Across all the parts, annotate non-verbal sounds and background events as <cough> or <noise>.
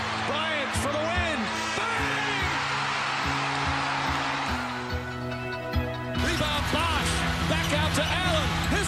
Bryant for the win. Bang! Rebound Bosch. Back out to Allen. His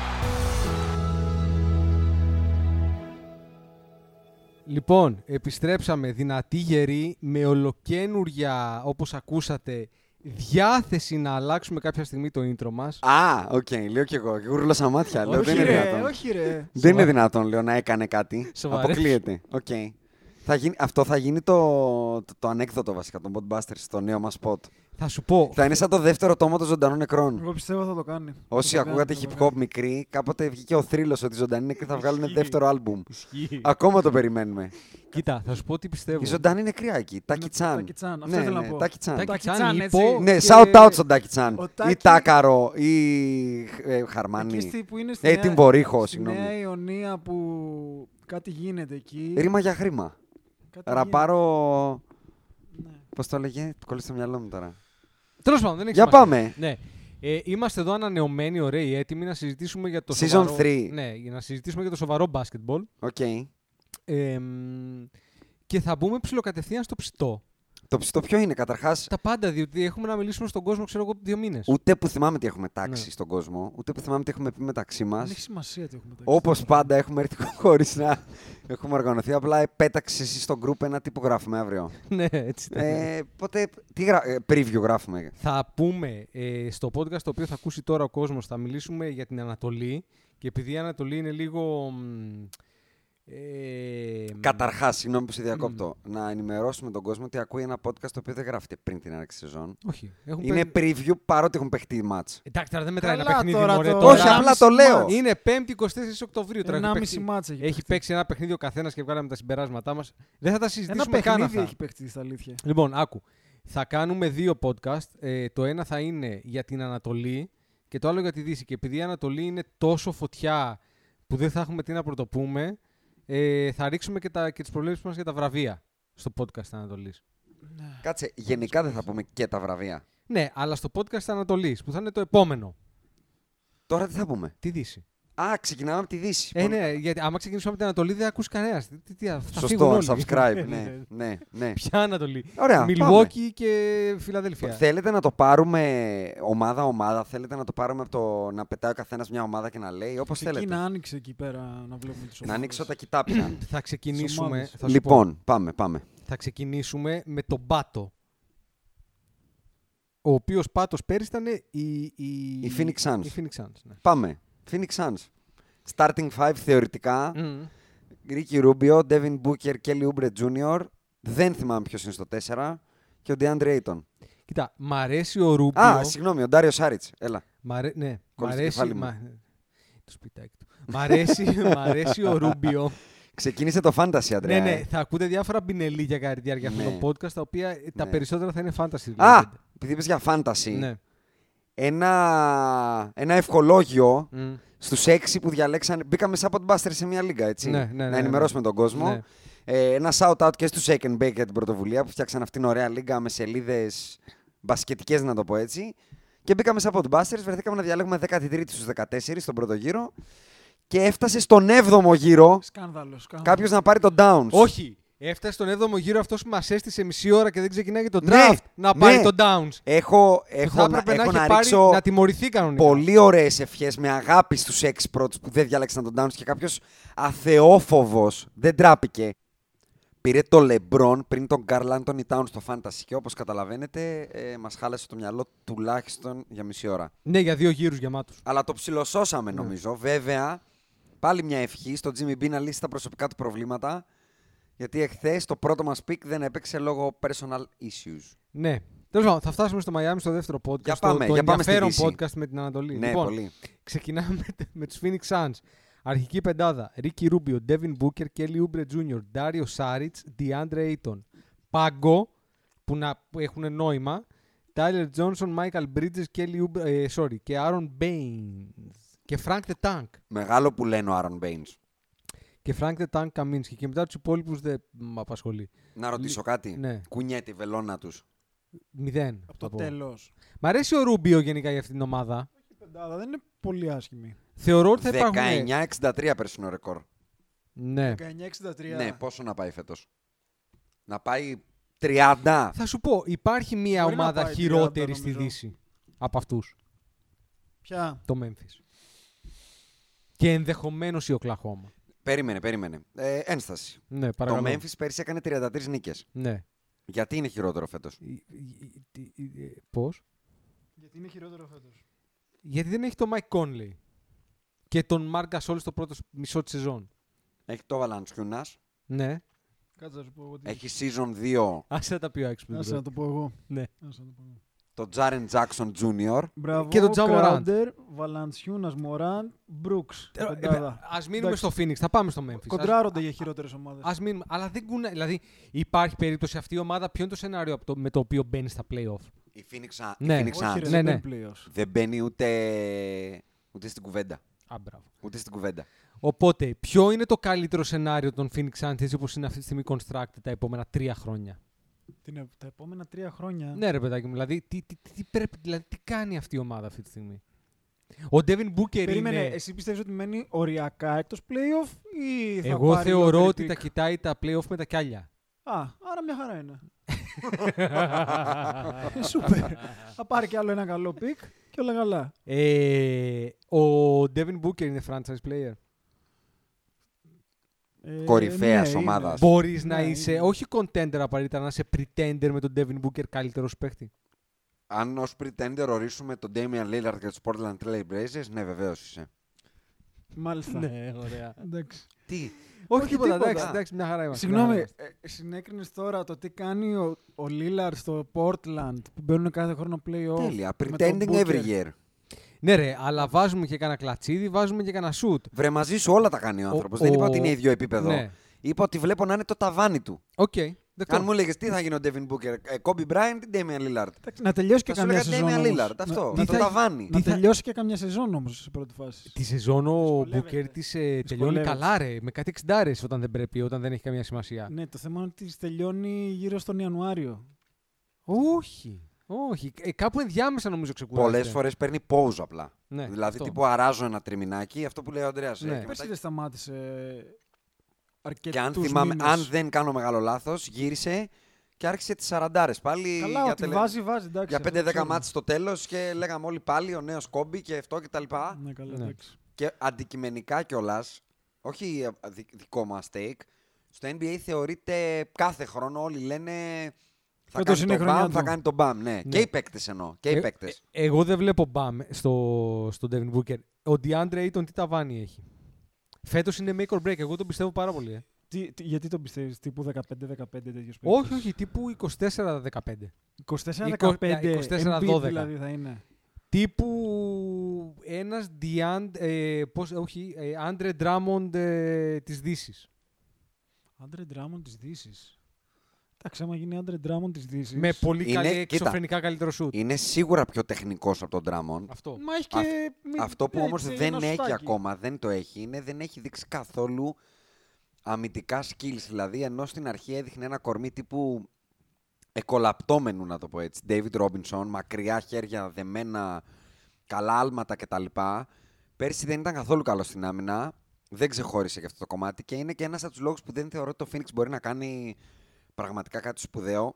remaining. Λοιπόν, επιστρέψαμε δυνατή γερή με ολοκένουρια, όπως ακούσατε, διάθεση να αλλάξουμε κάποια στιγμή το intro μας. Α, οκ, λέω κι εγώ. Γούρλωσα μάτια. Λέω, δεν είναι δυνατόν. όχι ρε. Δεν είναι δυνατόν, λέω, να έκανε κάτι. Σοβαρά. Αποκλείεται. Οκ. Θα γίνει, αυτό θα γίνει το, το, το ανέκδοτο βασικά των Podbusters, το νέο μας pod. Θα σου πω, Θα είναι σαν το δεύτερο τόμο των ζωντανών νεκρών. Εγώ Ναι, πιστεύω θα το κάνει. Όσοι Θα το ακούγατε κάνει, θα hip το hop κάνει. μικρή, κάποτε βγήκε ο θρύλος ότι οι ζωντανοί νεκροί θα βγάλουν δεύτερο άλμπουμ. Ακόμα το περιμένουμε. κοίτα, θα σου πω τι πιστεύω. Οι ζωντανοί νεκροί, Άκη. Τάκι Ε, Ναι, Τσάν. Τάκη Τσάν, αυτό Ναι, ήθελα να ναι, πω. Τάκη Τσάν. Τάκη λοιπόν, Τσάν, Τσάν, υπό- έτσι. Ναι, και- shout out στον Τάκι Ο Τσάν. Ή Τάκη- Τάκαρο, ή ε, Χαρμάνι. Εκεί στη- που είναι στη Ε, Νέα- την Βορύχο, στη συγγνώμη. Νέα Ιωνία που κάτι γίνεται εκεί. Ρήμα για χρήμα. Κάτι Ραπάρο. γίνεται. Ναι. Πώς το λέγε, του κολλήσει το μυαλό μου τώρα. Τέλος πάντων, δεν έχει Για σημασία. πάμε. Ναι. Ε, είμαστε εδώ ανανεωμένοι, ωραίοι, έτοιμοι να συζητήσουμε για το Season σοβαρό... three. Ναι, για να συζητήσουμε για το σοβαρό μπάσκετμπολ. Οκ. Ε, μ, και θα μπούμε ψηλοκατευθείαν στο ψητό. Το ψητό ποιο είναι, καταρχάς. Τα πάντα, διότι έχουμε να μιλήσουμε στον κόσμο, ξέρω εγώ, δύο μήνες. Ούτε που θυμάμαι τι έχουμε τάξει Ναι. στον κόσμο, ούτε που θυμάμαι τι έχουμε πει μεταξύ μας. Δεν έχει σημασία τι έχουμε τάξει. Όπως πάντα έχουμε έρθει <laughs> χωρίς να έχουμε οργανωθεί. Απλά ε, πέταξε εσύ στο group ένα τι που γράφουμε αύριο. <laughs> ναι, έτσι. ήταν. ε, οπότε, τι γρα... ε, preview γράφουμε. Θα πούμε ε, στο podcast το οποίο θα ακούσει τώρα ο κόσμος, θα μιλήσουμε για την Ανατολή και επειδή η Ανατολή είναι λίγο... μ, Ε, Καταρχάς, συγγνώμη που σε διακόπτω, να ενημερώσουμε τον κόσμο ότι ακούει ένα podcast το οποίο δεν γράφεται πριν την έναρξη της σεζόν. Όχι. Έχουν Είναι πέ- preview παρότι έχουν παιχτεί οι μάτς. Εντάξει, τώρα δεν μετράει ένα Καλά παιχνίδι. τώρα μωρέ, το- τώρα. Όχι, απλά το λέω. Είναι 5η 24 Οκτωβρίου. Τώρα Ένα έχει μισή παίξει- μάτς έχει Έχει παιχτεί. παίξει ένα παιχνίδι ο καθένας και βγάλαμε τα συμπεράσματά μας. Δεν θα τα Ένα συζητήσουμε καν παιχνίδι αυτά. έχει παίχτη στα αλήθεια. Λοιπόν, άκου. Θα κάνουμε δύο podcast. Ε, το ένα θα είναι για την Ανατολή και το άλλο για τη Δύση. Και επειδή η Ανατολή είναι τόσο φωτιά που δεν θα έχουμε τι να πρωτοπούμε, ε, θα ρίξουμε και, τα, και τις προβλέψεις μας για τα βραβεία στο podcast Ανατολής. Κάτσε, γενικά δεν θα πούμε και τα βραβεία. Ναι, αλλά στο podcast Ανατολής, που θα είναι το επόμενο. Τώρα τι θα πούμε. Τη Δύση. Α, ξεκινάμε από τη Δύση. Ε, Πολύ- ναι, γιατί άμα ξεκινήσουμε από την Ανατολή δεν θα ακούσει κανένας. Τι, τι, τι, θα φύγουν Λοιπόν. Σωστό, όλοι. <laughs> subscribe. ναι, ναι, ναι. Ποια Ανατολή. Ωραία, Μιλγόκι και Φιλαδέλφια. Θέλετε να το πάρουμε ομάδα-ομάδα, θέλετε να το πάρουμε από το να πετάει ο καθένας μια ομάδα και να λέει όπως Εκεί θέλετε. να άνοιξε εκεί πέρα να βλέπουμε τους Να ανοίξω τα ομάδες. κοιτάπια. Θα ξεκινήσουμε, ομάδες. θα, σου πω, λοιπόν, πάμε, πάμε. θα ξεκινήσουμε με τον Πάτο. Ο οποίος Πάτος πέρυσι ήταν η, η, Η Phoenix Suns. Η Phoenix Suns, ναι. Πάμε. Phoenix Suns. Starting 5 θεωρητικά. Μμμ. Ricky Rubio, Devin Booker, Kelly Oubre Jr. Δεν θυμάμαι ποιος είναι στο 4. Και ο DeAndre Ayton. Κοίτα, μ' αρέσει ο Ρούμπιο. Α, συγγνώμη, ο Ντάριο Σάριτ. Έλα. Μ' αρέ... Ναι, μ' Κόλλησε το αρέσει... κεφάλι μου. Μα... Το σπιτάκι του. Μ' αρέσει, <laughs> μ' αρέσει ο Ρούμπιο. Ξεκίνησε το fantasy, ναι, Αντρέα. ναι, θα ακούτε διάφορα μπινελίκια κατά τη διάρκεια αυτών Ναι. των podcast, τα οποία ε, τα Ναι. περισσότερα θα είναι fantasy. Α, related. επειδή είπες για fantasy. ναι. Ένα, ένα ευχολόγιο Μμ. στους έξι που διαλέξαν. Μπήκαμε σαν podbuster σε μια λίγα, έτσι. Ναι, ναι, ναι, ναι, να ενημερώσουμε ναι. τον κόσμο. Ναι. Ε, ένα shout-out και στους Shake and Bake για την πρωτοβουλία που φτιάξαν αυτήν την ωραία λίγα με σελίδες μπασκετικές, να το πω έτσι. Και μπήκαμε σαν podbusters, βρεθήκαμε να διαλέγουμε 13η στους 14 στον πρώτο γύρο. Και έφτασε στον 7ο γύρο Σκάνδαλο, σκάνδαλο. κάποιος να πάρει τον Downs. Όχι. Έφτασε στον 7ο γύρο αυτός που μα έστησε μισή ώρα και δεν ξεκινάει το draft Ναι, να πάρει ναι. τον Downs. Έχω, Που Ε, θα έχω, να, έπρεπε να, έχω έχει να, πάρει ρίξω να τιμωρηθεί κανονικά. πολύ ωραίες ευχές με αγάπη στους έξι πρώτους που δεν διάλεξαν τον Downs και κάποιος αθεόφοβος δεν τράπηκε. Πήρε το Λεμπρόν πριν τον Καρλ Άντωνι Τάουν στο Fantasy και όπως καταλαβαίνετε ε, μας χάλασε το μυαλό τουλάχιστον για μισή ώρα. Ναι, για δύο γύρους γεμάτους. Αλλά το ψιλοσώσαμε νομίζω. Βέβαια, Πάλι μια ευχή στο Jimmy B να λύσει τα προσωπικά του προβλήματα. Γιατί εχθές το πρώτο μας pick δεν έπαιξε λόγω personal issues. Ναι. Τέλος πάντων, θα φτάσουμε στο Miami στο δεύτερο podcast. Για πάμε, το, το για πάμε στη ενδιαφέρον Δύση. podcast με την Ανατολή. Ναι, λοιπόν, πολύ. ξεκινάμε <laughs> με, με τους Phoenix Suns. Αρχική πεντάδα. Ricky Rubio, Devin Booker, Kelly Oubre Jr., Dario Saric, DeAndre Ayton. Πάγκο, που, να, που έχουν νόημα. Tyler Johnson, Michael Bridges, Kelly Oubre, ε, sorry, και Aaron Baines. Και Frank the Tank. Μεγάλο που λένε ο Άρον Baines. Και Frank the Tank Kaminsky. Και μετά τους υπόλοιπους δεν με απασχολεί. Να ρωτήσω κάτι. ναι. Κουνιέται η βελόνα τους. Μηδέν. Από θα το πω. τέλος. Μ' αρέσει ο Ρούμπιο γενικά για αυτή την ομάδα. Η πεντάδα δεν είναι πολύ Ναι, άσχημη. Θεωρώ ότι θα υπάρχουν. 19-63 πέρσινο ρεκόρ. Ναι. 1963. Ναι, πόσο να πάει φέτος. Να πάει 30. Θα σου πω, υπάρχει μια Μπορεί να ομάδα πάει χειρότερη 30 στη νομίζω. Δύση από αυτούς. Ποια. Το Memphis. Και ενδεχομένως η Οκλαχώμα. Περίμενε, περίμενε. Ε, ένσταση. Ναι, παρακαλώ. Το Memphis πέρσι έκανε 33 νίκες. Ναι. Γιατί είναι χειρότερο φέτος. Πώς. Γιατί είναι χειρότερο φέτος. Γιατί δεν έχει τον Mike Conley και τον Μάρκα Gasol στο πρώτο σ- μισό της σεζόν. Έχει το Βαλαντσιούνα. Ναι. Κάτσε να σου πω εγώ τι. Έχει season 2 Άσε να τα πει ο Άξπιλ. Άσε να το πω εγώ. Ναι. Άσε να το πω εγώ. το Τζάρεν Τζάξον Jr. Μπράβο, Και τον Τζα Μωράντ. Crowder, Βαλαντσιούνας, Μωράν, Μπρουξ. Ε, πεντάδα. Ας μείνουμε στο Phoenix, θα πάμε στο Memphis. Ας- Κοντράρονται για χειρότερες ομάδες. Ας μείνουμε. Αλλά δεν κουνά. Δηλαδή, υπάρχει περίπτωση αυτή η ομάδα. Ποιο είναι το σενάριο από το- με το οποίο μπαίνει στα playoff. Η Phoenix, Α- η Ναι. Phoenix Όχι, Suns ρε, Ναι, δεν ναι. είναι playoffs. δεν μπαίνει ούτε, ούτε στην κουβέντα. Α, μπράβο. Ούτε στην κουβέντα. Οπότε, ποιο είναι το καλύτερο σενάριο των Phoenix Suns έτσι όπως είναι αυτή τη στιγμή constructed τα επόμενα τρία χρόνια. Την, τα επόμενα τρία χρόνια. Ναι, ρε παιδάκι μου, δηλαδή τι, τι, τι, πρέπει, δηλαδή, τι κάνει αυτή η ομάδα αυτή τη στιγμή. Ο Devin Booker Περίμενε, είναι. εσύ πιστεύεις ότι μένει οριακά εκτός playoff ή θα Εγώ πάρει θεωρώ lottery ότι pick? τα κοιτάει τα playoff με τα κιάλια. Α, άρα μια χαρά <laughs> είναι. Ε, Σούπερ. θα πάρει κι άλλο ένα καλό πικ και όλα καλά. Ε, ο Devin Booker είναι franchise player. Ε, Κορυφαίας ναι, είναι. ομάδας. Μπορείς να ναι, είσαι, είναι. όχι contender απαραίτητα, να είσαι pretender με τον Devin Booker καλύτερος παίχτη. Αν ως pretender ορίσουμε τον Damian Lillard και τους Portland Trail Blazers, ναι, βεβαίως είσαι. Μάλιστα. Ναι, ωραία. Εντάξει. Τι, Όχι, Όχι τίποτα, τίποτα. εντάξει, εντάξει, μια χαρά είμαστε. μια χαρά Συγγνώμη, είμαστε. ε, συνέκρινες τώρα το τι κάνει ο, ο Λίλαρ στο Portland που μπαίνουν κάθε χρόνο playoff. τέλεια. με τον Pretending Booker. every year. Ναι, ρε, αλλά βάζουμε και κανένα κλατσίδι, βάζουμε και κανένα σουτ. Βρε μαζί σου όλα τα κάνει ο άνθρωπος. Δεν ο- είπα ότι είναι ίδιο επίπεδο. Ναι. Είπα ότι βλέπω να είναι το ταβάνι του. Οκ. Αν δεκτό. μου έλεγες τι θα γίνει ο Ντέβιν Μπούκερ, ε, Κόμπι Μπράιν ή Damian Lillard. Εντάξει, να τελειώσει και Θα σου έλεγα καμιά σεζόν. Damian όμως. Lillard. Αυτό. Να- Να Να, το θα- ταβάνι. να Τι θα- τελειώσει και καμιά σεζόν όμως σε πρώτη φάση. Τη σεζόν ο Μπούκερ Δυσκολεύεται. της ε, τελειώνει Δυσκολεύεται. καλά, ρε. Με κάτι 60 όταν δεν πρέπει, όταν δεν έχει καμία σημασία. Ναι, το θέμα είναι ότι τελειώνει γύρω στον Ε, Ιανουάριο. Όχι. Όχι. Ε, κάπου ενδιάμεσα νομίζω ξεκουράζεται. Πολλές φορές παίρνει pause απλά. Ναι, δηλαδή, αυτό. τύπου αράζω ένα τριμινάκι, αυτό που λέει ο Αντρέα. Ναι. Και, Πέρσι μετά- δεν σταμάτησε αρκετούς και αν, θυμάμαι, μήνες. αν δεν κάνω μεγάλο λάθος, γύρισε και άρχισε τις 40 πάλι. Καλά, για ότι τελε- βάζει, βάζει. Εντάξει, Για αυτό 5-10 ξέρω. μάτς στο τέλος και λέγαμε όλοι πάλι ο νέος κόμπι και αυτό και τα λοιπά. Ναι, καλά, Ναι. εντάξει. Και αντικειμενικά κιόλας, όχι ε, δι- δικό μας take, στο NBA θεωρείται κάθε χρόνο όλοι λένε. Θα Φέτος κάνει, είναι τον η χρονιά μπαμ, θα του. κάνει τον μπαμ, ναι. Και οι παίκτες εννοώ. Και οι Ε, παίκτες. ε, εγώ δεν βλέπω μπαμ στο, στον Devin Booker. Ο DeAndre Ayton τι ταβάνι έχει. Φέτος είναι make or break. Εγώ τον πιστεύω πάρα πολύ. ε. Τι, τι- γιατί τον πιστεύεις, τύπου 15-15 τέτοιο Όχι, όχι, τύπου 24-15. 24-15. 24-12. Embiid δηλαδή θα είναι. Τύπου ένας Διάντ, ε, πώς, όχι, ε, Άντρε Ντράμοντ ε, της Δύσης. Άντρε Ντράμον της Δύσης. Εντάξει, άμα γίνει άντρε Ντράμον της Δύσης. Με πολύ Είναι- καλή, κοίτα. εξωφρενικά καλύτερο σουτ. Είναι σίγουρα πιο τεχνικός από τον Ντράμον. Αυτό. Μα έχει και. μη- Αυτό που έτσι, όμως ένα δεν έχει σουτάκι. ακόμα, δεν το έχει, είναι δεν έχει δείξει καθόλου αμυντικά skills. Δηλαδή, ενώ στην αρχή έδειχνε ένα κορμί τύπου εκολαπτώμενου, να το πω έτσι. David Robinson, μακριά χέρια, δεμένα, καλά άλματα κτλ. Πέρσι δεν ήταν καθόλου καλό στην άμυνα. Δεν ξεχώρισε και αυτό το κομμάτι και είναι και ένας από τους λόγους που δεν θεωρώ ότι το Phoenix μπορεί να κάνει πραγματικά κάτι σπουδαίο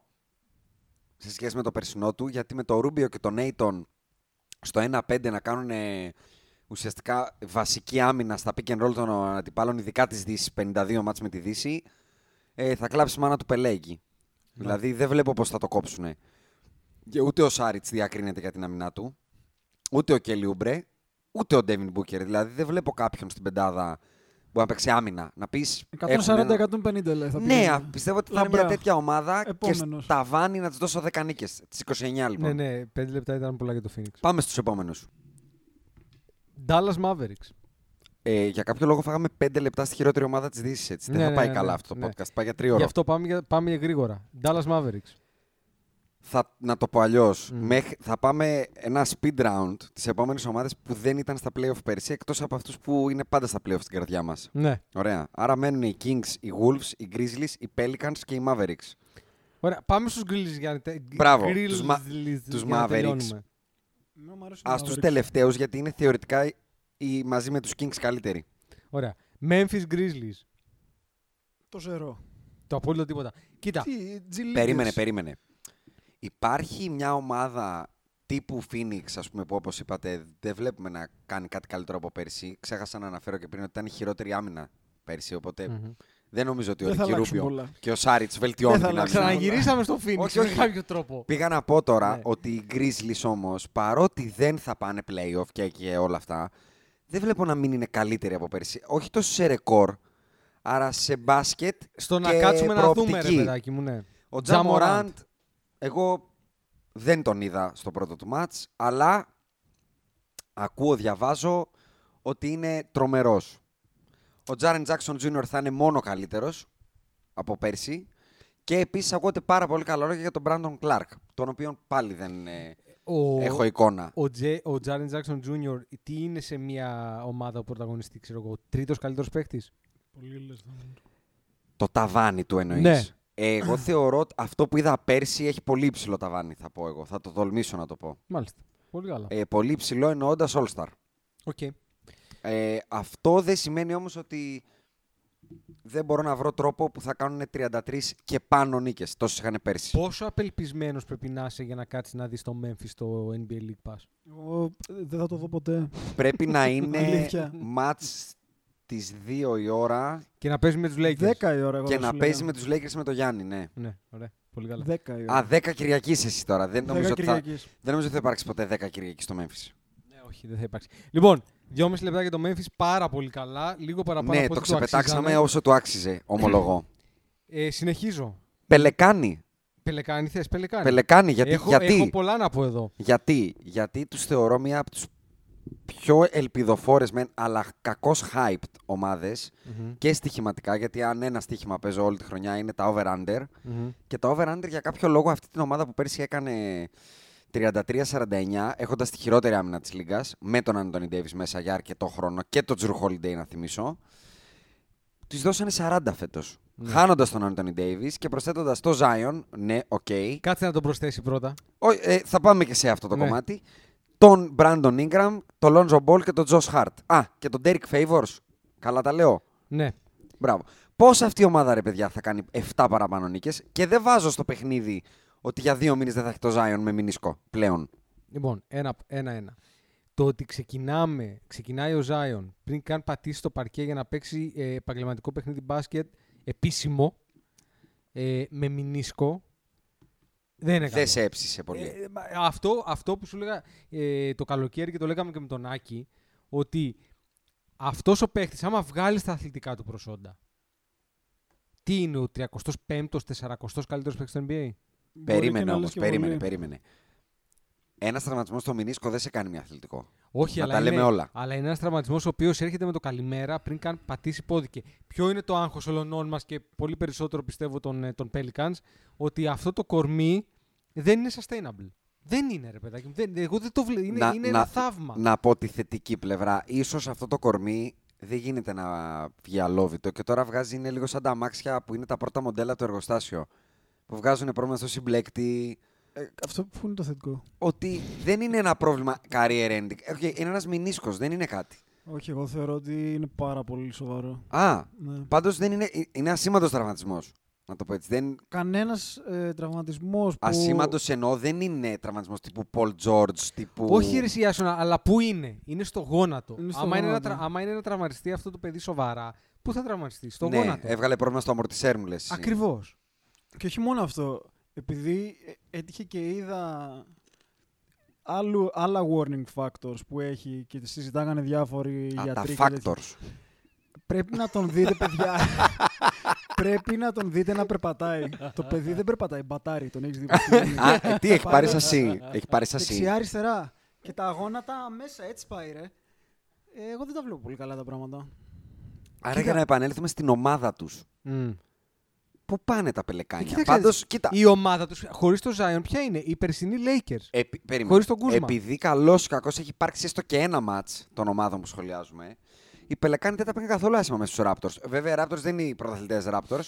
σε σχέση με το περσινό του, γιατί με το Ρούμπιο και τον Νέιτον στο 1-5 να κάνουν ε, ουσιαστικά βασική άμυνα στα pick and roll των αντιπάλων, ειδικά τη Δύση, 52 μάτς με τη Δύση, ε, θα κλάψει μάνα του πελέγγι. Ναι. Δηλαδή δεν βλέπω πώς θα το κόψουν. Ούτε ο Σάριτ διακρίνεται για την άμυνά του, ούτε ο Κέλι Ούμπρε, ούτε ο Ντέβιν Μπούκερ. Δηλαδή δεν βλέπω κάποιον στην πεντάδα να παίξει άμυνα. Να πεις, έχουμε ένα- 140-150 λέει. Θα Ναι, πηγαίνει. α, πιστεύω ότι θα είναι μια Λαμπρά. τέτοια ομάδα και Επόμενος. στα βάνη να τη δώσω 10 νίκες. Τις 29 Ναι, λοιπόν. ναι, πέντε λεπτά ήταν πολλά για το Phoenix. Πάμε στους επόμενους. Dallas Mavericks. Ε, για κάποιο λόγο φάγαμε 5 λεπτά στη χειρότερη ομάδα της Δύσης. Έτσι. Ναι, Δεν ναι, θα πάει ναι, καλά ναι, αυτό το ναι. podcast. Πάει για τρία ώρα. Γι' αυτό πάμε, για- πάμε για γρήγορα. Dallas Mavericks. Θα, να το πω αλλιώς. Μμμ. Θα πάμε ένα speed round τη επόμενη ομάδα που δεν ήταν στα playoff πέρσι, εκτός από αυτούς που είναι πάντα στα playoff στην καρδιά μας. Ναι. Ωραία. Άρα μένουν οι Kings, οι Wolves, οι Grizzlies, οι Pelicans και οι Mavericks. Ωραία, πάμε στους Grizzlies για να τε- Μπράβο, Grizzlies τους Μα- για τους να Mavericks. τελειώνουμε. Ναι, μου αρέσουν Α τα τους Mavericks. τελευταίους, γιατί είναι θεωρητικά οι, μαζί με τους Kings καλύτεροι. Ωραία. Memphis Grizzlies. Το ζερό. Το απόλυτο τίποτα. Κοίτα, Τι, G Leaguers. Περίμενε, περίμενε. Υπάρχει μια ομάδα τύπου Phoenix, ας πούμε, που όπως είπατε δεν βλέπουμε να κάνει κάτι καλύτερο από πέρσι. Ξέχασα να αναφέρω και πριν ότι ήταν η χειρότερη άμυνα πέρσι, οπότε Μμμ. δεν νομίζω ότι ο Δεν θα Ρίκη αλλάξουν Ρούμπιο πολλά. και ο Σάριτς βελτιώνουν Δεν θα την αλλάξουν άμυνα. πολλά. ξαναγυρίσαμε στο Phoenix Όχι, με όχι. κάποιο τρόπο. Πήγα να πω τώρα Ναι. ότι οι Grizzlies όμως, παρότι δεν θα πάνε playoff και, και όλα αυτά, δεν βλέπω να μην είναι καλύτεροι από πέρσι. Όχι τόσο σε ρεκόρ, άρα σε μπάσκετ Στο και να κάτσουμε να προοπτική. δούμε, ρε παιδάκι μου, ναι. Ο Τζα Μοράντ. Τζαμοράντ, εγώ δεν τον είδα στο πρώτο του μάτς, αλλά ακούω, διαβάζω ότι είναι τρομερός. Ο Τζάρεν Τζάξον Τζούνιορ θα είναι μόνο καλύτερος από πέρσι και επίσης ακούγονται πάρα πολύ καλά λόγια για τον Μπράντον Κλάρκ, τον οποίον πάλι δεν ε, Ο, έχω εικόνα. ο, Τζε, ο Τζάρεν Τζάξον Τζούνιορ, τι είναι σε μια ομάδα που πρωταγωνιστεί, ξέρω εγώ, τρίτος καλύτερος παίκτης. Πολύ λες, θα μου. Το ταβάνι του εννοείς. Ναι. Ε, εγώ θεωρώ ότι αυτό που είδα πέρσι έχει πολύ υψηλό ταβάνι, θα πω εγώ. Θα το δολμήσω να το πω. Μάλιστα. Πολύ καλά. Ε, πολύ υψηλό εννοώντας All-Star. Οκ. Ε, αυτό δεν σημαίνει όμως ότι δεν μπορώ να βρω τρόπο που θα κάνουν 33 και πάνω νίκες. Τόσες είχαν πέρσι. Πόσο απελπισμένος πρέπει να είσαι για να κάτσεις να δεις το Memphis στο NBA League Pass. Εγώ ε, δεν θα το δω ποτέ. Πρέπει να είναι Αλήθεια. μάτς τις 2 η ώρα Και να παίζει με τους Lakers. 10 η ώρα. εγώ και θα να σου παίζει με λέγα. Ε. τους Lakers με το Γιάννη, ναι. Ναι, ωραία. Πολύ καλά. 10 η ώρα. Α, 10 Κυριακής εσύ τώρα. Δεν 10 νομίζω, ότι θα, δεν Κυριακής. νομίζω ότι θα υπάρξει ποτέ 10 Κυριακής στο Memphis. Ναι, όχι, δεν θα υπάρξει. Λοιπόν, δυόμιση λεπτά για το Memphis, πάρα πολύ καλά. Λίγο παραπάνω ναι, από το ό,τι το ξεπετάξαμε αξίζαμε. όσο του άξιζε, ομολογώ. Ε, συνεχίζω. Πελεκάνη. Πελεκάνη, θες Πελεκάνη. Πελεκάνη, γιατί, Ναι. έχω, γιατί, έχω πολλά να πω εδώ. γιατί, γιατί τους θεωρώ μία από τους πιο ελπιδοφόρες μεν, αλλά κακώς hyped ομάδες και στοιχηματικά, γιατί αν ένα στοίχημα παίζω όλη τη χρονιά είναι τα over-under. Μμμ. Και τα over-under για κάποιο λόγο αυτή την ομάδα που πέρσι έκανε 33-49, έχοντας τη χειρότερη άμυνα της Λίγκας, με τον Άντωνι Ντέιβις μέσα για αρκετό χρόνο και τον Τζρου Χόλιντεϊ να θυμίσω, της δώσανε 40 φέτος. Χάνοντας τον Άντωνι Ντέιβις και προσθέτοντας το Ζάιον, ναι, οκ. Κάτσε να τον προσθέσει πρώτα. Ω, ε, θα πάμε και σε αυτό το Ναι. κομμάτι. Τον Μπράντον Ingram, τον Λόντζο Μπολ και τον Τζος Χαρτ. Α, και τον Derek Favors. Καλά τα λέω. Ναι. Μπράβο. Πώς αυτή η ομάδα, ρε παιδιά, θα κάνει 7 παραπάνω νίκες και δεν βάζω στο παιχνίδι ότι για δύο μήνες δεν θα έχει το Zion με μηνίσκο Ε, πλέον. Λοιπόν, ένα- ένα-ένα. Το ότι ξεκινάμε, ξεκινάει ο Ζάιον πριν καν πατήσει το παρκέ για να παίξει ε, επαγγελματικό παιχνίδι μπάσκετ επίσημο ε, με μηνίσκο. Δεν είναι Δεν καλό. σε έψησε πολύ. Ε, μα, αυτό, αυτό που σου λέγα ε, το καλοκαίρι και το λέγαμε και με τον Άκη, ότι αυτός ο παίχτης, άμα βγάλει τα αθλητικά του προσόντα, τι είναι ο 35ος, 40ος καλύτερος παίχτης του NBA. Μπορεί ναι. και περίμενε να όμως, λες και περίμενε, πολύ. περίμενε. Ένας τραυματισμός στο μηνίσκο δεν σε κάνει μη αθλητικό. Όχι, Να αλλά, τα είναι, λέμε όλα. αλλά είναι ένας τραυματισμός ο οποίος έρχεται με το καλημέρα πριν καν πατήσει πόδι. Και ποιο είναι το άγχος ολονών μας και πολύ περισσότερο πιστεύω των, ε, των Pelicans, ότι αυτό το κορμί δεν είναι sustainable. Δεν είναι ρε παιδάκι μου. Δεν, εγώ δεν το βλέπω. Είναι, είναι ένα θαύμα. Να πω τη θετική πλευρά. Ίσως αυτό το κορμί δεν γίνεται να βγει αλόβητο και τώρα βγάζει είναι λίγο σαν τα αμάξια που είναι τα πρώτα μοντέλα από το εργοστάσιο. Που βγάζουν πρόβλημα στο συμπλέκτη, Ε, Αυτό που είναι το θετικό. ότι δεν είναι ένα πρόβλημα career ending. Ε, Οκ, είναι ένας μηνίσκος, δεν είναι κάτι. Όχι, εγώ θεωρώ ότι είναι πάρα πολύ σοβαρό. Α, Ναι. πάντως δεν είναι. ε, Είναι ασήμαντος τραυματισμός. Να το πω έτσι. Δεν... Κανένας ε, τραυματισμός. Που... Ασήμαντος εννοώ δεν είναι τραυματισμός τύπου Paul George, τύπου. Όχι ρε Σιάσονα, αλλά πού είναι. Είναι στο γόνατο. Είναι στο άμα, Είναι να, γόνατο. τρα- άμα είναι να τραυματιστεί αυτό το παιδί σοβαρά, πού θα τραυματιστεί, στο ναι, γόνατο. έβγαλε πρόβλημα στο αμορτισέρ μου, λες. Ακριβώς. Και όχι μόνο αυτό. Επειδή ε, έτυχε και είδα άλλου, άλλα warning factors που έχει και συζητάγανε διάφοροι Α, τα γιατροί. και τέτοια. factors. Πρέπει να τον δείτε, παιδιά. Πρέπει να τον δείτε να περπατάει. Το παιδί δεν περπατάει, μπατάρι, τον έχεις δει. που πηγαίνει. Α, ε, τι έχει πάρει Πάρα- σασί. Έχει πάρει σασί. Δεξιά-αριστερά. Και τα γόνατα μέσα έτσι πάει, ρε. Ε, Εγώ δεν τα βλέπω πολύ καλά τα πράγματα. Άρα για να επανέλθουμε στην ομάδα τους. Μμ. Πού πάνε τα πελεκάνια. Ε, Κοίταξε, Πάντως, κοίτα. Η ομάδα τους, χωρίς το Zion, ποια είναι, η περσινή Lakers. Επι... περίμενε. Χωρίς τον Κούσμα. Επειδή καλός ή κακός έχει υπάρξει έστω και ένα ματ των ομάδων που σχολιάζουμε, οι Πελεκάνοι δεν τα πήγαν καθόλου άσχημα με στου Raptors. Βέβαια, οι Raptors δεν είναι οι πρωταθλητές Raptors,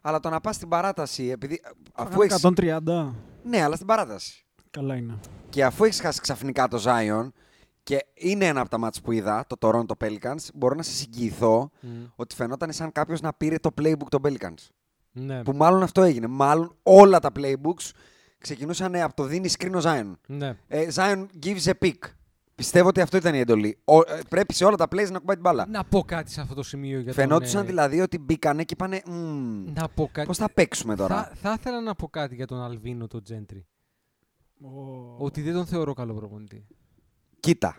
αλλά το να πας στην παράταση. Επειδή... Αφού έχεις... 130. Ναι, αλλά στην παράταση. Καλά είναι. Και αφού έχεις χάσει ξαφνικά το Zion και είναι ένα από τα μάτς που είδα, το Toronto Pelicans, μπορώ να σε συγκινηθώ ότι φαινόταν σαν κάποιος να πήρε το playbook των Pelicans. Ναι. Ε, Που μάλλον αυτό έγινε. Μάλλον όλα τα playbooks ξεκινούσαν ε, από το δίνεις σκρίνο Zion. ναι. Ε, Zion gives a pick. Πιστεύω ότι αυτό ήταν η εντολή. Ο, ε, πρέπει σε όλα τα plays να κουμπάει την μπάλα. Να πω κάτι σε αυτό το σημείο. Για τον, Φαινόντουσαν ε, δηλαδή ότι μπήκανε και είπανε. «Μμμ, Να πω κάτι. Πώς θα παίξουμε τώρα. Θα, θα ήθελα να πω κάτι για τον Αλβίνο, τον Τζέντρι. Ότι δεν τον θεωρώ καλό προπονητή. Κοίτα.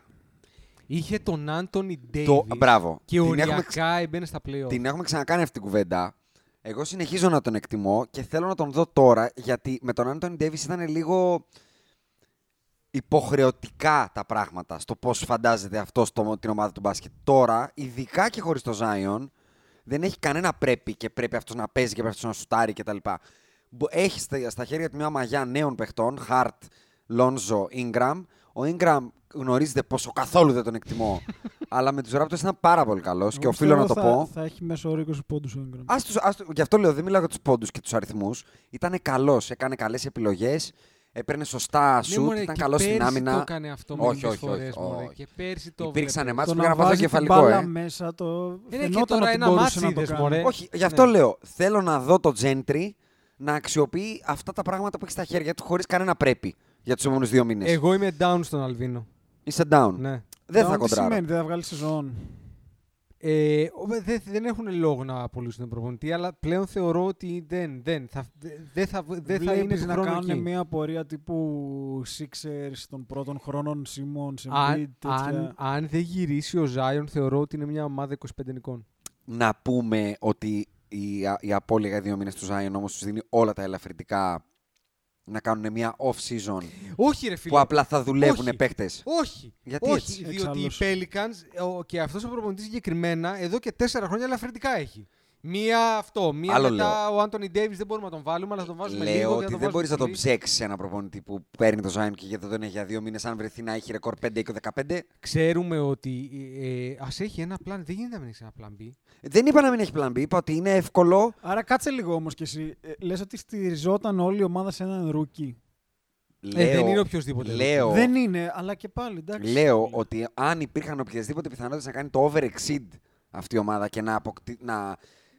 Είχε τον Άντωνι Το, Ντέιβις. μπράβο. Και την, έχουμε, ξα- οριακά έμπαινε στα playoff. την έχουμε ξανακάνει αυτή την κουβέντα. Εγώ συνεχίζω να τον εκτιμώ και θέλω να τον δω τώρα γιατί με τον Άντων Ντέβι ήταν λίγο υποχρεωτικά τα πράγματα στο πώς φαντάζεται αυτό στο, την ομάδα του μπάσκετ. Τώρα, ειδικά και χωρίς το Zion, δεν έχει κανένα πρέπει και πρέπει αυτός να παίζει και πρέπει αυτός να σουτάρει κτλ. Μπο- Έχει στα- στα χέρια του μια μαγιά νέων παιχτών, Χαρτ, Λόνζο, Ingram. Ο Ingram γνωρίζετε πόσο καθόλου δεν τον <laughs> εκτιμώ. αλλά με τους Raptors ήταν πάρα πολύ καλός και οφείλω να το πω. Θα έχει μέσω όρο 20 πόντους ο Ingram. Ας τους, ας, τους- γι' αυτό λέω, δεν μιλάω για τους πόντους και τους αριθμούς. Ήταν καλός, έκανε καλές επιλογές, έπαιρνε σωστά Ναι, σου, μωρέ, ήταν και καλός στην πέρσι άμυνα. Το έκανε αυτό Όχι, μερικές όχι, όχι, φορές, μωρέ. όχι. Και πέρσι το Υπήρξαν βλέπες. εμάς Το που να πήγαν να πάθουν βάζει την κεφαλικό, μπάλα ε. μέσα το. και φαινόταν τώρα ότι ένα μπορούσε μάτς να το είδες, κάνει. μωρέ. Όχι, γι' Ναι. αυτό λέω. Θέλω να δω το Gentry να αξιοποιεί αυτά τα πράγματα που έχει στα χέρια του χωρίς κανένα πρέπει για τους επόμενους δύο μήνες. Εγώ είμαι down στον Αλβίνο. Είσαι down. Ναι. Δεν Down θα τι κοντράρω. σημαίνει, δεν θα βγάλει σεζόν. Ε, ο- δε- δεν έχουν λόγο να απολύσουν τον προπονητή, αλλά πλέον θεωρώ ότι δεν, δεν θα, δε- δεν θα, δεν θα είναι Βλέπεις του να χρόνου κάνουν εκεί. μια πορεία τύπου Sixers των πρώτων χρόνων Σίμον, σε Αν, αν, αν δεν γυρίσει ο Ζάιον, θεωρώ ότι είναι μια ομάδα 25 νικών. Να πούμε ότι η, η απώλεια για δύο μήνες του Zion όμως τους δίνει όλα τα ελαφρυντικά να κάνουν μια off-season Όχι, ρε φίλε. που απλά θα δουλεύουν όχι. παίχτε. Όχι. Γιατί όχι, έτσι? διότι οι Εξάλλου. Pelicans ο, και αυτός ο προπονητής συγκεκριμένα εδώ και τέσσερα χρόνια ελαφρυντικά έχει. Μία αυτό, μία Άλλο μετά ο Άντωνι Ντέιβι δεν μπορούμε να τον βάλουμε, αλλά θα τον βάζουμε λίγο. Λέω και ότι τον δεν μπορείς να βάζουμε τον πολύ. ψέξει ένα προπονητή που παίρνει το Zion και γιατί δεν τον έχει για δύο μήνες. Αν βρεθεί να έχει ρεκόρ 5 ή 15. Ξέρουμε ότι ε, ας έχει ένα πλάν. Δεν γίνεται να μην έχει ένα πλάν B. Δεν είπα να μην έχει plan B, είπα ότι είναι εύκολο. Άρα κάτσε λίγο όμως κι εσύ. Ε, Λες ότι στηριζόταν όλη η ομάδα σε έναν ρούκι. Ε, δεν είναι οποιοδήποτε. Λέω, Δεν είναι, αλλά και πάλι εντάξει. λέω ότι αν υπήρχαν οποιασδήποτε πιθανότητες να κάνει το over exceed αυτή η ομάδα και να, αποκτή- να,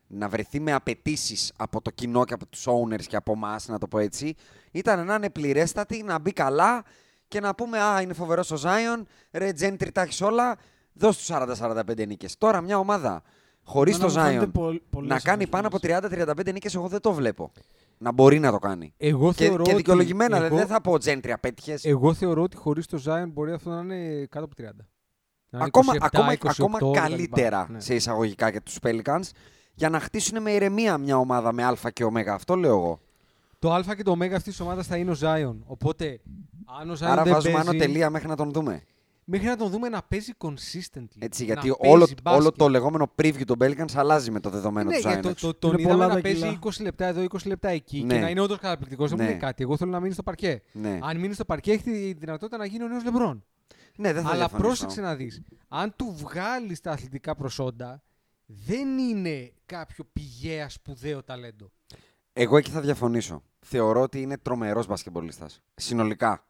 να βρεθεί με απαιτήσεις από το κοινό και από τους owners και από εμάς, να το πω έτσι, ήταν να είναι πληρέστατη, να μπει καλά και να πούμε Α, είναι φοβερός ο Zion, ρε Τζέντρι τα έχεις όλα, δώσ' του 40-45 νίκες. Τώρα μια ομάδα χωρίς Εμένα το μου φαίνονται Zion πο- πολλές να κάνει πάνω από αναφορές. 30-35 νίκες, εγώ δεν το βλέπω. Να μπορεί να το κάνει. Εγώ Και, θεωρώ και ότι- δικαιολογημένα, εγώ, δηλαδή, δεν θα πω Τζέντρι απέτυχες. Εγώ θεωρώ ότι χωρίς το Zion μπορεί αυτό να είναι κάτω από 30. Να είναι ακόμα, 27, ακόμα, 28 ακόμα κτλ. καλύτερα Ναι. σε εισαγωγικά για τους Pelicans για να χτίσουν με ηρεμία μια ομάδα με Α και Ω. Αυτό λέω εγώ. Το Α και το Ω αυτής της ομάδας θα είναι ο Zion. Οπότε, αν ο Zion Άρα δεν βάζουμε παίζει, άνω τελεία μέχρι να τον δούμε. Μέχρι να τον δούμε να παίζει consistently. Έτσι, γιατί Ε, να όλο, παίζει όλο μπάσκετ. το λεγόμενο preview των Pelicans αλλάζει με το δεδομένο ναι, του Zion. γιατί το, έξω. το, τον Είναι είδαμε πολλά να τα παίζει κιλά. 20 λεπτά εδώ, 20 λεπτά εκεί Ναι. και να είναι όντως καταπληκτικός. Δεν μου Ναι. λέει κάτι. Εγώ θέλω να μείνει στο παρκέ. Ναι. Αν μείνει στο παρκέ, έχει τη δυνατότητα να γίνει ο νέος Λεμπρόν. ναι, δεν θα Αλλά διαφωνήσω. πρόσεξε να δεις. Αν του βγάλεις τα αθλητικά προσόντα, δεν είναι κάποιο πηγαία σπουδαίο ταλέντο. Εγώ εκεί θα διαφωνήσω. Θεωρώ ότι είναι τρομερός μπασκεμπολίστα. Συνολικά.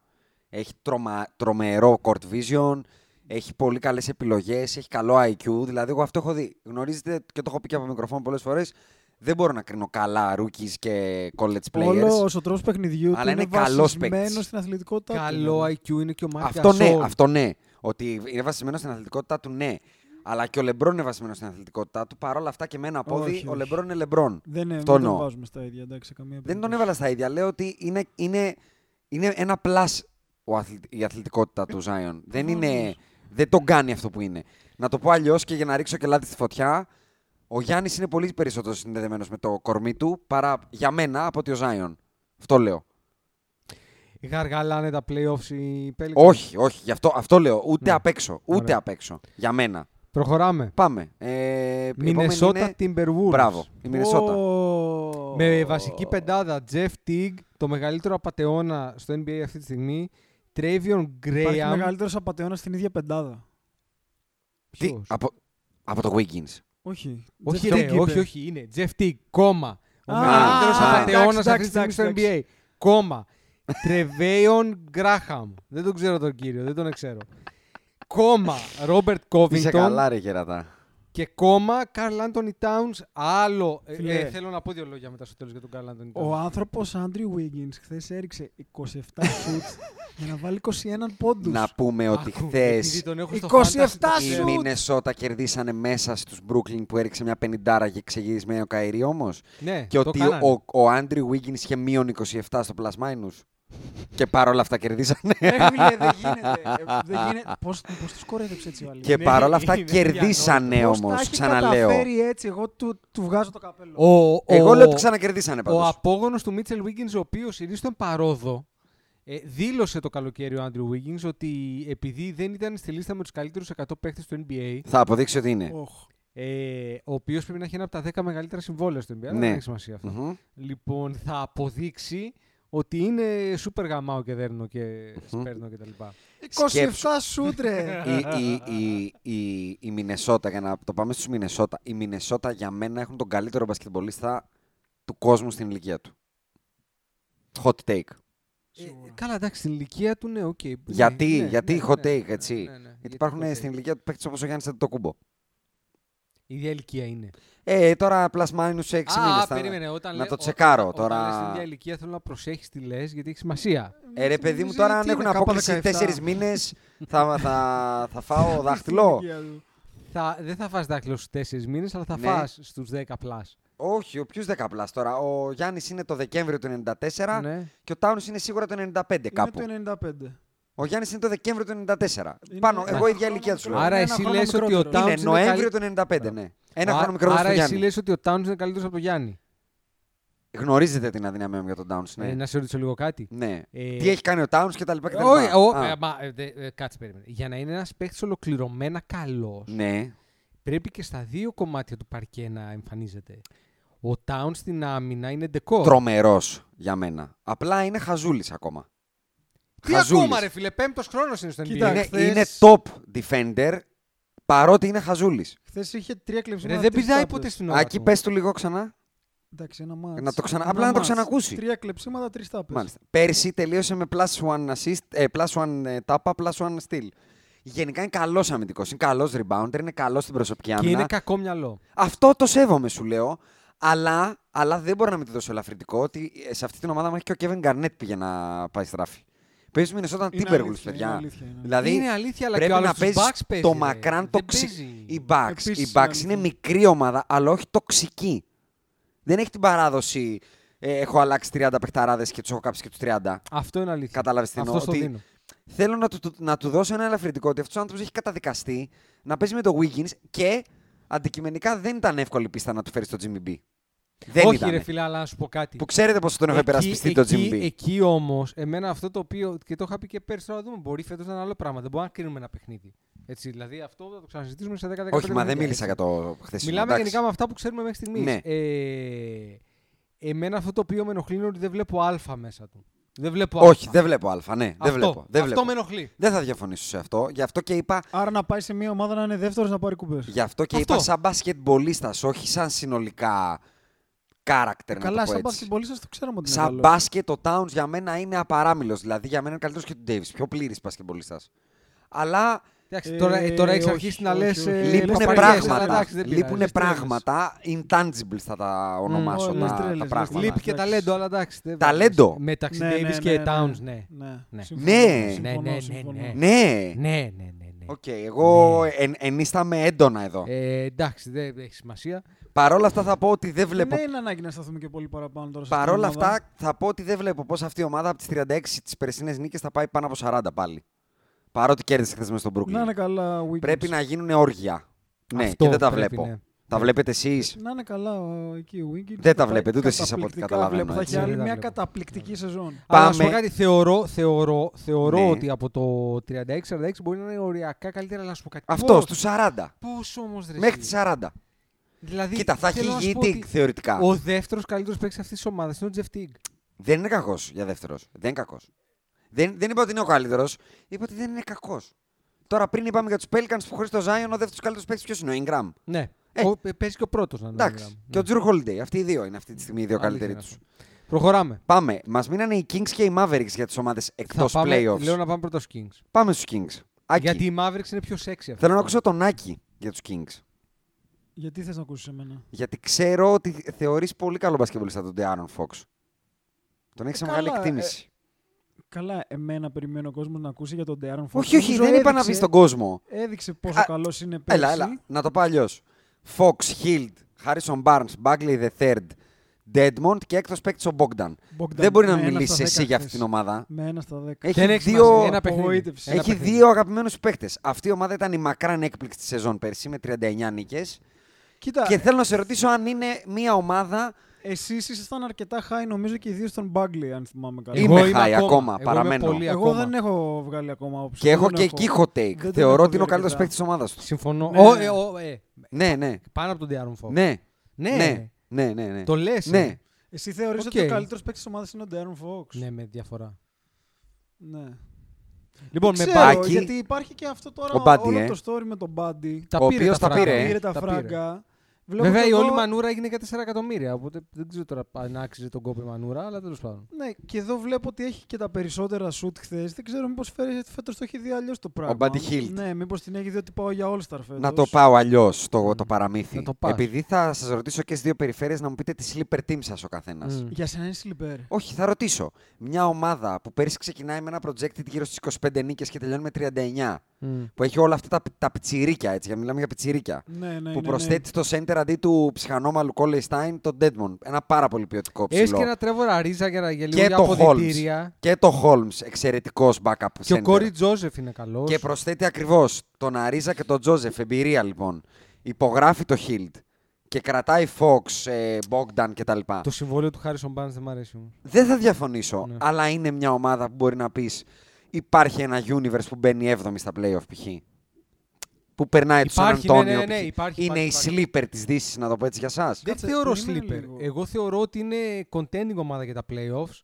Έχει τρομα... τρομερό court vision, έχει πολύ καλές επιλογές, έχει καλό IQ. Δηλαδή, εγώ αυτό έχω δει. Γνωρίζετε και το έχω πει και από μικροφόνο πολλές φορές. Δεν μπορώ να κρίνω καλά rookies και college players. Όλος ο τρόπος παιχνιδιού Αλλά του είναι, είναι καλός βασισμένος παίκτης. στην αθλητικότητά του. Καλό IQ είναι και ο Μάρκ Αυτό ναι, αυτό ναι. Ότι είναι βασισμένο στην αθλητικότητά του, ναι. Αλλά και ο Λεμπρόν είναι βασισμένος στην αθλητικότητά του. Παρ' όλα αυτά και με ένα πόδι, Όχι, ο όχι. Λεμπρόν είναι Λεμπρόν. Δεν, είναι, Αυτό δεν τον εννοώ. βάζουμε στα ίδια, εντάξει, καμία Δεν τον περίπτωση. έβαλα στα ίδια. Λέω ότι είναι, είναι, είναι ένα πλάσ ο αθλη- η αθλητικότητα του Ζάιον. δεν είναι. Δεν τον κάνει αυτό που είναι. Να το πω αλλιώς και για να ρίξω και λάδι στη φωτιά, Ο Γιάννης είναι πολύ περισσότερο συνδεδεμένος με το κορμί του παρά για μένα από ότι ο Ζάιον. Αυτό λέω. Γαργαλάνε τα playoffs οι Pelicans. Όχι, όχι, γι' αυτό, αυτό λέω. Ούτε Ναι. απ' έξω. Ούτε Ωραία. απ' έξω. Για μένα. Προχωράμε. Πάμε. Ε, επόμενη Μινεσότα είναι- Timberwolves. Μπράβο. Η Μινεσότα. Ω. Με βασική πεντάδα Jeff Teague, το μεγαλύτερο απαταιώνα στο NBA αυτή τη στιγμή. Travion Υπάρχει Graham. μεγαλύτερος απαταιώνας στην ίδια πεντάδα. Τι, Ποιος? από, από το Wiggins. Όχι. Όχι, Jeff ρε, Teague είπε. όχι, όχι, είναι. Jeff Teague, κόμμα. Ο Α, μεγαλύτερος α, απαταιώνας εντάξει, αυτή τη στιγμή εντάξει, στο NBA. εντάξει. Κόμμα. Τρεβέιον Γκράχαμ. Δεν τον ξέρω τον κύριο, δεν τον ξέρω. Κόμμα Ρόμπερτ Είσαι Κόβινγκτον καλά, ρε γερατά. και κόμμα Καρλ Άντωνι Τάουνς. Άλλο. Ε, Φιλέ. ε, θέλω να πω δύο λόγια μετά στο τέλος για τον Καρλ Άντωνι Ο Τάουνς. άνθρωπο Άντριου Wiggins χθες έριξε 27 shoots για να βάλει 21 πόντους. Να πούμε ότι Άκου, χθε επειδή τον έχω στο 27 fantasy, η shoot. Μινεσότα κερδίσανε μέσα στους Brooklyn που έριξε μια πενιντάρα και ξεγυρισμένη ο Καηρή όμως. Ναι, Και το ότι κάνανε. ο, ο Άντριου Wiggins είχε μείον 27 στο plus minus. και παρόλα αυτά κερδίσανε. Ναι, Ε, φίλε, δεν γίνεται. Ε, Δεν γίνεται. Πώς, πώς τους κορέδεψε έτσι ο άλλος. και ναι, παρόλα αυτά <laughs> είναι κερδίσανε Πώς όμω. τα έχει Ξαναλέω. καταφέρει έτσι, εγώ του, του βγάζω το καπέλο. Ο- ο- Εγώ λέω ότι ξανακερδίσανε Ο πάντως. απόγονος του Μίτσελ Wiggins, ο οποίος είναι στον παρόδο, ε, δήλωσε το καλοκαίρι ο Άντριου Wiggins ότι επειδή δεν ήταν στη λίστα με τους καλύτερους 100 παίχτες του NBA, Θα αποδείξει ότι είναι. Οχ. ε, ο οποίος πρέπει να έχει ένα από τα 10 μεγαλύτερα συμβόλαια στο NBA, αλλά Ναι. δεν έχει σημασία αυτό. Μμμ. Λοιπόν, θα αποδείξει ότι είναι σούπερ γαμάο και δέρνο και σπέρνο κτλ. 27 Σκέψου. σούτρε. η, η, η, η, η Μινεσότα, για να το πάμε στους Μινεσότα. Η Μινεσότα για μένα έχουν τον καλύτερο μπασκετμπολίστα του κόσμου στην ηλικία του. Hot take. Ε, καλά, εντάξει, στην ηλικία του ναι, οκ. ναι, γιατί, ναι, γιατί ναι, hot ναι, take, ναι, έτσι. ναι, ναι, Γιατί hot υπάρχουν take. στην ηλικία του παίκτες όπως ο Γιάννης Αντιτοκούμπο. Η ίδια ηλικία είναι. Ε, τώρα plus minus 6 Α, μήνες. Ε, θα- περίμενε, όταν να λέ- το ό- τσεκάρω όταν- τώρα. Όταν λες την ίδια ηλικία θέλω να προσέχεις τι λες γιατί έχει σημασία. Ε, ρε παιδί μου, Νομίζω ότι τώρα αν είναι έχουν κάπα απόκληση 17. 4 μήνες θα, θα, θα <laughs> φάω δάχτυλο. Θα, δεν θα φας δάχτυλο στους 4 μήνες αλλά θα Ε, Ναι. φας στους 10 πλάς. Όχι, ο ποιος δεκαπλάς τώρα. Ο Γιάννης είναι το Δεκέμβριο του 94 Ναι. και ο Τάουνς είναι σίγουρα το 95 Ε, κάπου. Είναι το 95. Ο Γιάννης είναι το Δεκέμβριο του 94. Είναι Πάνω, ένα εγώ η ίδια χρόνο ηλικία τους μικρότερο. λέω. Ναι. Άρα ένα εσύ χρόνο λες ότι ο μικρότερο. Towns Είναι είναι Νοέμβριο καλύ- του 95, ναι. Ένα Α- χρόνο μικρότερο Άρα του εσύ Γιάννη. λες ότι ο Towns είναι καλύτερος από τον Γιάννη. Γνωρίζετε την αδυναμία μου για τον Downs, ναι. Ε, να σε ρωτήσω λίγο κάτι. ναι. Ε, Τι έχει κάνει ο Downs και τα λοιπά και τα όχι, λοιπά. ο- Α, ε, μα, ε, δε- ε, κάτσε περίμενε. Για να είναι ένας παίχτης ολοκληρωμένα καλός Ναι. πρέπει και στα δύο κομμάτια του παρκέ να εμφανίζεται. Ο Towns στην άμυνα είναι ντεκόρ. Τρομερός για μένα. Απλά είναι χαζούλης ακόμα. Τι Χαζούλης. ακόμα ρε φίλε, πέμπτος χρόνος είναι στο NBA. Κοίτα, Είναι, χθες- είναι top defender παρότι είναι χαζούλης. Χθες είχε τρία Ναι. κλεψίματα. Ρε, δεν τρεις πηδάει τάπες. ποτέ στην ώρα Ακεί του. πες του λίγο ξανά. Εντάξει, ένα μάτς. Να το ξανα- Ένα απλά να το μάτς. ξανακούσει. Τρία κλεψίματα, τρεις τάπες. Μάλιστα. Πέρσι τελείωσε με plus one assist, ε, plus one ε, tapa, plus one steal. Γενικά είναι καλός αμυντικός. Είναι καλός rebounder, είναι καλός στην προσωπική Και άμυνα. είναι κακό μυαλό. Αυτό το σέβομαι, σου λέω. Αλλά, αλλά δεν μπορώ να μην το δώσω ελαφρυντικό ότι ε, σε αυτή την ομάδα μου έχει και ο Κέβιν Γκαρνέτ πήγε να πάει στράφη. Παίζει με Μινεσόταν Είναι Τίμπεργουλ, αλήθεια, είναι παιδιά. αλήθεια, είναι αλήθεια. Δηλαδή, είναι αλήθεια, αλλά πρέπει και ο άλλος να στους παίζεις Bucks παίζει, το ρε. μακράν Δεν τοξικό. παίζει. Η Bucks, Επίσης η είναι Bucks αλήθεια. είναι μικρή ομάδα, αλλά όχι τοξική. Δεν έχει την παράδοση. Ε, έχω αλλάξει 30 παιχταράδες και τους έχω κάψει και τους 30. Αυτό είναι αλήθεια. Κατάλαβες τι εννοώ, Αυτός στο ότι- δίνω. Θέλω να του, να του δώσω ένα ελαφρυντικό ότι αυτός ο άνθρωπος έχει καταδικαστεί να παίζει με το Wiggins και αντικειμενικά δεν ήταν εύκολη πίστα να του φέρει στο Jimmy B. Δεν Όχι, ήτανε. ρε φίλε, αλλά να σου πω κάτι. Που ξέρετε πόσο τον Εκεί- είχε περασπιστεί το εκεί, Jimmy B. Εκεί όμως, εμένα αυτό το οποίο. και το είχα πει και πέρσι, τώρα να δούμε. Μπορεί φέτος να είναι άλλο πράγμα. Δεν μπορούμε να κρίνουμε ένα παιχνίδι. Έτσι, δηλαδή αυτό θα το ξανασυζητήσουμε σε 10-15 Όχι, μα δεν λεπτά, έτσι. μίλησα για το χθες. Μιλάμε γενικά με αυτά που ξέρουμε μέχρι στιγμής. Ναι. Ε, εμένα αυτό το οποίο με ενοχλεί είναι ότι δεν βλέπω Α μέσα του. Δεν βλέπω α. Όχι, δεν βλέπω Α. Ναι, δεν Αυτό- βλέπω. Δεν, αυτό βλέπω. με ενοχλεί. δεν θα διαφωνήσω σε αυτό. Γι' αυτό και είπα. Άρα να πάει σε μια ομάδα να είναι δεύτερος να πάρει κουμπές. Γι' αυτό και Αυτό. είπα σαν μπασκετμπολίστα, όχι σαν συνολικά character να Καλά, το πω σαν έτσι. μπασκετμπολίστα το ξέραμε ότι είναι Σαν καλός. μπάσκετ, ο Towns για μένα είναι απαράμιλος. Δηλαδή για μένα είναι καλύτερος και του Davis. Πιο πλήρης μπασκετμπολίστας. Αλλά Εντάξει, Ε, τώρα, ε, τώρα έχεις όχι, αρχίσει να όχι, λες. όχι. Ε, λείπουνε παπαριές, αλλά πράγματα. εντάξει, Λείπουνε πειράζει, πράγματα. Intangibles θα τα ονομάσω όλα, τα, λες τα τρέλες, λες πράγματα. τρέλες. Λείπει και εντάξει. ταλέντο, αλλά εντάξει. δεν Ταλέντο. βλέπεις. Μεταξύ Ναι, ναι, Davis και ναι, Towns, ναι. ναι. Ναι. Ναι, Ναι. συμφωνώ, Ναι, ναι, ναι, συμφωνώ. ναι. Ναι. Ναι, ναι, ναι. ναι. Οκ, εγώ Ναι. εν, ενίσταμαι έντονα εδώ. Ε, εντάξει, δεν δεν έχει σημασία. Παρ' όλα αυτά θα πω ότι δεν Ναι, βλέπω. Δεν είναι ανάγκη να σταθούμε και πολύ παραπάνω τώρα. σε Παρ' αυτήν όλα την Ναι, ομάδα. αυτά θα πω ότι δεν βλέπω πώς αυτή η ομάδα από τις 36 τις περσινέ νίκες θα πάει πάνω από 40 πάλι. Παρότι κέρδισε χθες μες στον Brooklyn. Να είναι καλά, Wiggins. Πρέπει να γίνουν όργια. Ναι, Αυτό και δεν τα πρέπει, βλέπω. ναι. Τα βλέπετε εσείς. Να είναι καλά ο- εκεί ο Wiggins. Δεν τα βλέπετε ούτε εσείς από ό,τι Καταπληκτικά καταλαβαίνω, Ναι. βλέπω. Θα έχει έτσι. άλλη Δεν τα μια βλέπω. καταπληκτική σεζόν. Αλλά να σου πω Πάμε. κάτι, θεωρώ, θεωρώ, θεωρώ Ναι. ότι από το 36-46 μπορεί να είναι οριακά καλύτερα, αλλά να σου πω κάτι. Αυτό, Πώς- στους 40. Πώς όμως, ρε. Μέχρι τι εσύ. 40. Δηλαδή, Κοίτα, θα θέλω έχει να σου γίνει πω ότι θεωρητικά. Ο δεύτερος καλύτερος παίκτης αυτής της ομάδας είναι ο Jeff Teague. Δεν είναι κακός για δεύτερος. Δεν είναι κακός. Δεν, δεν είπα ότι είναι ο καλύτερος. Είπα ότι δεν είναι κακός. Τώρα πριν είπαμε για τους Pelicans που χωρίς το Zion ο δεύτερος καλύτερος παίκτης ποιος είναι, ο Ingram. Ναι. Ε. Ο- ε, Παίζει και ο πρώτος να Ναι. είναι. ο Εντάξει. Ingram. Και ο Τζουρ Holiday. Αυτοί οι δύο είναι αυτή τη στιγμή οι δύο Αλήθεια καλύτεροι είναι του. αυτό. Προχωράμε. Πάμε. Μας μείνανε οι Kings και οι Mavericks για τις ομάδες εκτό Θα πάμε, playoffs. Λέω να πάμε πρώτα στους Kings. Πάμε στους Kings. Άκη, Γιατί οι Mavericks είναι πιο sexy αυτή. Θέλω να ακούσω τον Άκη για τους Kings. Γιατί θες να ακούσεις εμένα. Γιατί ξέρω ότι θεωρείς πολύ καλό μπασκευολista τον De'Aaron Fox. Τον έχεις σε Ε, μεγάλη καλά, εκτίμηση. Καλά, εμένα περιμένει ο κόσμος να ακούσει για τον De'Aaron Fox. όχι, όχι, Νομίζω δεν είπα να έδειξε- πει στον κόσμο. Έδειξε πόσο Α, καλός είναι πέρσι. Έλα, έλα. Να το πω αλλιώς. Fox, Hield, Harrison Barnes, Bagley III, Deadmond και έκτος παίκτης ο Bogdan. Bogdan, Δεν μπορεί να με ένα μιλήσεις στα εσύ δέκα για αυτή χθες. την ομάδα. Με ένα στα δέκα. Έχει Δεν έχει δύο- σημασία, ένα παιχνίδι. απογοήτευση. Ένα Έχει παιχνίδι. δύο αγαπημένους παίκτες. Αυτή η ομάδα ήταν η μακράν έκπληξη της σεζόν πέρσι με 39 νίκες. Κοίτα, Και θέλω να σε ρωτήσω αν είναι μια ομάδα. εσείς ήσασταν αρκετά high νομίζω και ιδίω στον Bagley, αν θυμάμαι καλά. Είμαι high ακόμα, Εγώ παραμένω. είμαι πολύ Εγώ ακόμα. δεν έχω βγάλει ακόμα άποψη. Και έχω δεν και εκεί hot take. τον Θεωρώ έχω ότι είναι ο δει καλύτερος αρκετά. παίκτης της ομάδας του. Συμφωνώ. Ναι. Ο, ε, ο, ε, Ναι, ναι. πάνω από τον De'Aaron Fox. Ναι. Ναι. Ναι. Ναι, ναι, ναι. Το λες. ε. Ναι. Εσύ θεωρείς Οκ. ότι ο καλύτερος παίκτης της ομάδας είναι ο Darren Fox. Ναι, με διαφορά. Ναι. Λοιπόν, Ξέρω, με μπάκι. Μπάκη- γιατί υπάρχει και αυτό τώρα Ο Μπάντι, όλο ε. το story με τον Buddy. Τα ο πήρε οποίος τα τα φράγκα. πήρε, ε. πήρε τα, πήρε. φράγκα. Βλέπω Βέβαια και η εγώ- όλη μανούρα έγινε για 4 εκατομμύρια, οπότε δεν ξέρω τώρα αν άξιζε τον κόπο η μανούρα, αλλά τέλος πάντων. Ναι, και εδώ βλέπω ότι έχει και τα περισσότερα σουτ χθες. Δεν ξέρω μήπως φέτος το έχει δει αλλιώς το πράγμα. Buddy Hield. Ναι, μήπως την έχει δει ότι πάω για All Star φέτος. Να το πάω αλλιώς το, το παραμύθι. Να το πας. Επειδή θα σας ρωτήσω και στις δύο περιφέρειες να μου πείτε τη sleeper team σας ο καθένας. Μμ. Για σένα είναι σλιμπέρ. Όχι, θα ρωτήσω. Μια ομάδα που πέρυσι ξεκινάει με ένα projected γύρω στις 25 νίκες και τελειώνει με 39. Μμ. Που έχει όλα αυτά τα, τα πιτσιρίκια, έτσι, γιατί μιλάμε για πιτσιρίκια. Ναι, ναι, ναι, που ναι. προσθέτει στο center αντί του ψυχανόμαλου Κόλεϊ Στάιν τον Deadmon. Ένα πάρα πολύ ποιοτικό Έστει ψηλό. και ένα τρέβορα ρίζα για, για λίγο Και για το Holmes. αποδητήρια. Και το Holmes, εξαιρετικός backup Και center. ο Κόρι Τζόζεφ είναι καλός. Και προσθέτει ακριβώς τον Αρίζα και τον Τζόζεφ. Εμπειρία λοιπόν. Υπογράφει το Hild και κρατάει Fox, ε, Bogdan κτλ. Το συμβόλαιο του Χάρισον Barnes δεν μ' αρέσει όμως. Δεν θα διαφωνήσω, Ναι. αλλά είναι μια ομάδα που μπορεί να πεις υπάρχει ένα universe που μπαίνει 7η στα playoff π.χ. Που περνάει του Σαν Υπάρχει, ναι, Αντώνιο. ναι, ναι, π.χ. υπάρχει, είναι υπάρχει, η sleeper της Δύσης, να το πω έτσι για εσά. Δεν Κάτσε, θεωρώ περίμενε λίγο. sleeper. Εγώ θεωρώ ότι είναι contending ομάδα για τα playoffs.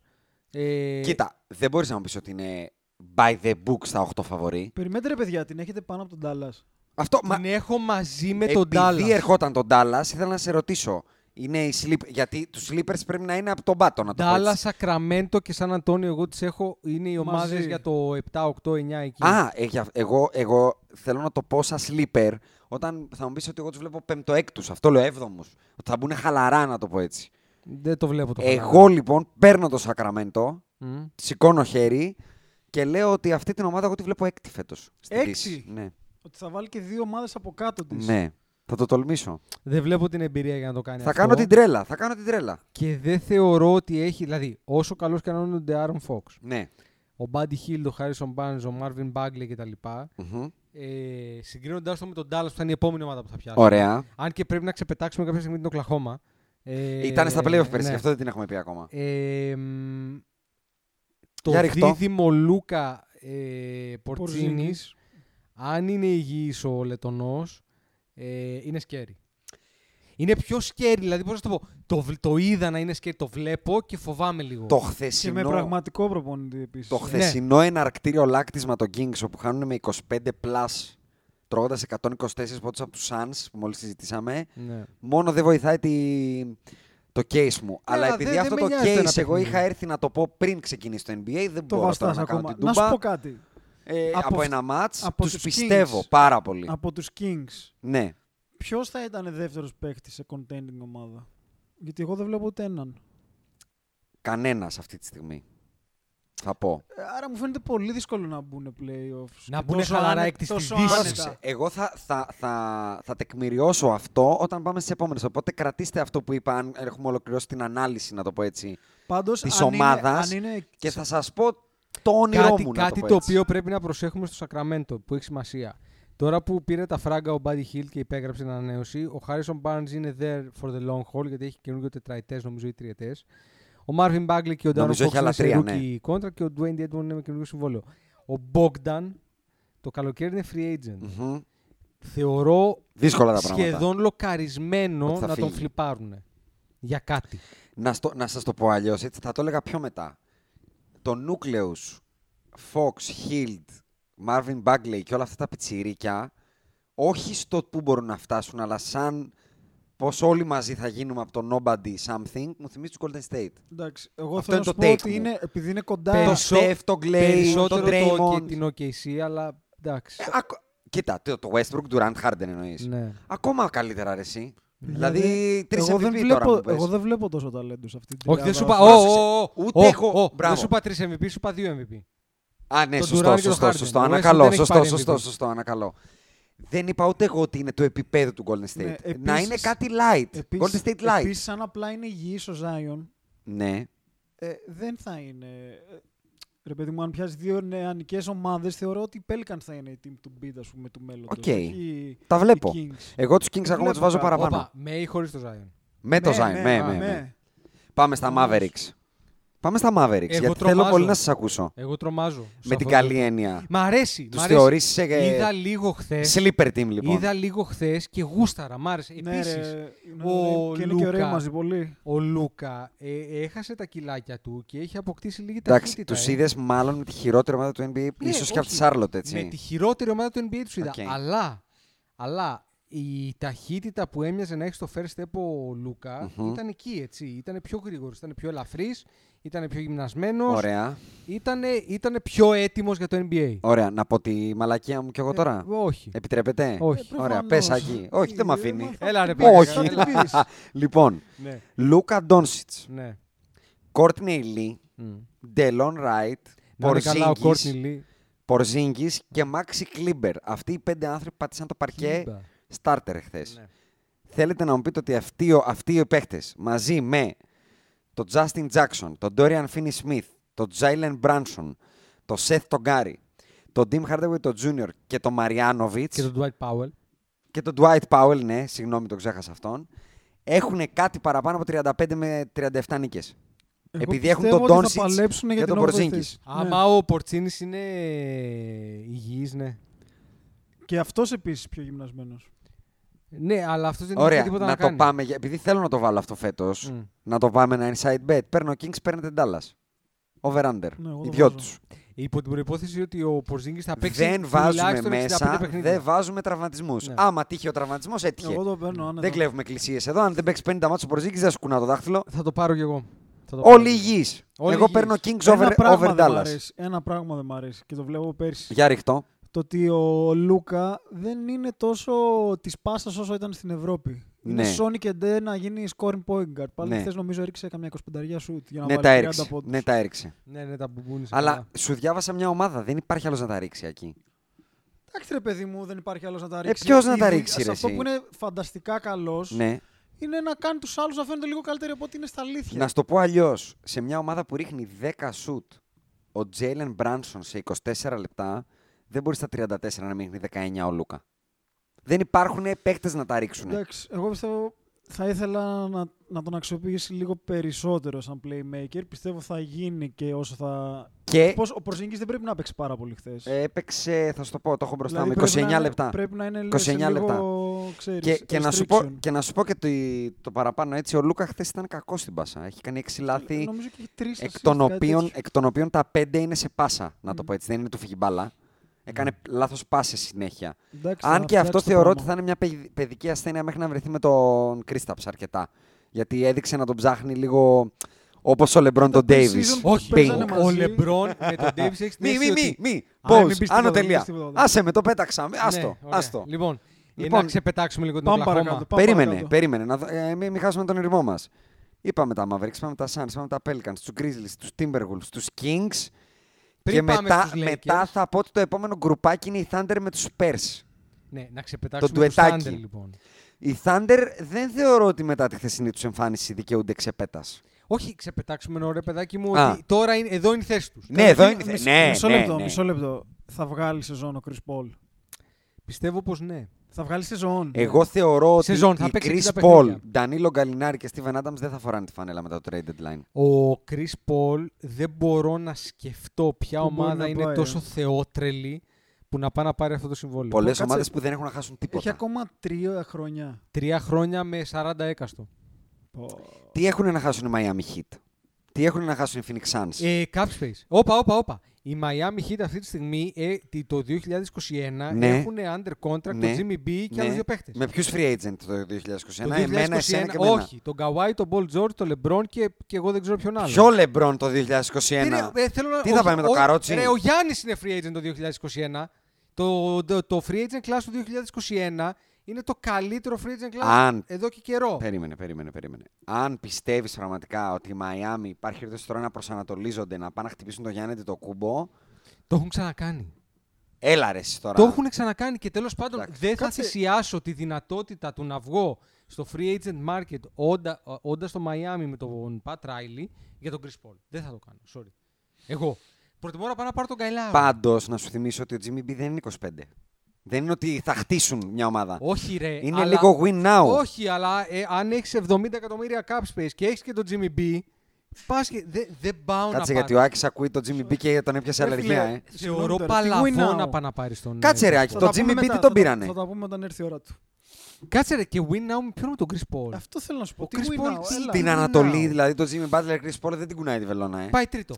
Ε, Κοίτα, δεν μπορείς να μου πεις ότι είναι by the book στα 8 φαβορή. Περιμένετε ρε παιδιά, την έχετε πάνω από τον Dallas. Αυτό, την μα, έχω μαζί με τον Επειδή Dallas. ερχόταν τον Dallas, ήθελα να σε ρωτήσω. Είναι η sleep, γιατί τους sleepers πρέπει να είναι από τον πάτο, να το πω Ντάλλα, έτσι. Σακραμέντο και Σαν Αντώνιο, εγώ τις έχω. Είναι οι ομάδες Μαζί. για το 7, 8, 9 εκεί. Α, ε, για- εγώ, εγώ θέλω να το πω σαν sleeper, όταν θα μου πεις ότι εγώ τους βλέπω πέμπτο-έκτους, αυτό λέω έβδομους, ότι θα μπουν χαλαρά να το πω έτσι. Δεν το βλέπω το εγώ λοιπόν παίρνω το Σακραμέντο, Μμμ. σηκώνω χέρι και λέω ότι αυτή την ομάδα εγώ τη βλέπω έκτη φέτος. στη Έκτη? Δύση. Ναι. Ότι θα βάλει και δύο ομάδες από κάτω της. ναι. Θα το τολμήσω. Δεν βλέπω την εμπειρία για να το κάνει Θα Ναι, αυτό. κάνω την τρέλα, θα κάνω την τρέλα. Και δεν θεωρώ ότι έχει. Δηλαδή, όσο καλός και να είναι ο Ντεάρον Φόξ, Ναι. ο Μπάντι Χίλ, ο Χάρισον Μπάνζ, ο Μάρβιν Μπάγκλε κτλ. Μμμ. Ε, Συγκρίνοντάς το με τον Ντάλλα που θα είναι η επόμενη ομάδα που θα πιάσει. Ωραία. Αν και πρέπει να ξεπετάξουμε κάποια στιγμή την Οκλαχώμα. Ε, Ήταν στα playoff πέρσι, ναι. γι' αυτό δεν την έχουμε πει ακόμα. Ε, μ, το Για ρηχτό. δίδυμο Λούκα ε, Πορτσίνης, Πορτζίνης. αν είναι υγιής ο Λετωνός, ε, είναι σκέρι. Είναι πιο σκέρι, δηλαδή πώς να σου το πω, το, βλ- το είδα να είναι σκέρι, το βλέπω και φοβάμαι λίγο. Το Και με Ναι. χθεσινό, πραγματικό προπονητή επίσης. το χθεσινό εναρκτήριο λάκτισμα των Kings όπου χάνουν με 25 plus τρώγοντας 124 πόντους από τους Suns που μόλις συζητήσαμε Ναι. μόνο δεν βοηθάει τη... το case Ναι, μου. αλλά αλλά επειδή δεν- αυτό δεν το με νοιάζει το ένα case εγώ παιχνίδι. είχα έρθει να το πω πριν ξεκινήσει το NBA δεν Το μπορώ τώρα βαστά να κάνω ακόμα. την Να σου τούμπα πω κάτι. Ε, από, Από αυτ- ένα μάτς από τους τους πιστεύω Kings. πάρα πολύ. Από τους Kings. Ναι. Ποιος θα ήταν δεύτερος παίκτης σε contending ομάδα. Γιατί εγώ δεν βλέπω ούτε έναν. Κανένας αυτή τη στιγμή. Θα πω. Ε, Άρα μου φαίνεται πολύ δύσκολο να μπουν playoffs. Να Και μπουν τόσο χαλαρά άνε- εκ της τόσο της δύσης. άνετα. Πρόσεξε, εγώ θα, θα, θα, θα τεκμηριώσω αυτό όταν πάμε στι επόμενες. Οπότε κρατήστε αυτό που είπα, αν έχουμε ολοκληρώσει την ανάλυση, να το πω έτσι, Πάντως, της αν είναι- ομάδας αν είναι και θα σας πω το όνειρό Κάτι, μου. να κάτι το, το, πω έτσι. οποίο πρέπει να προσέχουμε στο Σακραμέντο που έχει σημασία. Τώρα που πήρε τα φράγκα ο Buddy Hill και υπέγραψε την ανανέωση, ο Harrison Barnes είναι there for the long haul γιατί έχει καινούργιο τετραετές, νομίζω, ή τριετές. Ο Marvin Bagley και ο Darren Νομίζω Fox έχει άλλα είναι σε τρία, ναι. rookie contract και ο Dwayne Edmond είναι με καινούργιο συμβόλαιο. Ο Bogdan το καλοκαίρι είναι free agent. Μμμ. Θεωρώ Δύσκολα τα πράγματα. σχεδόν λοκαρισμένο Ότι θα να τον φύγει. φλιπάρουν για κάτι. Να, στο, να σας το πω αλλιώς, έτσι, θα το έλεγα πιο μετά. Το Nucleus, Fox, Hild, Marvin Bagley και όλα αυτά τα πιτσιρίκια, όχι στο που μπορούν να φτάσουν, αλλά σαν πως όλοι μαζί θα γίνουμε από το nobody something, μου θυμίζει τους Golden State. Εντάξει, εγώ Αυτό θέλω να είναι σου το πω take ότι μου. είναι, επειδή είναι κοντά. Το Περισσο- Steph, το Clay, Ε, Περισσότερο το Draymond. το, την OKC, αλλά εντάξει. Ε, ακο- Κοίτα, το, το Westbrook, Durant, Harden εννοείς. ναι. Ε, Ακόμα καλύτερα ρε εσύ. Δηλαδή, Δηλαδή, τρεις εγώ, MVP δεν τώρα μου βλέπω, πες. εγώ δεν βλέπω τόσο ταλέντο σε αυτή την Όχι, δεν τριάδα. σου είπα. Ω, ο- Πρόσεξε. ω, ω, Ούτε ω, έχω- ω, Δεν Μπράβο. σου είπα 3 MVP, σου είπα 2 MVP. Α, ναι, τον σωστό, Durant και τον σωστό, Harden. σωστό. Ο Westbrook δεν Ανακαλώ, έχει σωστό, πάρει σωστό, MVP. σωστό, ανακαλώ. Δεν είπα ούτε εγώ ότι είναι το επίπεδο του Golden State. Ναι, να επίσης- είναι κάτι light. Επίσης, Golden State light. επίσης, αν απλά είναι υγιής ο Zion, Ναι. ε, δεν θα είναι. ε, Ρε παιδί μου, αν πιάσει δύο νεανικές ομάδες, θεωρώ ότι οι Pelicans θα είναι η team του beat, ας πούμε, του μέλλοντος. Οκ. όχι Τα βλέπω. Ε, οι Kings. Εγώ τους Kings ακόμα βλέπω, του βάζω μπράβο. παραπάνω. Όπα, με ή χωρίς το Zion. Με το Zion. ναι, με, α, με, με. ναι. Πάμε στα Mavericks. Πάμε στα Mavericks. Εγώ γιατί θέλω τρομάζω. πολύ να σας ακούσω. Εγώ τρομάζω. με σαφώς. την καλή έννοια. Μ' αρέσει. Του μ' αρέσει. θεωρείς σε. ε, Είδα λίγο χθες. Sleeper team, λοιπόν. Είδα λίγο χθες και γούσταρα. Μ' άρεσε. Ναι, Επίσης, ρε, ο και είναι και ωραίοι Λούκα. μαζί πολύ. ο Λούκα ε, έχασε τα κιλάκια του και έχει αποκτήσει λίγη Εντάξει, ταχύτητα. τους ε. είδες μάλλον με τη χειρότερη ομάδα του NBA, Ναι, ίσως και από τη όχι. Σάρλοτ, Με έτσι. τη χειρότερη ομάδα του NBA τους είδα. Οκ. Αλλά, αλλά η ταχύτητα που έμοιαζε να έχει στο first step ο λουκα Μμμ. ήταν εκεί, έτσι. Ήταν πιο γρήγορος, ήταν πιο ελαφρύς, ήταν πιο γυμνασμένος, Ωραία. ήταν πιο έτοιμος για το NBA. Ωραία. Να πω τη μαλακία μου κι εγώ τώρα. Ε, όχι. Επιτρέπετε. Όχι. Ε, Ωραία, πες προφανώς. εκεί. Όχι, δεν με Ε, αφήνει. μα θα Έλα, την ρε, πεις, πλάκα, θα την έλα. πεις. <laughs> Λοιπόν, ναι. Λούκα Ντόνσιτ, ναι. Κόρτνεϊ Λί, Μμ. Ντελόν Ράιτ, Να είναι καλά ο Κόρτνι Λί. Πορζίνγκης και Μάξι Κλίμπερ. Αυτοί οι πέντε άνθρωποι πατήσαν το παρκέ Κλίμπα. στάρτερ χθε. Ναι. Θέλετε να μου πείτε ότι αυτοί, ο- αυτοί οι παίχτε μαζί με τον Justin Jackson, τον Dorian Finney Smith, τον Jalen Branson, τον Seth Togari, τον Tim Hardaway τον Jr. και τον Marianovic Και τον Dwight Powell. και τον Dwight Powell, ναι, συγγνώμη, τον ξέχασα αυτόν, έχουν κάτι παραπάνω από 35 με 37 νίκες. Εγώ Επειδή έχουν πιστεύω τον ότι θα Doncic παλέψουνε και για τον την όγδοη Porzingis. θέση. Ναι. Άμα ο Πορτσίνη είναι υγιής, ναι. Και αυτός επίσης πιο γυμνασμένος. Ναι, αλλά αυτός δεν έχει Ωραία, τίποτα να, να, το κάνει. πάμε, για- επειδή θέλω να το βάλω αυτό φέτος, Μμ. Mm. να το πάμε ένα inside bet. Παίρνω Kings, παίρνετε Dallas. Over under. Ναι, εγώ οι το δυο βάζω. του. Υπό την προπόθεση ότι ο Πορζίνγκη θα παίξει Δεν βάζουμε τουλάχιστον 65 μέσα, παιχνίδια. δεν βάζουμε τραυματισμούς. Ναι. Άμα τύχει ο τραυματισμός, έτυχε. Εγώ το ναι, παίρνω άνετα. δεν κλέβουμε εκκλησίες εδώ. Αν δεν παίξει 50 μάτσο Πορζίνγκη, δεν σκουνά το δάχτυλο. Θα το πάρω κι εγώ. Θα το πάρω κι Όλοι εγώ. υγιείς. Όλοι Εγώ υγιείς. παίρνω Kings Ένα over, πράγμα over δεν μ' Dallas. αρέσει. Ένα πράγμα δεν μ' αρέσει και το βλέπω πέρσι. Για ριχτό. Το ότι ο Λούκα δεν είναι τόσο της πάσας όσο ήταν στην Ευρώπη. Είναι Ναι. Sony και Ντε να γίνει scoring point guard. Πάλι Ναι. χθες νομίζω έριξε καμιά 25 σουτ για να Ναι, τα βάλει 30 έριξε. πόντους. Ναι, τα έριξε. Ναι, ναι, τα μπουμπούνισε. Αλλά καλά. σου διάβασα μια ομάδα. Δεν υπάρχει άλλος να τα ρίξει εκεί. Εντάξει ρε παιδί μου, δεν υπάρχει άλλος να τα ρίξει. Ε, ποιος να τα Η- ρίξει, σε ρε, Αυτό εσύ. που είναι φανταστικά καλός Ναι. είναι να κάνει τους άλλους να φαίνονται λίγο καλύτεροι από ότι είναι στα αλήθεια. Να σου το πω αλλιώς. Σε μια ομάδα που ρίχνει 10 σουτ ο Τζέιλεν Μπράνσον σε 24 λεπτά, δεν μπορείς στα 34 να μην ρίχνει 19 ο Λούκα. Δεν υπάρχουν παίκτες να τα ρίξουν. Εντάξει, εγώ πιστεύω θα ήθελα να, να τον αξιοποιήσει λίγο περισσότερο σαν playmaker. Πιστεύω θα γίνει και όσο θα... Και Πώς, ο Πορζίνγκης δεν πρέπει να παίξει πάρα πολύ χθες. έπαιξε, θα σου το πω, το έχω Ε, μπροστά Δηλαδή μου, πρέπει 29 να είναι- λεπτά. Πρέπει να είναι 29 29 λίγο, λεπτά. Ξέρεις, Και, και, να σου πω, restriction. και να σου πω και το, το παραπάνω έτσι, ο Λούκα χθες ήταν κακός στην πάσα. Έχει κάνει 6 λάθη, Νομίζω και έχει τρεις εκ assists, των, κάτι οποίων, τέτοιο. εκ των οποίων τα 5 είναι σε πάσα, να το Μμμ. πω έτσι. Δεν είναι του φύγει μπάλα. Έκανε λάθος πάσες συνέχεια. Εντάξει, Αν θα και αυτό φτιάξει το θεωρώ ότι πράγμα. θα είναι μια παιδι- παιδική ασθένεια μέχρι να βρεθεί με τον Κρίσταψ αρκετά. Γιατί έδειξε να τον ψάχνει λίγο όπως ο Λεμπρόν τον Ντέιβι. pre-season που Όχι, παίζανε ο- μαζί. ο Λεμπρόν με τον Ντέβι έχει Μη, μη, μη, μη. Α, Πώ, μην πεις τίποτα, άνω μην πεις Ναι, τελεία. τίποτα, εντάξει. Άσε με, το πέταξα. Άστο, άστο. Λοιπόν, Λοιπόν, λοιπόν, να ξεπετάξουμε λίγο την Ναι, Πάμε Οκλαχώμα. παρακάτω. πάμε Περίμενε, παρακάτω. περίμενε. Να, δω- ε, μην, μην χάσουμε τον ηρμό μας. Είπαμε τα Mavericks, είπαμε τα Suns, είπαμε τα Pelicans, τους Grizzlies, τους Timberwolves, τους Kings. Πριν και πάμε μετά, στους Lakers. μετά θα πω ότι το επόμενο γκρουπάκι είναι η Thunder με τους Spurs. Ναι, να ξεπετάξουμε Τον το Thunder ντουετάκι. λοιπόν. Οι Thunder δεν θεωρώ ότι μετά τη χθεσινή τους εμφάνιση δικαιούνται ξεπέτα. Όχι, ξεπετάξουμε ρε παιδάκι μου, Α. ότι τώρα είναι, εδώ είναι η θέση τους. Ναι, εδώ είναι. η Δηλαδή, Μισό- θε- Ναι, μισό ναι, λεπτό, ναι. μισό λεπτό. Θα βγάλει σεζόν ο Chris Paul. Πιστεύω πως ναι. Θα βγάλεις σεζόν. Εγώ θεωρώ ότι Σεζόν, θα οι παίξει Chris 60 Paul, παιχνίδια. Λοιπόν, Danilo Gallinari και Steven Adams δεν θα φοράνε τη φανέλα μετά το trade deadline. Ο Chris Paul δεν μπορώ να σκεφτώ ποια Πού μπορεί ομάδα να είναι πάει, τόσο ε. θεότρελη που να πάει να πάρει αυτό το συμβόλαιο. Πολλές κάτσε. ομάδε που δεν έχουν να χάσουν τίποτα. Έχει ακόμα τρία χρόνια. Τρία χρόνια με 40 έκαστο. Τι έχουν να χάσουν οι Miami Heat. Τι έχουν να χάσουν οι Phoenix Suns. Ε, cap space. Όπα, όπα, όπα. Η Miami Heat αυτή τη στιγμή ε, τι- το 2021 Ναι. έχουν under contract Ναι. τον Jimmy B και Ναι. άλλους δύο παίχτες. Με ποιους free agent το 2021, Το εμένα, εσένα και εμένα. όχι. Τον Καουάι, τον Πολ Τζόρτ, τον Λεμπρόν και, και εγώ δεν ξέρω ποιον άλλο. Ποιο LeBron το 2021. Τι, ρε, ε, θέλω να- Τι όχι, θα πάμε με το ο- καρότσι? Ρε, ο Γιάννης είναι free agent το 2021. Το, το, το free agent class του 2021 είναι το καλύτερο free agent class Αν- εδώ και καιρό. Περίμενε, περίμενε, περίμενε. Αν πιστεύεις πραγματικά ότι η Μαϊάμι υπάρχει περίπτωση τώρα να προσανατολίζονται να πάνε να χτυπήσουν τον Γιάννη το κούμπο, Το έχουν ξανακάνει. έλα ρε εσύ τώρα. Το έχουν ξανακάνει και τέλος πάντων Εντάξει. δεν θα Κάτσε. θυσιάσω τη δυνατότητα του να βγω στο free agent market όντα, όντας στο Miami με τον Pat Riley για τον Chris Paul. Δεν θα το κάνω. Sorry. Εγώ. Προτιμώ να πάω να πάρω τον Καϊλάου. Πάντως, να σου θυμίσω ότι ο Jimmy B δεν είναι 25. Δεν είναι ότι θα χτίσουν μια ομάδα. Όχι, ρε. είναι αλλά- λίγο win now. Όχι, αλλά ε, αν έχεις 70 εκατομμύρια cap space και έχεις και τον Jimmy B, πας και. δε- Δεν πάω Κάτσε να γιατί ο πάρω. Άκης ακούει τον Jimmy B και τον έπιασε Ρε αλλεργία, φίλε. ε. Θεωρώ Συγγνώμη τώρα, τι παλαβό win now. να πάει να πάρεις τον. Κάτσε ε, ρε τον- Άκη, τον Jimmy B τι τον πήρανε. Θα τα πούμε όταν έρθει η ώρα του. Κάτσε ρε και win now με ποιον με τον Chris Paul. Αυτό θέλω να σου πω. Ο Τι Chris win Paul now, τι έλα. Την win Ανατολή, now. δηλαδή το Jimmy Butler Chris Paul δεν την κουνάει τη βελόνα, ε. Πάει τρίτο.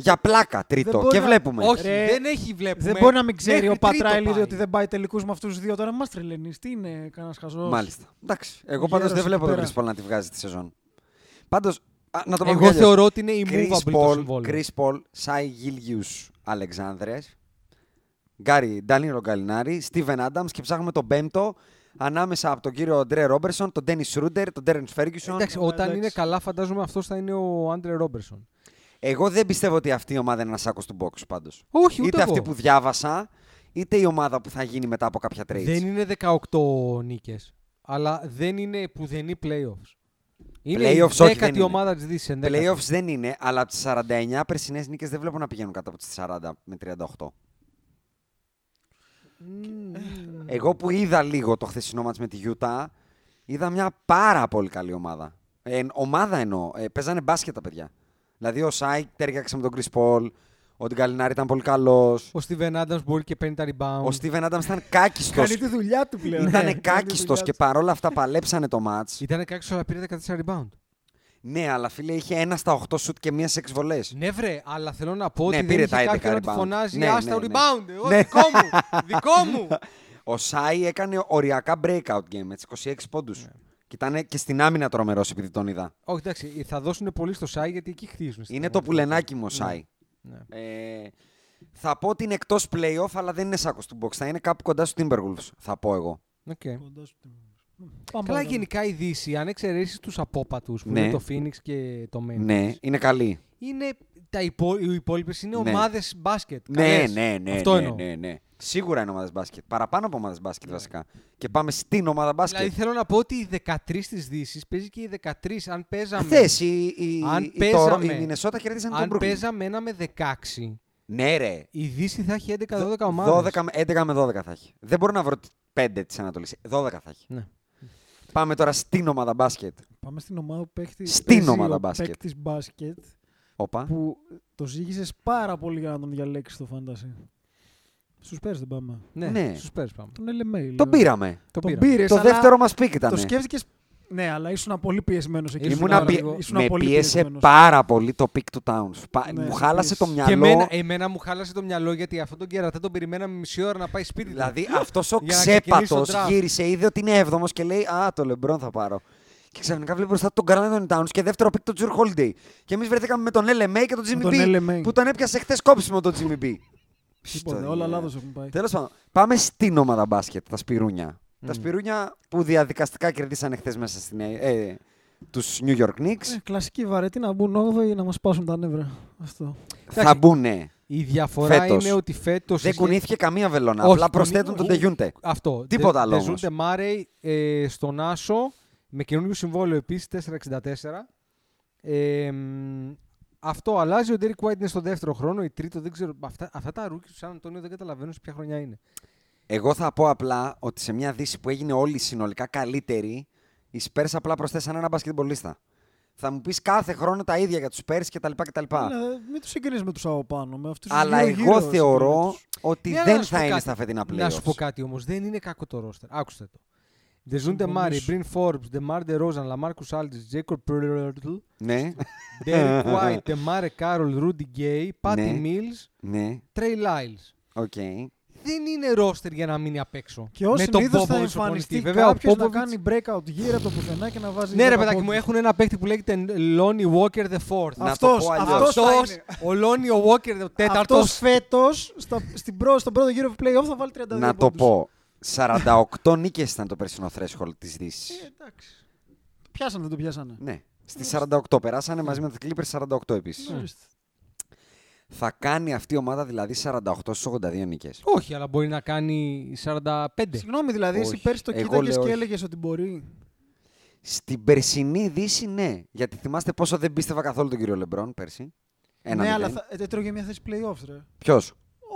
Για πλάκα τρίτο μπορεί και να- βλέπουμε. Όχι, Ρε, δεν έχει βλέπουμε. Δεν μπορεί να μην ξέρει Μέχρι ο τρίτο Πατράιλι πάει. ότι δεν πάει τελικούς με αυτούς τους δύο. Τώρα μας τρελαίνεις. Τι είναι κανένας χαζός. Μάλιστα. Εντάξει. Εγώ Γέρος πάντω δεν εκεί βλέπω τον πέρα. Chris Paul να τη βγάζει τη σεζόν. Πάντως. Να το πω κι Εγώ αλλιώς. θεωρώ ότι είναι Chris immovable το Paul, συμβόλαιο. Chris Paul, Σάι Γίλιου Αλεξάνδρες, Γκάρι Ντάνιρο Γκαλινάρη, Στίβεν Άνταμ και ψάχνουμε τον πέμπτο ανάμεσα από τον κύριο Ντρέ Ρόμπερσον, τον Ντένι Σρούντερ, τον Τέρεν Φέργισον. Εντάξει, Ε, όταν εντάξει. είναι καλά, φαντάζομαι αυτός θα είναι ο Άντρε Ρόμπερσον. Εγώ δεν πιστεύω ότι αυτή η ομάδα είναι ένας σάκος του box πάντως. Όχι, ούτε Είτε αυτή εγώ. που διάβασα, είτε η ομάδα που θα γίνει μετά από κάποια trades. Δεν είναι 18 νίκες. Αλλά δεν είναι πουδενή playoffs. Είναι Playoffs, η όχι, δεν δέκατη είναι. ομάδα της Δύσης. Ναι, ενδέκατη. Playoffs δεν είναι, αλλά από τις 49 περσινές νίκες δεν βλέπω να πηγαίνουν κάτω από τις 40 με 38. Εγώ που είδα λίγο το χθεσινό μάτς με τη Γιούτα, είδα μια πάρα πολύ καλή ομάδα. Ε, ομάδα εννοώ. Ε, παίζανε μπάσκετ τα παιδιά. Δηλαδή ο Σάικ τέριαξε με τον Chris Paul, ο Ντιγκαλινάρη ήταν πολύ καλός, Ο Steven Adams μπορεί και παίρνει τα rebound. ο Στίβεν Άνταμς ήταν κάκιστος. Κάνει τη δουλειά του πλέον. Ήτανε Ναι, κάκιστος και παρόλα αυτά παλέψανε το μάτς. Ήταν κάποιο αλλά πήρε 14 rebound. Ναι, αλλά φίλε είχε ένα στα 8 σουτ και μία σε εξβολές. Ναι, βρε, αλλά θέλω να πω ότι Ναι, δεν πήρε είχε τα 11 κάποιον να του rebound. φωνάζει Ναι, Άστα ναι, ναι. rebound. Εγώ, Ναι. Δικό <laughs> μου! Δικό μου! Ο Σάι έκανε οριακά breakout game, έτσι, 26 πόντους. Ναι. Και ήταν και στην άμυνα τρομερός επειδή τον είδα. Όχι, εντάξει, θα δώσουν πολύ στο Σάι γιατί εκεί χτίζουν. στην Είναι το πραγματικότητα. πουλενάκι μου ο Σάι. Ναι. Ε, θα πω ότι είναι εκτός playoff, αλλά δεν είναι σάκος του box. Θα είναι κάπου κοντά στους Timberwolves, θα πω εγώ. Οκ. Κοντά σου. Πάμε Καλά, παρακάτω. γενικά η Δύση, αν εξαιρέσεις τους απόπατους που Ναι. είναι το Phoenix και το Memphis, Ναι, είναι καλή. είναι, τα υπό, οι υπόλοιπες είναι Ναι. ομάδες μπάσκετ. Ναι, καλές. ναι, ναι, Αυτό ναι, εννοώ. Ναι. ναι, ναι. Σίγουρα είναι ομάδες μπάσκετ. Παραπάνω από ομάδες μπάσκετ βασικά. Και πάμε στην ομάδα μπάσκετ. Δηλαδή θέλω να πω ότι η 13 της Δύσης παίζει και η 13. Ε, Αν παίζαμε, Χθες η, η, Αν η, παίζαμε- Τόρο- η Μινεσότα κέρδισαν τον αν Brooklyn. παίζαμε ένα με 16, Ναι, ρε. η Δύση θα έχει 11-12 ομάδε. 12, με- 11 με 12 θα έχει. Δεν μπορώ να βρω 5 της Ανατολής. 12 θα έχει. Ναι. Πάμε τώρα στην ομάδα μπάσκετ. Πάμε στην ομάδα που παίχτη. Στην παίζει ομάδα ο μπάσκετ. παίκτης μπάσκετ Όπα. που το ζήγησες πάρα πολύ για να τον διαλέξεις στο φάντασι. Στου πέρε δεν πάμε. Ναι, Ναι. στους Spurs πάμε. Τον LMA. Τον πήραμε. Το Τον πήραμε. πήρες. Το δεύτερο μας πικ ήταν. Το σκέφτηκες. Ναι, αλλά ήσουν πολύ πιεσμένος εκεί. Ήμουν Ήμουν Ήσουνα απι... λίγο- ήσουνα Με πολύ πίεσε πιεσμένος. πάρα πολύ το pick του Towns. Πα- Ναι, μου σε χάλασε το πίεσε. μυαλό. Και εμένα, εμένα μου χάλασε το μυαλό γιατί αυτόν τον κερατά τον περιμέναμε μισή ώρα να πάει σπίτι. του. Δηλαδή αυτός ο Για να ξεκινήσει ξέπατο το draft. γύρισε, είδε ότι είναι έβδομος και λέει Α, το λεμπρόν θα πάρω. Και ξαφνικά βλέπει μπροστά του τον Καρλάντον Towns και δεύτερο pick τον Τζουρ Holiday. Και εμείς βρεθήκαμε με τον LMA και τον Jimmy τον B. LMA. Που τον έπιασε χτε κόψιμο τον Jimmy B. Τίποτα, όλα λάθος έχουν πάει. Τέλος πάντων, πάμε στην ομάδα μπάσκετ, τα σπιρούνια. Τα σπιρούνια που διαδικαστικά κερδίσανε χθες μέσα στην. Ε, ε, τους New York Knicks. Ε, κλασική βαρέτη να μπουν 8 ή να μας πάσουν τα νεύρα. Αυτό. θα μπουνε. Η διαφορά Φέτος. είναι ότι φέτος. Δεν κουνήθηκε καμία βελόνα. Όχι, απλά τον- προσθέτουν τον ούτε- Τεγιούντε. Αυτό. Τίποτα Δε- άλλο όμως. Δεζούντε Μάρεϊ ε, στον Άσο με καινούριο συμβόλαιο επίσης 4,64. Ε, μ, αυτό αλλάζει. Ο Derek White είναι στο δεύτερο χρόνο, η τρίτο δεν ξέρω. Αυτά, αυτά τα ρούκι του Σαν Αντώνιο δεν καταλαβαίνω σε ποια χρονιά είναι. Εγώ θα πω απλά ότι σε μια Δύση που έγινε όλη συνολικά καλύτερη, οι Spurs απλά προσθέσαν ένα μπασκετμπολίστα. Θα μου πεις κάθε χρόνο τα ίδια για τους Spurs κτλ. κτλ. Ναι, μην τους συγκρίνει με τους από πάνω. Με αυτούς τους Αλλά δύο γύρω εγώ στην θεωρώ τους. ότι Ναι, αλλά να δεν σου πω θα είναι κάτι. στα φετινά playoffs. Να σου πω κάτι όμως. Δεν είναι κακό το ρόστερ. Άκουστε το. Δεζούν Ντεμάρι, Συμφωνήσω. Μπριν Φόρμπ, Ντεμάρ Ντερόζαν, Λαμάρκου Άλτζη, Τζέικορ Πέρλ, Ναι, <laughs> Ντέρικ Βάιτ, Ντεμάρε Κάρολ, Ρούντι Γκέι, Πάτι Ναι. Μίλ, ναι, Τρέι Λάιλ. οκ. Δεν είναι ρόστερ για να μείνει απ' έξω. Και ω Με τον συνήθως θα Popovich εμφανιστεί προπονητή. Βέβαια, ο κάποιο να Popovich- κάνει breakout γύρω από το πουθενά και να βάζει. Ναι, ρε δέκα παιδάκι πόντους. μου, έχουν ένα παίχτη που λέγεται Lonnie Walker the Fourth. Να Αυτός, το πω αλλιώς. αυτός θα Αυτός, είναι. ο Lonnie ο Walker the Αυτό τέταρτος, φέτο στον πρώτο γύρο playoff θα βάλει 32 Να το πόντους. πω. 48 νίκες ήταν το περσινό threshold της Ε, Δύση. εντάξει. Το πιάσανε, δεν το πιάσανε. Ναι. Στι 48 περάσανε μαζί με τα Clippers 48 επίση. Ορίστε. Θα κάνει αυτή η ομάδα δηλαδή 48 στου 82 νίκες. Όχι, αλλά μπορεί να κάνει 45. Συγγνώμη, δηλαδή, εσύ Όχι. πέρσι το Εγώ κοίταγες λέω και όχι. έλεγες ότι μπορεί. Στην περσινή Δύση, ναι. Γιατί θυμάστε πόσο δεν πίστευα καθόλου τον κύριο Λεμπρόν πέρσι. Ένα ναι, αλλά θα, ε, έτρωγε μια θέση playoffs, ρε. Ποιος.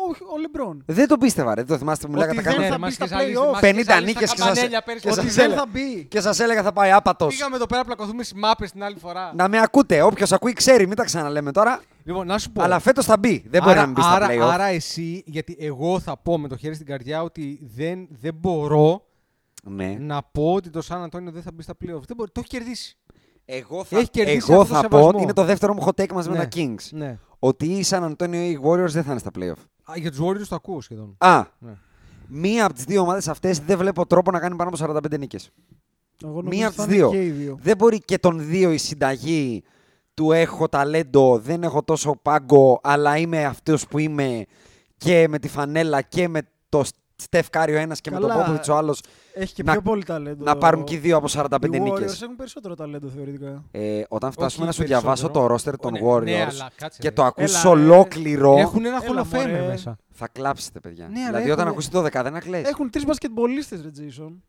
Όχι, ο Λεμπρόν. Δεν τον πίστευα, ρε. Το θυμάστε που μου Ότι λέγατε δεν κάνω. θα ρε, μπει μας στα και ζάλισε- play-off. μας 50 και ζάλισε νίκες τα και σας- καμπανέλια πέρυσι. και Ότι σας- Ότι έλεγα. δεν θα μπει. Και σας έλεγα θα πάει άπατος. Πήγαμε εδώ πέρα να πλακωθούμε σημάπε την άλλη φορά. Να με ακούτε. Όποιος ακούει ξέρει, μην τα ξαναλέμε τώρα. Λοιπόν, να σου πω. Αλλά φέτος θα μπει. Δεν μπορεί άρα, να μην μπει στα άρα, playoff. άρα εσύ, γιατί εγώ θα πω με το χέρι στην καρδιά ότι δεν, δεν μπορώ Ναι. να πω ότι το Σαν Αντώνιο δεν θα μπει στα playoff. Δεν μπορεί, το έχει κερδίσει. Εγώ θα, Έχει κερδίσει εγώ αυτός το θα πω σεβασμό. ότι είναι το δεύτερο μου hot take μαζί Ναι. με τα Kings. Ναι. Ότι οι San Antonio ή οι Warriors δεν θα είναι στα playoff. Α, για τους Warriors το ακούω σχεδόν. Α. Ναι. Μία από τις δύο ομάδες αυτές δεν βλέπω τρόπο να κάνει πάνω από 45 νίκες. Εγώ νομίζω Μία ότι θα από τις είναι δύο. και οι δύο. Δεν μπορεί και των δύο η συνταγή του έχω ταλέντο, δεν έχω τόσο πάγκο, αλλά είμαι αυτός που είμαι και με τη φανέλα και με το Στεφ Κάριο ένας και με Καλά. τον Πόποβιτ ο άλλος Έχει και να- πιο πολύ ταλέντο. να πάρουν και οι δύο από 45 Οι νίκες. Warriors έχουν περισσότερο ταλέντο θεωρητικά. Ε, όταν φτάσουμε να σου περισσότερο. διαβάσω το roster των Ναι, ναι, Warriors αλλά κάτσε, και ρε. το ακούσει Έλα, ρε. ολόκληρο, Έχουν ένα Έλα, Hall of Famer μωρέ. μέσα. θα κλάψετε, παιδιά. Ναι, αλλά δηλαδή, έχουν- όταν ακούσει το 12, δεν ακλέ. Έχουν τρεις μπασκετμπολίστες, ρε Τζέισον.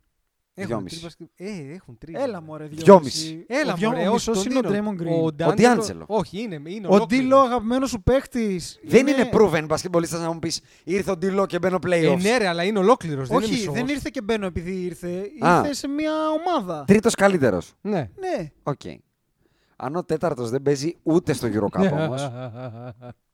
Έχουν Δυόμιση. τρεις βασικ- Ε, έχουν τρεις. Έλα μωρέ, δυόμιση. Δυόμιση. Έλα, ο δυο- μωρέ, ο όχι, μισός τον είναι ο Dillon. Draymond Green. D'Angelo- D'Angelo. Όχι, είναι. είναι Ο ολόκληρο. Ντίλο, αγαπημένος σου παίχτης. Δεν είναι proven μπασκετμπολίστας να μου πεις ήρθε ο Ντιλό και μπαίνω Ε, playoffs. ναι, ρε, αλλά είναι ολόκληρος. Όχι, δεν, ήρθε και μπαίνω επειδή ήρθε. Α. Ήρθε σε μια ομάδα. Τρίτος καλύτερος. Ναι. Ναι. Οκ. Αν ο τέταρτος δεν παίζει ούτε στο EuroCup Ναι. όμω.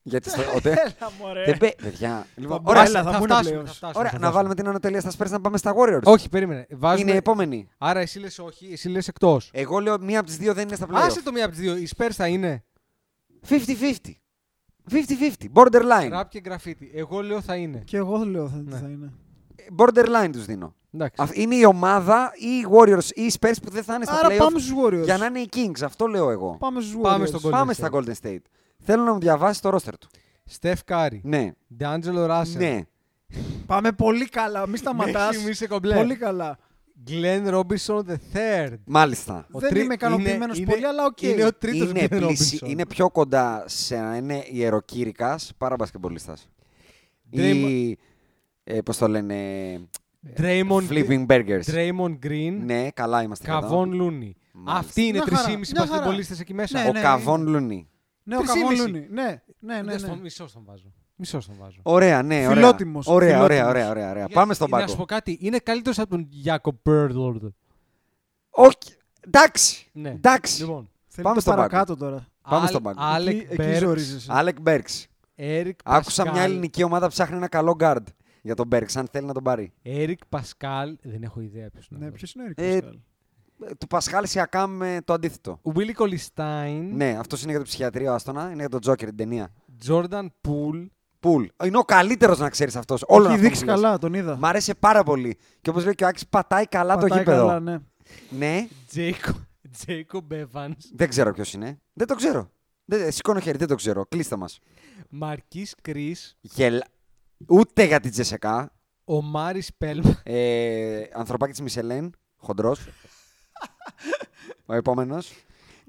γιατί στο, ο τε- Έλα, μωρέ. δεν παί- Παιδιά. λοιπόν, μπουν, ωραία, έλα, θα θα μπουν φτάσουμε, playoffs. θα φτάσουμε, ωραία, θα να φτάσουμε. βάλουμε την ανατελεία στα Spurs να πάμε στα Warriors. Όχι, περίμενε. Βάζουμε... Είναι Ε, η επόμενη. Άρα εσύ λες όχι, εσύ λες εκτός. Εγώ λέω μία από τις δύο δεν είναι στα Άσε playoffs. το μία από τις δύο. Η Spurs θα είναι 50-50. 50-50. Borderline. ραπ και γκραφίτι. Εγώ λέω θα είναι. Και εγώ λέω θα, Ναι. θα είναι. Borderline τους δίνω. Εντάξει. Αυ- Είναι η ομάδα ή οι Warriors ή οι Spurs που δεν θα είναι στα Άρα playoffs πάμε στους Warriors. για να είναι οι Kings. Αυτό λέω εγώ. Πάμε στους Warriors. Πάμε στον Golden Πάμε State. στα Golden State. Θέλω να μου διαβάσει το roster του. Στεφ Κάρι, Ναι. Ντάντζελο Ράσελ, Ναι. Πάμε πολύ καλά. Μη σταματάς. Μέση Μίσε Πολύ Κομπλέ, καλά. Γκλέν Ρόμπισον the third. Μάλιστα. Ο Δεν είμαι ικανοποιημένος είναι- πολύ, αλλά οκ. Είναι ο τρίτος είναι, Glenn πλησι- Robinson. είναι πιο κοντά σε να είναι ιεροκήρυκας παρά μπασκεμπολίστας. Ή, Draymond- ε, πώς το λένε, Draymond- Flipping Burgers. Draymond Green, Ναι, καλά είμαστε. εδώ. Καβόν Λούνι. Μάλιστα. Αυτοί είναι Μια χαρά, 3,5 μια χαρά. πασχεμπολίστες εκεί μέσα. Ναι, Ο ναι. Καβόν Λούνι. Ναι, ο Τρεις ή μισή. Καβαλούνι. Ναι, ναι, ναι. Ναι, στον ναι. μισό τον βάζω. Μισό τον βάζω. Ωραία, ναι, ωραία. Φιλότιμος, Ωραία, ωραία, φιλότιμος. ωραία, ωραία. Πάμε στον Να σου πω πάγκο. κάτι, είναι καλύτερος από τον Γιάκο Μπέρλορντ. Όχι, εντάξει, Ναι. εντάξει. Λοιπόν, Θέλει Πάμε το στον παρακάτω τώρα. Πάμε Αλ- στον πάγκο. Άλεκ Εκεί- Εκεί Μπέρξ, ζορίζεσαι. Άλεκ Μπέρξ. Έρικ Άκουσα Πασκάλ. μια ελληνική ομάδα που ψάχνει ένα καλό guard για τον Μπέρξ, αν θέλει να τον πάρει. Έρικ Πασκάλ, δεν έχω ιδέα ποιος είναι. Ναι, ποιος είναι ο Ερικ Ε, Πασκάλ. Ε, Του Πασχάλ Σιακάμ με το αντίθετο. Βίλι Κολιστάιν, Ναι, αυτός είναι για το ψυχιατρίο, άστονα. Είναι για τον Τζόκερ την ταινία. Τζόρνταν Πουλ. Πουλ. Είναι ο καλύτερος να ξέρεις αυτός. Όλο Έχει δείξει καλά, τον είδα. Μ' αρέσει πάρα πολύ. Και όπως λέει και ο Άκης, πατάει καλά το Πατάει γήπεδο. καλά, ναι. Ναι, Τζέικομπ Evans, δεν ξέρω ποιος είναι. Δεν το ξέρω. Δεν, ε, σηκώνω χέρι, δεν το ξέρω. Κλείστε μας. Μαρκής Κρίς, Γελ... Ούτε για την Τζεσεκά. ο Μάρις Πέλμα, Ε, ανθρωπάκι της Μισελέν. Χοντρός. <laughs> ο επόμενος.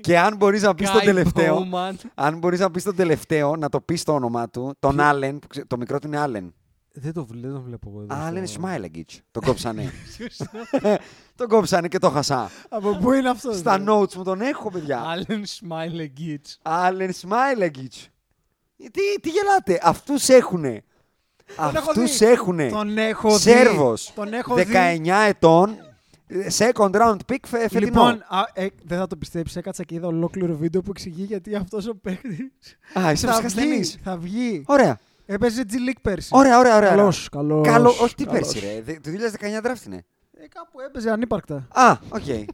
Και αν μπορείς να πεις τον Γκάι τελευταίο. Μπόουμαν, Αν μπορείς να πεις τον τελευταίο, να το πεις το όνομά του, τον Άλεν. που ξε- Το μικρό του είναι Άλεν. Δεν το βλέ- δεν τον βλέπω εγώ. εδώ Άλεν στο- Σμάιλεγκιτ. Τον <laughs> κόψανε. τον κόψανε και το χασά. Από πού είναι αυτός. Στα notes μου τον έχω, παιδιά. Άλεν Σμάιλεγκίτς. Άλεν Σμάιλεγκιτ. Τι, τι γελάτε, αυτούς έχουνε. Τον έχω Αυτούς δει. έχουνε. Τον έχω δει. Ε, Σέρβος. Τον έχω δει. 19 ετών. Second round pick φε, φετινό. Λοιπόν, α, ε, δεν θα το πιστέψεις, έκατσα και είδα ολόκληρο βίντεο που εξηγεί γιατί αυτός ο παίκτης. Α, είσαι θα, φυσικά βγει, θα βγει. Ωραία. Έπαιζε G League πέρσι. Ωραία, ωραία, ωραία. Καλός, καλός, Καλό, όχι τι καλός. πέρσι, ρε. Δε- Το 2019 draft είναι. Ε, κάπου έπαιζε ανύπαρκτα. Α, οκ.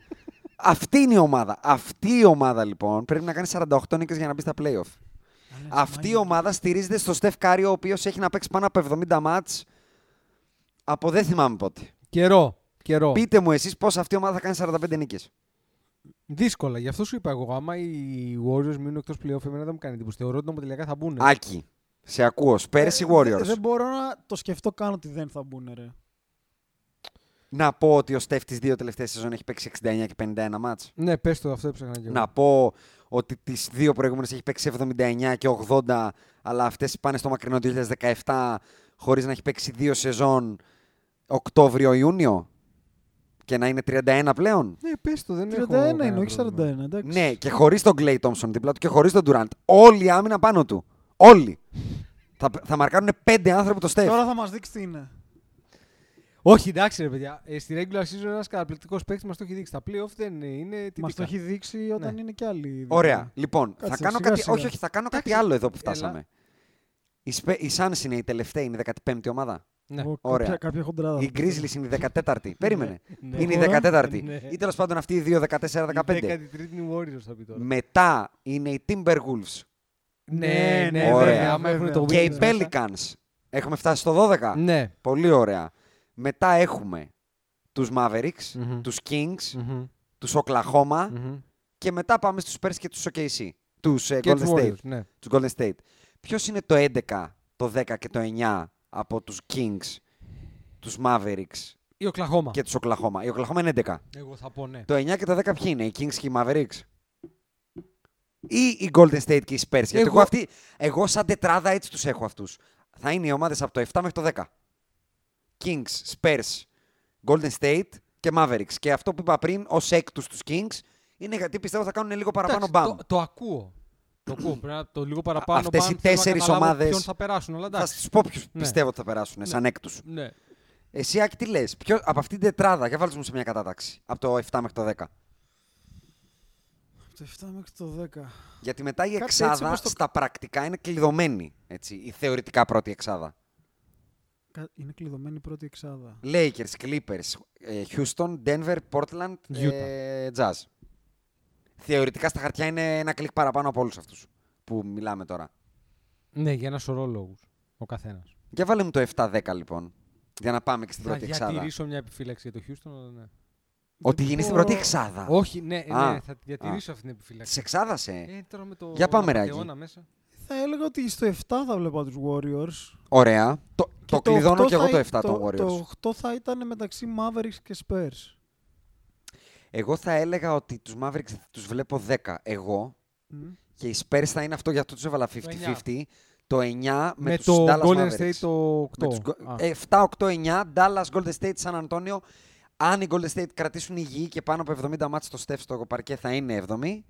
Αυτή είναι η ομάδα. Αυτή η ομάδα λοιπόν πρέπει να κάνει 48 νίκες για να μπει στα playoff. Αυτή η ομάδα στηρίζεται στο Στεφ Κάρι, ο οποίος έχει να παίξει πάνω από 70 μάτς από δεν θυμάμαι πότε. Καιρό. Καιρό. Πείτε μου εσείς πώς αυτή η ομάδα θα κάνει 45 νίκες. Δύσκολα. Γι' αυτό σου είπα εγώ. Άμα οι Warriors μείνουν εκτός playoff, εμένα δεν μου κάνει εντύπωση. Θεωρώ ότι νομοτελειακά θα μπουν. Άκη, σε ακούω. Πέρσι Ναι. Ε, Warriors. δε- Δεν μπορώ να το σκεφτώ καν ότι δεν θα μπουν, ρε. Να πω ότι ο Στεφ τις δύο τελευταίες σεζόν έχει παίξει 69 και 51 μάτς. Ναι, πες το, αυτό έψαχνα και εγώ. Να πω ότι τις δύο προηγούμενες έχει παίξει 79 και 80, αλλά αυτές πάνε στο μακρινό 2017 χωρίς να έχει παίξει δύο σεζόν Οκτώβριο-Ιούνιο και να είναι 31 πλέον. Ναι, πες το, δεν 31 έχω. είναι, κανένα όχι 41. πρόβλημα. Εντάξει. Ναι, και χωρίς τον Clay Thompson δίπλα του και χωρίς τον Durant. Όλοι οι άμυνα πάνω του. Όλοι. θα, θα μαρκάρουν πέντε άνθρωποι το Στεφ. Τώρα θα μας δείξει τι είναι. Όχι, εντάξει, ρε παιδιά. Ε, στη regular season ένας καταπληκτικός παίκτης μας το έχει δείξει. Τα playoff δεν είναι. είναι Μας το τυπικά. έχει δείξει όταν Ναι. είναι κι άλλοι. Ναι. Ωραία. Λοιπόν, Κάτσε, θα κάνω σιγά, κάτι. σιγά. Όχι, όχι, θα κάνω κάτι Εντάξει, άλλο εδώ που έλα. φτάσαμε. Η, Σπε... η Suns είναι η τελευταία, είναι η 15η ομάδα. Ναι. Εγώ Ωραία. Κάποια, κάποια χοντράδα. Η Grizzlies είναι η 14η. Περίμενε. ναι. Είναι η Ωραία. 14η. Ναι. Ή τέλο πάντων αυτοί οι δύο 14-15. 13η είναι οι Warriors θα πει τώρα. Μετά είναι οι Timberwolves Ναι, ναι, Ωραία. βέβαια. Άμα έχουν το και οι Wiggins μέσα. Pelicans. Έχουμε φτάσει στο 12. Ναι. Πολύ ωραία. Μετά έχουμε τους Mavericks, Μμμ. τους Kings, Μμμ, τους Oklahoma μμμ. και μετά πάμε στους Spurs και τους OKC. Τους ε, Και Golden τους State. Warriors, ναι. Τους Golden State. Ποιος είναι το 11, το 10 και το 9 από τους Kings, τους Mavericks Ή Οκλαχώμα. και τους Oklahoma. Η Oklahoma είναι 11. Εγώ θα πω ναι. Το 9 και το 10 ποιοι είναι, οι Kings και οι Mavericks. Ή οι Golden State και οι Spurs. Γιατί εγώ, Εγώ- αυτοί, εγώ σαν τετράδα έτσι τους έχω αυτούς. Θα είναι οι ομάδες από το 7 μέχρι το 10. Kings, Spurs, Golden State και Mavericks. Και αυτό που είπα πριν ως έκτους τους Kings είναι γιατί πιστεύω θα κάνουν λίγο παραπάνω Εντάξει, μπαμ. Το, το ακούω. το ακούω. Πρέπει να το λίγο παραπάνω. αυτές μπαμ, οι θέλω να τέσσερις καταλάβω ομάδες Ποιον θα περάσουν, αλλά Θα εντάξει. σου πω ποιους Ναι. πιστεύω ότι θα περάσουν σαν έκτους. Ναι. Εσύ, Άκη, τι λες, ποιο, από αυτήν την τετράδα, για βάλτε μου σε μια κατάταξη, από το 7 μέχρι το 10. Το 7 μέχρι το 10. Γιατί μετά η Κάπου έτσι εξάδα όπως το- στα πρακτικά είναι κλειδωμένη. Έτσι, η θεωρητικά πρώτη εξάδα. Κα- Είναι κλειδωμένη η πρώτη εξάδα. Lakers, Clippers, ε, Houston, Denver, Portland, ε, Jazz. Θεωρητικά στα χαρτιά είναι ένα κλικ παραπάνω από όλους αυτούς που μιλάμε τώρα. ναι, για ένα σωρό λόγους. Ο καθένας. Για βάλε μου το 7-10 λοιπόν, για να πάμε και στην Θα πρώτη εξάδα. διατηρήσω μια επιφύλαξη για το Houston, αλλά ναι. Ότι Δεν γίνεις στην μπορώ. πρώτη εξάδα. Όχι, ναι, ναι, Α. θα τη διατηρήσω αυτή την Τη επιφύλαξη. εξάδας, ε. Ε, τώρα με το Για πάμε, Ράκη. Ματεώνα μέσα. Θα έλεγα ότι στο 7 θα βλέπα τους Warriors. Ωραία. Το, το, Και κλειδώνω 8 και εγώ θα το ή- 7 το, Warriors. Το 8 θα ήταν μεταξύ Mavericks και Spurs. Εγώ θα έλεγα ότι τους Mavericks τους βλέπω 10 εγώ Μμ. και οι Spurs θα είναι αυτό για αυτό τους έβαλα 50-50. Το 9 με, Με τους το Dallas Golden Mavericks. State το 8. Με τους Go- ε, 7-8-9, Dallas, Golden State, San Antonio. Αν οι Golden State κρατήσουν υγιή και πάνω από 70 μάτς στο Steph στο παρκέ θα είναι 7η.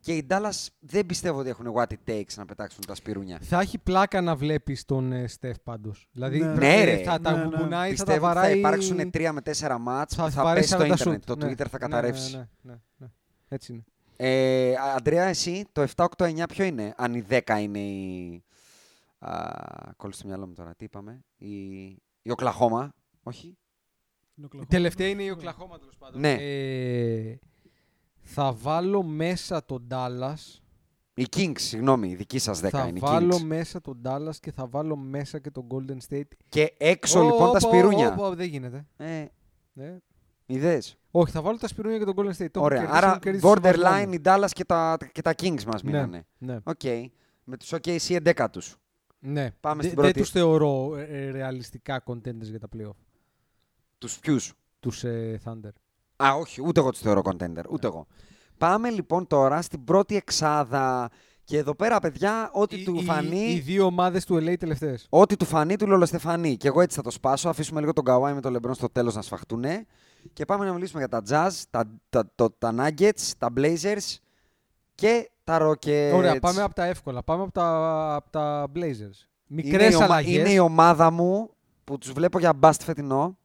Και οι Dallas δεν πιστεύω ότι έχουν what it takes να πετάξουν τα σπυρούνια. Θα έχει πλάκα να βλέπεις τον ε, Στεφ πάντως. Δηλαδή Ναι. Ναι, ε, ρε. θα τα Ναι, ναι. γουμπουνάει, θα τα πιστεύω ότι βαράει. θα υπάρξουν 3 με 4 μάτς που θα βαράει πέσει το 40 ίντερνετ, shoot. το Ναι. Twitter θα Ναι, καταρρεύσεις. ναι, ναι, ναι. Έτσι είναι. Ε, Α- Αντρέα, εσύ το 7-8-9 ποιο είναι, αν η 10 είναι η. Α, κόλλησε το μυαλό μου τώρα, τι είπαμε. Η, η Οκλαχώμα, όχι. Είναι ο Η Oklahoma. τελευταία είναι η Οκλαχώμα τέλος πάντων. Ναι. Ε, θα βάλω μέσα τον Ντάλλα. Η Kings, συγγνώμη, η δική σα 10 Θα είναι. η βάλω Kings. μέσα τον Ντάλλα και θα βάλω μέσα και τον Golden State. Και έξω Ω, λοιπόν τα όπα, σπυρούνια. όπα, όπα, δεν γίνεται. Ε, Ναι. ιδέες. Όχι, θα βάλω τα σπυρούνια και τον Golden State. Το Ωραία. έχουν κερδίσει, Άρα έχουν κερδίσει borderline συμβασμό. η Dallas και τα, και τα Kings μας Ναι. μείνανε. Ναι. Οκ. Με τους OKC 11 τους. ναι. Πάμε Δε- στην Δεν πρώτη. τους θεωρώ ε, ε, ρεαλιστικά contenders για τα playoff. Τους ποιους. Τους ε, Thunder. Α, όχι, ούτε εγώ τους θεωρώ contender. Ούτε εγώ. Πάμε λοιπόν τώρα στην πρώτη εξάδα. Και εδώ πέρα, παιδιά, ό,τι Οι- του οι- φανεί. Οι δύο ομάδες του LA τελευταίες. Ό,τι του φανεί του Λολοστεφανή. Και εγώ έτσι θα το σπάσω. Αφήσουμε λίγο τον Καουάι με τον Λεμπρόν στο τέλος να σφαχτούν. Και πάμε να μιλήσουμε για τα Jazz, τα, τα, το- τα Nuggets, τα Blazers και τα Rockets. Ωραία, πάμε από τα εύκολα. Πάμε από τα, απ' τα Blazers. είναι, η Μικρέ ομα- αλλαγές. είναι η ομάδα μου που τους βλέπω για μπαστ φετινό.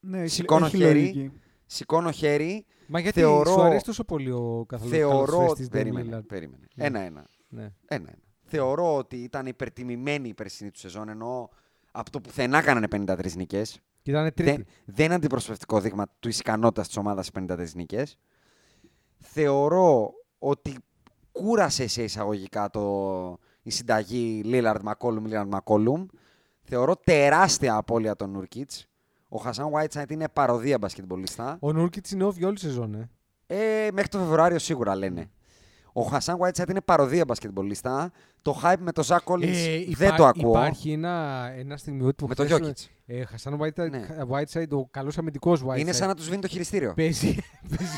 Ναι, έχει- Σηκώνω έχει χέρι. λογική. Σηκώνω χέρι. Μα γιατί θεωρώ- σου αρέσει τόσο πολύ ο καθόλου θεωρώ καλός παίκτης ότι. Ντέμι Περίμενε. Λίλαρντ. περίμενε. Ναι. Ένα-ένα. Ναι. Ένα-ένα. Ε, Θεωρώ ότι ήταν υπερτιμημένη η περσινή του σεζόν ενώ από το πουθενά κάνανε 53 νικέ. Και ήταν τρίτη. Δεν, δεν είναι αντιπροσωπευτικό δείγμα της ικανότητας της ομάδας 53 νίκες. Θεωρώ ότι κούρασε σε εισαγωγικά το, η συνταγή Λίλαρντ Μακόλουμ, Λίλαρντ Μακόλουμ. Θεωρώ τεράστια απώλεια τον Νούρκιτ. Ο Χασάν Βάιτσαϊτ είναι παροδία μπασκετμπολίστα. Ο Νούρκιτ είναι όφη όλη σεζόν. Ε. Ε, μέχρι το Φεβρουάριο σίγουρα λένε. Ο Χασάν Βάιτσαϊτ είναι παροδία μπασκετμπολίστα. Το hype με τον Ζακ Κόλλινς Ε, δεν υπά- το ακούω. Υπάρχει ένα, ένα στιγμιότυπο Με το χθες, Jokic. Ε, Χασάν Whiteside, Ναι. Whiteside, ο καλός αμυντικός Whiteside. Είναι σαν να τους δίνει το χειριστήριο. Παίζει. <laughs> Παίζει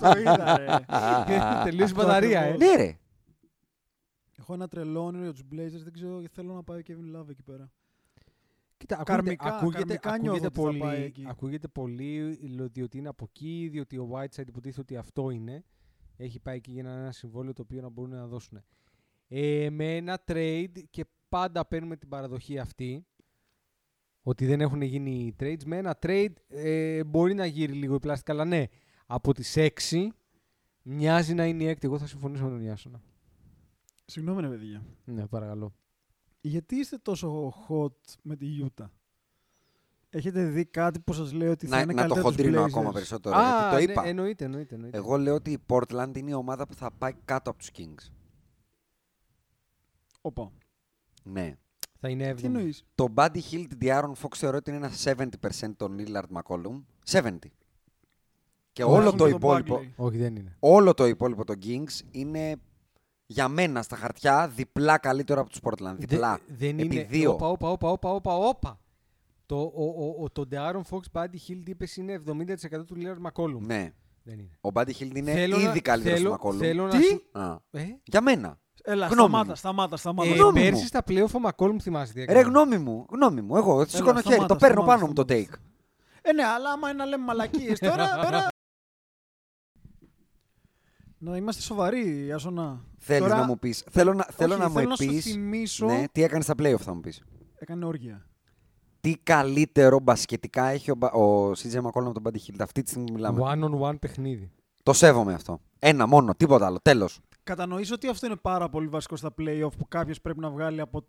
Το είδα, ρε. άμυνα. Τελείωσε η Αυτό μπαταρία, ε. ακριβώς. Ναι, ρε. Έχω ένα τρελό όνειρο για τους Blazers, δεν ξέρω, θέλω να πάει ο Kevin Love εκεί πέρα. Κοίτα, Καρμικά- ακούγεται, καρμικά νιώθω ακούγεται, ότι θα πάει πολύ, εκεί. ακούγεται πολύ λο- διότι είναι από εκεί, διότι ο Whiteside υποτίθεται ότι αυτό είναι. Έχει πάει εκεί για ένα, ένα συμβόλαιο το οποίο να μπορούν να δώσουν. Ε, με ένα trade και πάντα παίρνουμε την παραδοχή αυτή ότι δεν έχουν γίνει trades. Με ένα trade ε, μπορεί να γύρει λίγο η πλάστη, αλλά ναι, από τις 6 μοιάζει να είναι η έκτη. Εγώ θα συμφωνήσω με τον Ιάσονα. Συγγνώμη ρε παιδιά. Ναι, παρακαλώ. Γιατί είστε τόσο hot με τη Utah. Έχετε δει κάτι που σας λέει ότι θα Να, είναι να το καλύτερα τους χοντρίνω Blazers? ακόμα περισσότερο. Α, γιατί το ναι, είπα. εννοείται, εννοείται, εννοείται. Εγώ λέω ότι η Portland είναι η ομάδα που θα πάει κάτω από τους Kings. Όπα. Ναι. Θα είναι Τι έβδομη. εννοείς. Το Buddy Hill την Diaron Fox θεωρώ ότι είναι ένα 70% των Lillard McCollum. 70. Και Όχι Ε, όλο με το τον υπόλοιπο, Bagley. Όχι, δεν είναι. όλο το υπόλοιπο των Kings είναι για μένα στα χαρτιά διπλά καλύτερο από τους Portland. Διπλά. Δε- δεν Επί είναι. δύο. Όπα, όπα, όπα, όπα, όπα, όπα. Το, ο, ο, ο, το De'Aaron Fox Buddy Hill είπες είναι 70% του Lillard McCollum. Ναι. Δεν είναι. Ο Buddy Hill είναι Θέλω να- ήδη καλύτερος θέλω- του McCollum. θέλω να Τι? σου- Α. Ε, Για μένα. Έλα, Γνώμη σταμάτα, μου. σταμάτα, σταμάτα. ε, γνώμη πέρσι μου. στα playoff ο McCollum θυμάσαι τι έκανε. Ρε γνώμη μου, γνώμη μου. Εγώ σηκώνω χέρι, το σταμάτα, παίρνω σταμάτα, πάνω μου το take. σταμάτα. Ε, ναι, αλλά άμα είναι να λέμε μαλακίες τώρα, τώρα... Να είμαστε σοβαροί, Άσονα. Θέλεις Τώρα- να μου πεις. Θέλω να, θέλω Όχι, να μου θέλω να σου πεις. θυμίσω... Ναι, τι έκανε στα playoff θα μου πεις. Έκανε όργια. τι καλύτερο μπασκετικά έχει ο, Μπα- ο CJ McCollum από τον Buddy Hield. Αυτή τη στιγμή που μιλάμε. One on one παιχνίδι. Το σέβομαι αυτό. Ένα μόνο, τίποτα άλλο. Τέλος. Κατανοήσω ότι αυτό είναι πάρα πολύ βασικό στα play-off που κάποιος πρέπει να βγάλει από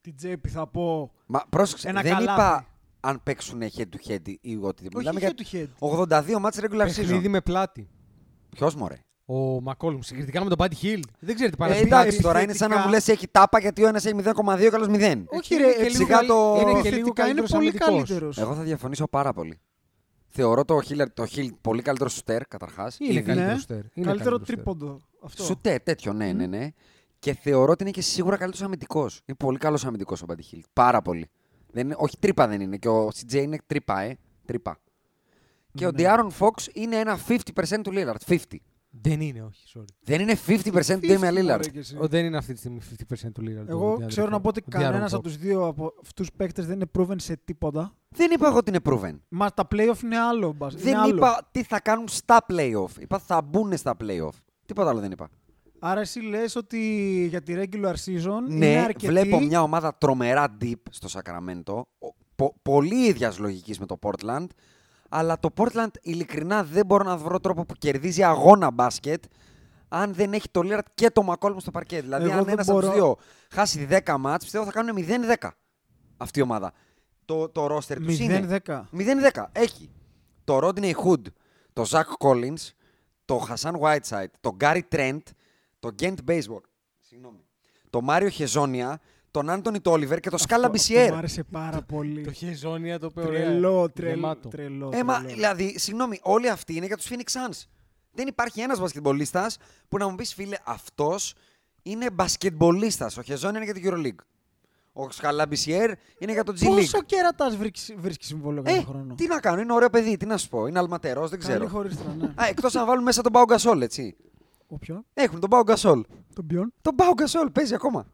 την τσέπη, θα πω. Μα πρόσεξε, Ένα δεν καλάθι. είπα αν παίξουν head to head ή οτιδήποτε. Όχι για head to head. 82 μάτς regular Παιχνίδι season. με πλάτη. Ποιος μωρέ. Ο McCollum συγκριτικά με τον Buddy Hill. Δεν ξέρετε Ε, παραπάνω. εντάξει, τώρα είναι σαν να μου λες έχει τάπα γιατί ο ένας έχει 0,2 και ο άλλος 0. Όχι, είναι ρε, Ε, και λίγο σιγά καλ- το- είναι και λίγο Επιθετικά είναι καλύτερος πολύ αμυντικός. καλύτερο. Εγώ θα διαφωνήσω πάρα πολύ. Θεωρώ το Hill, το Hill πολύ καλύτερο σουτέρ καταρχάς. Είναι καλύτερο στερ. Είναι Καλύτερο καλύτερος στερ. τρίποντο. Αυτό. Σουτέρ, τέτοιο, ναι, ναι, ναι. Και θεωρώ ότι είναι και σίγουρα καλύτερος αμυντικός. Είναι πολύ καλός αμυντικός ο Buddy Hield. Πάρα πολύ. Δεν είναι, όχι, τρύπα δεν είναι. Και ο CJ είναι τρύπα, ε. Τρύπα. Και Ναι. ο Diaron Fox είναι ένα 50% του Lillard. 50. Δεν είναι, όχι, sorry. Δεν είναι 50% του 50 Damian μωρέ Lillard. κι εσύ. Ο, δεν είναι αυτή τη στιγμή 50% του Lillard. ο Εγώ De'Aaron ξέρω να πω ότι Fox. Ο De'Aaron κανένα Fox. από τους δύο από αυτούς παίκτες δεν είναι proven σε τίποτα. Δεν είπα εγώ ότι είναι proven. Μα τα playoff είναι άλλο. μπας- είναι δεν άλλο. είπα τι θα κάνουν στα playoff. Είπα θα μπουν στα playoff. Τίποτα άλλο δεν είπα. Άρα εσύ λες ότι για τη regular season είναι ναι, αρκετή. βλέπω μια ομάδα τρομερά deep στο Σακραμέντο. ο- πο- πολύ ίδιας λογικής με το Portland. Αλλά το Portland ειλικρινά δεν μπορώ να βρω τρόπο που κερδίζει αγώνα μπάσκετ αν δεν έχει το Λίρατ και το Μακόλμ στο παρκέ. Δηλαδή, Εγώ αν δεν ένας από μπορώ- του δύο χάσει 10 μάτς, πιστεύω θα κάνουν 0-10 αυτή η ομάδα. Το, το roster τους είναι 0-10. 0-10. Έχει το Rodney Hood, το Zach Collins, το Hassan Whiteside, το Gary Trent, το Gent Baseball, συγγνώμη, το Μάριο Χεζόνια, τον Άντωνι Τόλιβερ και το Σκάλα Αυτό- αυτό Μ' Μπισιέρ. άρεσε πάρα Το πολύ. χεζόνια το πέρα. τρελό, τρελό. τρελό, Ε, μα, τρελό. δηλαδή, συγγνώμη, όλοι αυτοί είναι για τους Phoenix Suns. Δεν υπάρχει ένας μπασκετμπολίστας που να μου πεις, φίλε, αυτός είναι μπασκετμπολίστας. Ο Χεζόνια είναι για την EuroLeague. Ο Σκάλα Μπισιέρ είναι για το G League. Πόσο κέρατα βρίσκεις συμβόλαιο Ε, κάθε χρόνο. τι να κάνω, είναι ωραίο παιδί, τι να σου πω. Είναι αλματερός, δεν Καλή ξέρω. χωρίστρα, ναι. Α, εκτός να βάλουν μέσα τον Πάο Γκασόλ, έτσι. Ο ποιον, Έχουν τον Πάο Γκασόλ. τον ποιον. Τον Πάο Γκασόλ παίζει ακόμα.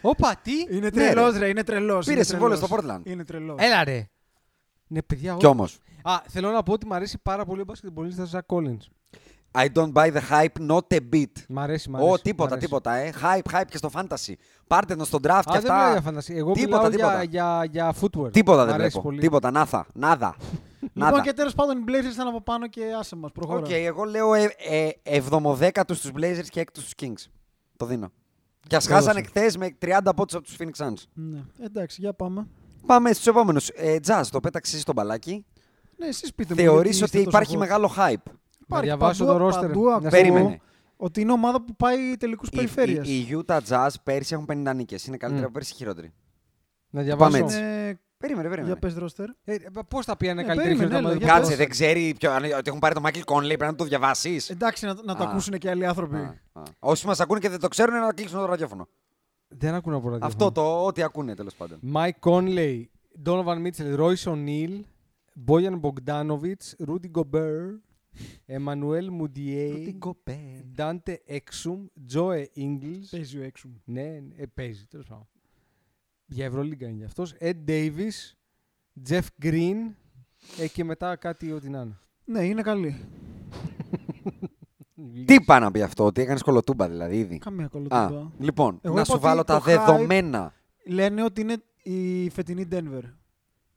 Όπα, τι. Είναι τρελός, τρελό, Ε, ναι, ρε, είναι τρελός. Πήρε συμβόλαιο στο Portland. Ε, Είναι τρελός. Έλα ρε. Ναι, παιδιά, Κι όμως. Α, θέλω να πω ότι μου αρέσει πάρα πολύ ο μπασκετμπολίστας Ζακ Κόλλινς. I don't buy the hype, not a bit. Μ' αρέσει, μ' Ω, αρέσει. μ' τίποτα, αρέσει. τίποτα. Ε. Hype, hype και στο fantasy. Πάρτε τον στο draft Α, και δεν αυτά. μιλάω για φαντασία. Εγώ τίποτα, μιλάω τίποτα. Για, για, για footwear. Τίποτα Μ' δεν αρέσει βλέπω. πολύ. Τίποτα, νάθα. <laughs> Νάδα. Νάδα. Λοιπόν, και τέλος πάντων οι Blazers ήταν από πάνω και άσε μας. Προχώρα. Οκ, εγώ λέω ε, ε, εβδομοδέκατους στους Blazers και έκτους στους Kings. Το δίνω. Και ας χάσανε χθες με 30 πόντους από τους Phoenix Suns. Ναι. Εντάξει, για πάμε. Πάμε στους επόμενους. Ε, Jazz, το πέταξε εσύ στο μπαλάκι. Ναι, εσείς πείτε μου. Θεωρείς γιατί είστε ότι τόσο υπάρχει hot. μεγάλο hype. Να Υπάρχει διαβάσω παντού- το roster. παντού Να ακούω Περίμενε. Ότι είναι ομάδα που πάει τελικούς Οι, οι, περιφέρεια. οι Utah Jazz πέρσι έχουν 50 νίκες. Είναι καλύτερα Μμ. από πέρσι χειρότεροι. Να πάμε διαβάσω. έτσι. Είναι... Περίμενε, περίμενε. Για πες ρόστερ. Ε, Πώς θα πει ένα Ε, καλύτερη περίμενε, χειροτομάδα. έλα, για Κάτσε, πες. Ε, δεν ξέρει ποιο, αν- ότι έχουν πάρει το Μάικλ Κόνλι, πρέπει να το διαβάσεις. Εντάξει, να, να το Α. ακούσουν και άλλοι άνθρωποι. Α, α. Όσοι μας ακούνε και δεν το ξέρουν, να κλείσουν το ραδιόφωνο. Δεν ακούω να πω ραδιόφωνο. Αυτό το, ό,τι ακούνε τέλος πάντων. Mike Conley, Donovan Mitchell, Royce O'Neal, Bojan Bogdanovic, Rudy Gobert, Emmanuel Mudiay, Dante Exum, Joe Ingles. Παίζει ο έξω. Ναι, ναι, ε, παίζει, τέλος πάντων. Για Ευρωλίγκα είναι αυτός. Ed Davis, Jeff Green ε, και μετά κάτι ό,τι να είναι. Ναι, είναι καλή. Τι πάει να πει αυτό, ότι έκανε κολοτούμπα δηλαδή ήδη. Καμία Α, κολοτούμπα. λοιπόν, Εγώ να είπα σου ότι βάλω τα το hype- δεδομένα. Λένε ότι είναι η φετινή Denver.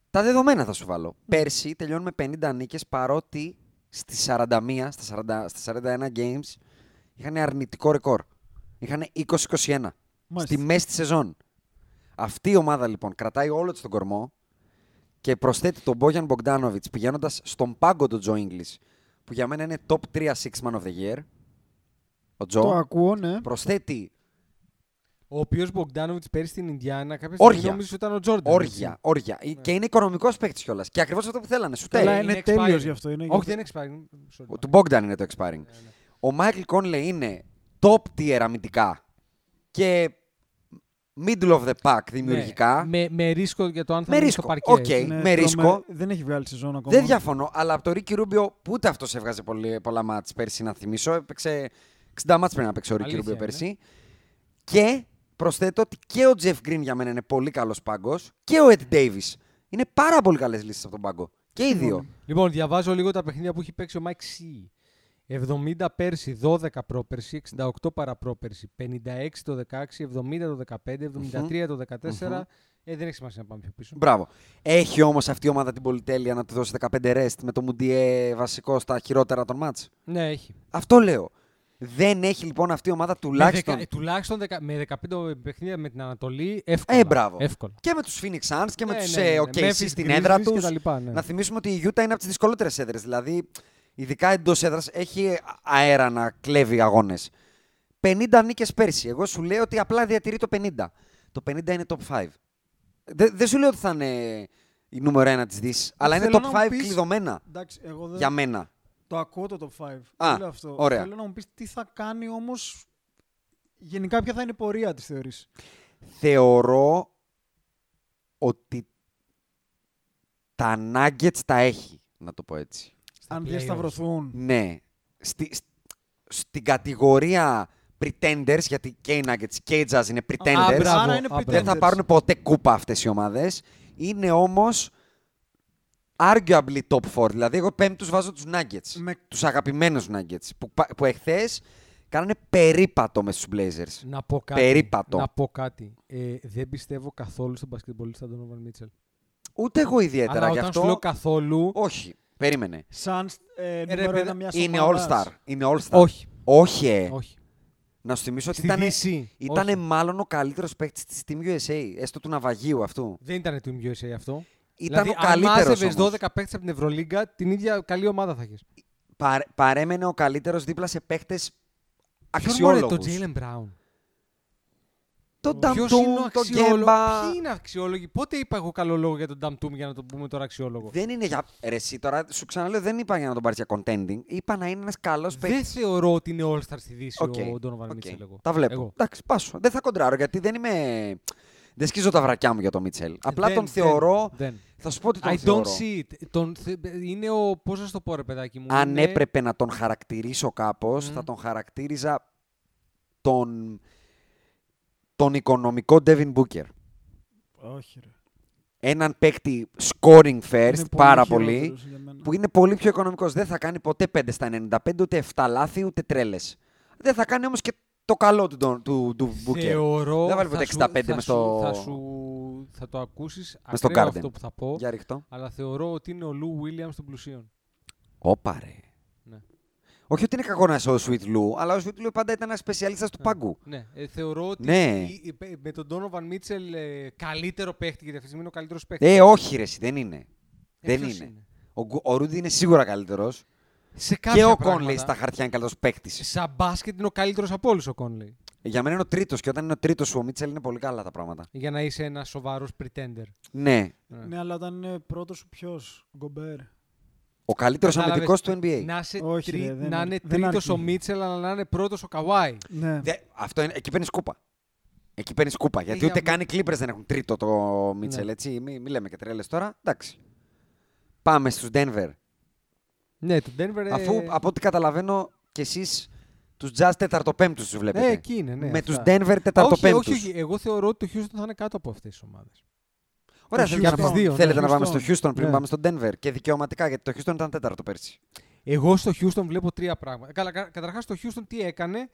Τα δεδομένα θα σου βάλω. Πέρσι τελειώνουμε 50 νίκες παρότι στις 41, στα, 40, στα 41 games είχαν αρνητικό ρεκόρ. Είχαν 20-21 Μάλιστα. στη μέση της σεζόν. Αυτή η ομάδα λοιπόν κρατάει όλο της τον κορμό και προσθέτει τον Μπόγιαν Μπογκδάνοβιτς πηγαίνοντας στον πάγκο του Τζο Inglis που για μένα είναι top 3 six man of the year. Ο Τζο Το ακούω, ναι. προσθέτει Ο οποίος Bogdanovic πέρυσι στην Ινδιάνα κάποια Όργια. στιγμή νόμιζε ότι ήταν ο Jordan. ναι, Όργια, όργια. Ε, Και είναι οικονομικός παίκτης κιόλας. Και ακριβώς αυτό που θέλανε. Σου Καλά, τέλει. είναι expired. τέλειος γι' αυτό, είναι γι' αυτό. Όχι, δεν είναι expiring. Sorry. Του Bogdan είναι το expiring. Ναι, Ο Μάικλ Conley είναι top tier αμυντικά και middle of the pack δημιουργικά. Ναι, με, με ρίσκο για το αν θα Με μείνει ρίσκο, στο παρκέ. οκ. έτσι. Ε, με τρομε- ρίσκο. Δεν έχει βγάλει σεζόν ακόμα. Δεν διαφωνώ, αλλά από το Ρίκι Ρούμπιο που ούτε αυτός έβγαζε πολύ, πολλά μάτς πέρσι να θυμίσω. Έπαιξε 60 μάτς πριν να παίξει ο Ρίκι Αλήθεια Ρούμπιο είναι. πέρσι. Και προσθέτω ότι και ο Τζεφ Γκριν για μένα είναι πολύ καλός πάγκος και ο Ed Davis. Είναι πάρα πολύ καλές λύσεις από τον πάγκο. Και οι δύο. Λοιπόν, διαβάζω λίγο τα παιχνίδια που έχει παίξει ο Mike C. 70 πέρσι, 12 πρόπερσι, 68 παραπρόπερσι, 56 το 16, 70 το 15, 73 το 14. Ε, δεν έχει σημασία να πάμε πιο πίσω. Μπράβο. Έχει όμως αυτή η ομάδα την πολυτέλεια να του δώσει 15 rest με το Μουντιέ βασικό στα χειρότερα των μάτς. Ναι, έχει. Αυτό λέω. Δεν έχει λοιπόν αυτή η ομάδα Με, δεκα- τουλάχιστον. ε, τουλάχιστον δεκα- με 15 παιχνίδια με την Ανατολή, εύκολα. Ε, μπράβο. Εύκολα. Και με τους Phoenix Suns και με ε, Ναι, τους ναι, ναι, ναι. OKC Memphis στην Grizzlies έδρα και του. τα λοιπά, ναι. Να θυμίσουμε ότι η Utah είναι από τις δυσκολότερες έδρες. Δηλαδή, ειδικά εντός έδρας, έχει αέρα να κλέβει αγώνες. 50 νίκες πέρσι. Εγώ σου λέω ότι απλά διατηρεί το 50. Το 50 είναι top 5. Δε- δεν σου λέω ότι θα είναι η νούμερο 1 της Δύσης, αλλά είναι Θέλω να μου top 5 πεις- κλειδωμένα Εντάξει, εγώ δεν... για μένα. Το ακούω το top 5. Α, Λέω αυτό. ωραία. Θέλω να μου πεις τι θα κάνει όμως... Γενικά ποια θα είναι η πορεία της θεωρής. θεωρώ ότι τα nuggets τα έχει, να το πω έτσι. Αν playoffs. διασταυρωθούν. Ναι. Στη, σ- στην κατηγορία pretenders, γιατί και οι nuggets και οι jazz είναι Α, pretenders, μπράβο, Άρα είναι α, μπράβο. δεν θα pretenders. πάρουν ποτέ κούπα αυτές οι ομάδες. Είναι όμως arguably top 4. Δηλαδή, εγώ πέμπτους βάζω τους nuggets. Με- Τους αγαπημένους nuggets, που, πα- που εχθές κάνανε περίπατο με στους blazers. Να πω κάτι. Περίπατο. Να πω κάτι. Ε, δεν πιστεύω καθόλου στον πασκετμπολίστα τον Όβαν Μίτσελ. Ούτε εγώ ιδιαίτερα Αλλά Ε, γι' όταν αυτό. σου λέω καθόλου, Όχι. Περίμενε. Σαν ε, νούμερο παιδί, ένα μιας Είναι ομάδας. all-star. Είναι all-star. όχι. Όχι, ε. όχι. Να σου θυμίσω ότι Στη ήταν. DC, Ήταν όχι. μάλλον ο καλύτερος παίκτης της Team USA, έστω του ναυαγίου αυτού. Δεν ήταν του USA αυτό. Ήταν δηλαδή, ο καλύτερος. Αν μάζευες 12 παίχτε από την Ευρωλίγκα, την ίδια καλή ομάδα θα έχει. παρέμενε ο καλύτερος δίπλα σε παίκτες Το αξιόλογους. Jalen Brown. Τον Ποιος είναι ο Νταμτούμ, τον αξιόλογο. Γκέμπα. Ποιοι είναι αξιόλογοι. Πότε είπα εγώ καλό λόγο για τον Νταμτούμ για να το πούμε τώρα αξιόλογο. Δεν είναι για. Ρε, εσύ τώρα σου ξαναλέω, δεν είπα για να τον πάρει για contending. Είπα να είναι ένας καλός Δεν παίκτη. θεωρώ ότι είναι all-star στη Δύση Οκ, ο Donovan οκ. Mitchell. Εγώ. Τα βλέπω. Εγώ. Εντάξει, πάσο. Δεν θα κοντράρω γιατί δεν είμαι. Δεν σκίζω τα βρακιά μου για τον Μίτσελ. Απλά Ε, Δεν, τον δεν, θεωρώ. δεν. Θα σου πω ότι τον I θεωρώ. don't see it. Τον θε- Είναι ο. Πώς να σου το πω, ρε παιδάκι μου. Αν είναι- έπρεπε να τον χαρακτηρίσω κάπως, θα τον χαρακτήριζα τον, τον οικονομικό Devin Booker. Όχι ρε. έναν παίκτη scoring first Είναι πάρα πολύ, χειρότερος για μένα. που είναι πολύ πιο οικονομικός. Δεν θα κάνει ποτέ 5 στα 95, ούτε 7 λάθη, ούτε τρέλες. Δεν θα κάνει όμως και το καλό του, του, του, του Booker. Θεωρώ. Δεν βάλει ποτέ θα σου- 65 θα μες σου- το- Θα, σου, θα το ακούσεις Μες το ακραίο Garden. αυτό που θα πω. Για ρίχτω. Αλλά θεωρώ ότι είναι ο Λου Βίλιαμ των πλουσίων. Όπα ρε. Ναι. Όχι ότι είναι κακό να είσαι ο Sweet Lou, αλλά ο Sweet Lou πάντα ήταν ένας σπεσιαλίστας του πάγκου. Ναι, ε, θεωρώ ότι Ναι. η- η- ε, με τον Donovan Μίτσελ ε, καλύτερο παίχτη, γιατί αυτή τη στιγμή είναι ο καλύτερος παίχτης. Ε, όχι ρε, εσύ, δεν είναι. δεν ποιος είναι. Ο, Γκου- ο Ρούντι είναι σίγουρα καλύτερος. Σε κάποια Και ο πράγματα, Κόνλεϊ στα χαρτιά είναι καλό παίκτης. Σαν μπάσκετ είναι ο καλύτερος από όλους ο Κόνλεϊ. Για μένα είναι ο τρίτος και όταν είναι ο τρίτος σου, ο Μίτσελ είναι πολύ καλά τα πράγματα. Για να είσαι ένας σοβαρός pretender. Ναι. Ναι, αλλά όταν είναι πρώτος σου ποιος, Γκομπέρ. Ο καλύτερος Κατάλαβες. αμυντικός του NBA. Να, είσαι Όχι, τρι- ρε, δεν να αρ- είναι δεν τρίτος ο αρκεί. Μίτσελ, αλλά να είναι πρώτος ο Καβάη. Ναι. Δε- αυτό είναι, εκεί παίρνεις κούπα. Εκεί παίρνεις κούπα. Γιατί για ούτε μέ- καν οι Clippers δεν έχουν τρίτο το Μίτσελ, Ναι. έτσι. Μην μη λέμε και τρέλες τώρα. Εντάξει. Πάμε στους Denver. Ναι, τον Denver. ε, Αφού από ό,τι καταλαβαίνω κι εσείς τους Jazz τεταρτοπέμπτους τους βλέπετε. Ναι, εκεί είναι. Ναι, Με τους αυτά. Denver όχι, τεταρτοπέμπτους. όχι, όχι, εγώ θεωρώ ότι το Houston θα είναι κάτω από αυτές τις ομάδες. Ωραία, Το θέλετε, Houston. να, πάμε- Δύο, ναι, θέλετε να πάμε στο Houston. Houston πριν Ναι. πάμε στο Denver. Και δικαιωματικά γιατί το Houston ήταν τέταρτο πέρσι. Εγώ στο Houston βλέπω τρία πράγματα. Ε, Καλά, κα- καταρχάς το Houston τι έκανε.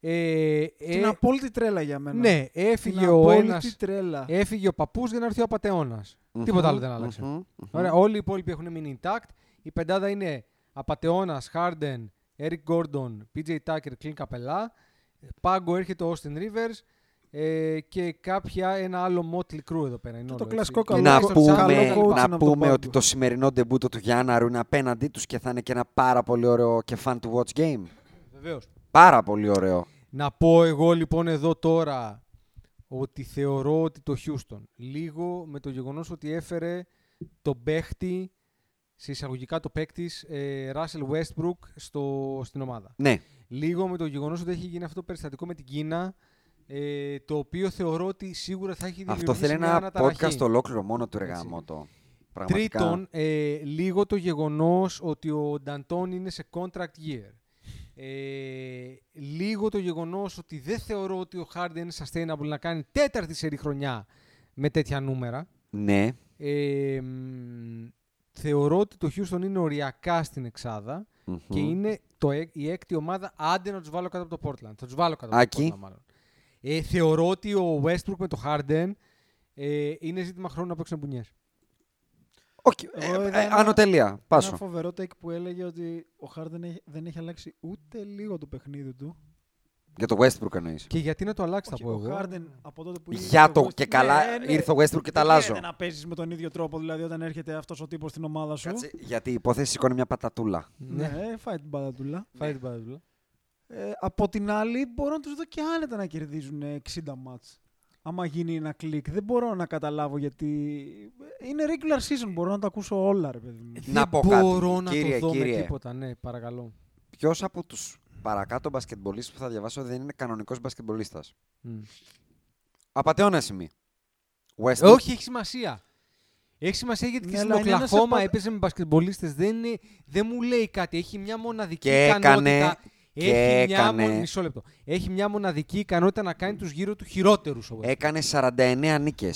Ε, Την ε, απόλυτη τρέλα για μένα. ναι, Την έφυγε ο απόλυτη ένας, Ε, τρέλα. έφυγε ο παππούς για να έρθει ο απατεώνας. Τίποτα άλλο δεν άλλαξε. Μμμ, μμμ. Ωραία, όλοι οι υπόλοιποι έχουν μείνει intact. Η πεντάδα είναι απατεώνας, Harden, Eric Gordon, PJ Tucker, Clint Capella. Πάγκο έρχεται ο Austin Rivers. Ε, και κάποια, ένα άλλο Motley Crue εδώ πέρα. Είναι το όλο, έτσι. κλασικό Και καλό να Jackson πούμε, Charles καλό coach κτλ. είναι να από τον πούμε πάγκο. ότι το σημερινό ντεμπούτο του Γιάνναρου είναι απέναντί τους και θα είναι και ένα πάρα πολύ ωραίο και fan to watch game. Βεβαίως. Πάρα πολύ ωραίο. Να πω εγώ λοιπόν εδώ τώρα ότι θεωρώ ότι το Houston λίγο με το γεγονός ότι έφερε τον παίχτη, σε εισαγωγικά το παίκτη, ε, Russell Westbrook στο, στην ομάδα. Ναι, Λίγο με το γεγονός ότι έχει γίνει αυτό το περιστατικό με την Κίνα, ε, το οποίο θεωρώ ότι σίγουρα θα έχει δημιουργήσει αυτό θέλει μια ένα αναταραχή. podcast ολόκληρο μόνο του Έτσι. Ρεγαμότο. Πραγματικά. Τρίτον, ε, λίγο το γεγονός ότι ο Νταντών είναι σε contract year. Ε, λίγο το γεγονός ότι δεν θεωρώ ότι ο Χάρντι είναι sustainable να κάνει τέταρτη σερή χρονιά με τέτοια νούμερα. Ναι, Ε, μ, θεωρώ ότι το Houston είναι οριακά στην εξάδα Μμμ. και είναι το, έκ- η έκτη ομάδα άντε να τους βάλω κάτω από το Portland. Θα τους βάλω κάτω από Άκη. το Portland μάλλον. Ε, θεωρώ ότι ο Westbrook με το Harden ε, είναι ζήτημα χρόνου να παίξουν μπουνιές. Οκ, ε, Εγώ ε, είδα ένα- άνω τελεία. Ένα Πάσο. φοβερό take που έλεγε ότι ο Χάρ δεν έχει, δεν έχει αλλάξει ούτε λίγο το παιχνίδι του. Για το Westbrook εννοείς. Και γιατί να το αλλάξει, θα Όχι, πω ο εγώ. Χάρντεν από τότε που ήρθε Για ο το Westbrook- και Ναι, καλά ναι. ήρθε ο Westbrook και τα Δεν αλλάζω. γίνεται να παίζεις με τον ίδιο τρόπο, δηλαδή όταν έρχεται αυτός ο τύπος στην ομάδα σου. Κάτσε, γιατί η υπόθεση σηκώνει μια πατατούλα. Ναι. Ναι, φάει την πατατούλα. Φάει την παραδούλα. Ε, από την άλλη, μπορώ να τους δω και άνετα να κερδίζουν ε, 60 μάτς. Άμα γίνει ένα κλικ, δεν μπορώ να καταλάβω γιατί. Είναι regular season, μπορώ να τα ακούσω όλα, ρε παιδί μου. Ε, Να πω Δεν κάτι. μπορώ να Κύριε, το δω κύριε. με τίποτα. Ναι, παρακαλώ. Ποιος από τους παρακάτω μπασκετμπολίστες που θα διαβάσω δεν είναι κανονικός μπασκετμπολίστας. Μμ. Απαταιώνα σημεί. Westbrook. Όχι, έχει σημασία. Έχει σημασία γιατί και Ναι, στην αλλά είναι ένας Οκλαχώμα απα- έπαιζε με μπασκετμπολίστες. Δεν, είναι- δεν μου λέει κάτι. Έχει μια μοναδική Και ικανότητα. έκανε- Έχει και μια έκανε- μον- Μισό λεπτό. Έχει μια μοναδική ικανότητα να κάνει τους γύρω του χειρότερους. ο Westbrook. Έκανε 49 νίκε.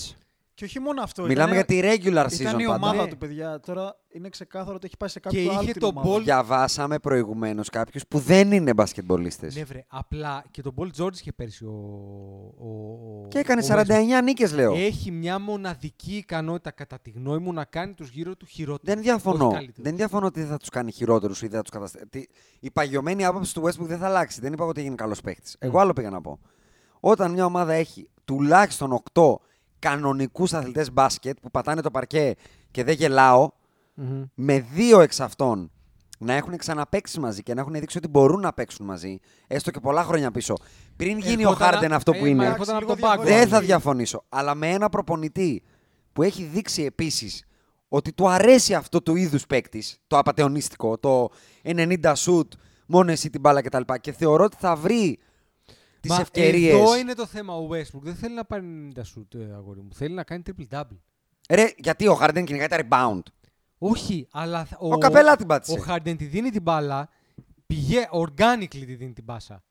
Και όχι μόνο αυτό. Μιλάμε για ήταν- τη regular Ήταν η season ομάδα πάντα. Ναι. του, παιδιά. Τώρα είναι ξεκάθαρο ότι έχει πάει σε Και κάποιο άλλο είχε την το ομάδα. ball- Διαβάσαμε προηγουμένως κάποιους που δεν είναι μπασκετμπολίστες. Ναι, βρε, απλά και τον Πολ Τζόρτζ είχε πέρσι ο. ο- ο- Και έκανε ο Westbrook. 49 νίκες, λέω. Ε, Έχει μια μοναδική ικανότητα, κατά τη γνώμη μου, να κάνει τους γύρω του χειρότερους. Δεν όχι διαφωνώ. καλύτερους. Δεν διαφωνώ ότι δεν θα τους κάνει χειρότερους ή δεν θα τους καταστρέψει. Η παγιωμένη άποψη του Westbrook δεν θα αλλάξει. Δεν είπα ότι έγινε καλός παίχτης. Εγώ άλλο πήγα να πω. Όταν μια ομάδα έχει τουλάχιστον 8 κανονικούς αθλητές μπάσκετ που πατάνε το παρκέ και δεν γελάω, Μμμ. με δύο εξ αυτών να έχουν ξαναπέξει μαζί και να έχουν δείξει ότι μπορούν να παίξουν μαζί, έστω και πολλά χρόνια πίσω, πριν γίνει ο Ερχόταν να- Χάρντεν αυτό ε, που μα είναι, Ερχόταν από λίγο τον πάγκο. δεν θα διαφορετική. διαφωνήσω. Αλλά με ένα προπονητή που έχει δείξει επίσης ότι του αρέσει αυτό του είδους παίκτης, το απαταιωνίστικο, το 90 σουτ, μόνο εσύ την μπάλα κτλ. Και θεωρώ ότι θα βρει τις Μα ευκαιρίες. Εδώ είναι το θέμα. Ο Westbrook δεν θέλει να πάρει 90 σουτ, ε, αγόρι μου. Θέλει να κάνει triple-double. Ρε, γιατί ο Χάρντεν κυνηγάει τα rebound. Όχι, αλλά θα- ο, Ο Καπελά την πάτησε. Ο Harden τη δίνει την μπάλα, πηγαίνει, organically τη δίνει την μπάσα.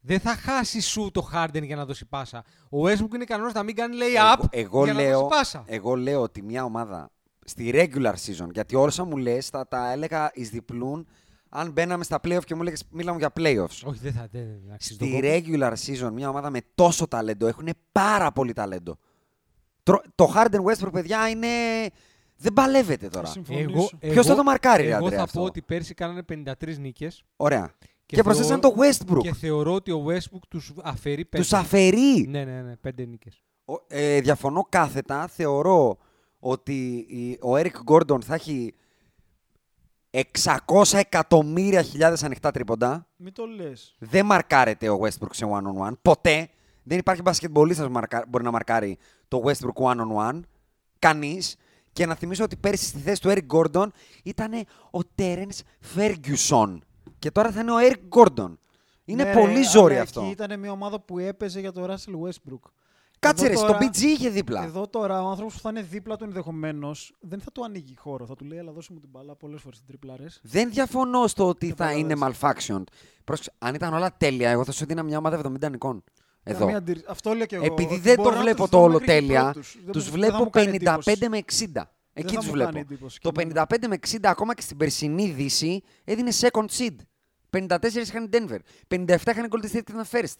Δεν θα χάσει σου το Harden για να δώσει πάσα. Ο Westbrook είναι κανόνα να μην κάνει lay-up Εγώ, εγώ για να λέω, Ε- δώσει πάσα. εγώ λέω ότι μια ομάδα στη regular season, γιατί όλα όσα μου λες θα τα έλεγα εις διπλούν αν μπαίναμε στα playoff και μου έλεγες μίλα μου για playoffs. Όχι, δεν θα. Δεν, δεν αξίζει τον Στη κόπο. regular season, μια ομάδα με τόσο ταλέντο, έχουν πάρα πολύ ταλέντο. Τρο- Το Harden Westbrook, παιδιά, είναι. Δεν παλεύεται τώρα. Εγώ, Ποιος θα το μαρκάρει, ρε, Εγώ Αντρέα, θα αυτό? πω ότι πέρσι κάνανε 53 νίκες. Ωραία. Και, προσθέσαν το Westbrook. Και θεωρώ ότι ο Westbrook τους αφαιρεί 5. Τους αφαιρεί. Ναι, ναι, ναι, 5 νίκες. Ο- ε, διαφωνώ κάθετα. Θεωρώ ότι η- ο Eric Gordon θα έχει 600 εκατομμύρια χιλιάδες ανοιχτά τρίποντα. Μην το λες. Δεν μαρκάρεται ο Westbrook σε one-on-one. Ποτέ. Δεν υπάρχει μπασκετμπολίστας που μαρκα- μπορεί να μαρκάρει το Westbrook one-on-one. Κανείς. Και να θυμίσω ότι πέρσι στη θέση του Eric Gordon ήταν ο Terence Ferguson. Και τώρα θα είναι ο Eric Gordon. Είναι πολύ ζόρι αυτό. Ναι, Εκεί ήταν μια ομάδα που έπαιζε για τον Russell Westbrook. Κάτσε Εδώ ρε, τώρα- στο BG είχε δίπλα. Εδώ τώρα ο άνθρωπος που θα είναι δίπλα του ενδεχομένως δεν θα του ανοίγει χώρο. Θα του λέει, αλλά δώσε μου την μπάλα πολλές φορές την τριπλάρε. Δεν διαφωνώ στο ότι θα Κατάλαβες. είναι malfunctioned. Πρόσεξε, αν ήταν όλα τέλεια, εγώ θα σου δίνα μια ομάδα 70 νικών. Εδώ. Αυτό λέω και εγώ. Επειδή ότι δεν μπορώ το να βλέπω τους το δω όλο μέχρι και τέλεια, πρώτους. Δεν μου- του δεν θα βλέπω μου 55 κάνει εντύπωση. με 60. Εκεί θα του μου βλέπω. κάνει εντύπωση Το και εμένα. 55 με 60, ακόμα και στην περσινή Δύση, έδινε second seed. 54 είχαν Denver. 57 είχαν Golden State και ήταν first.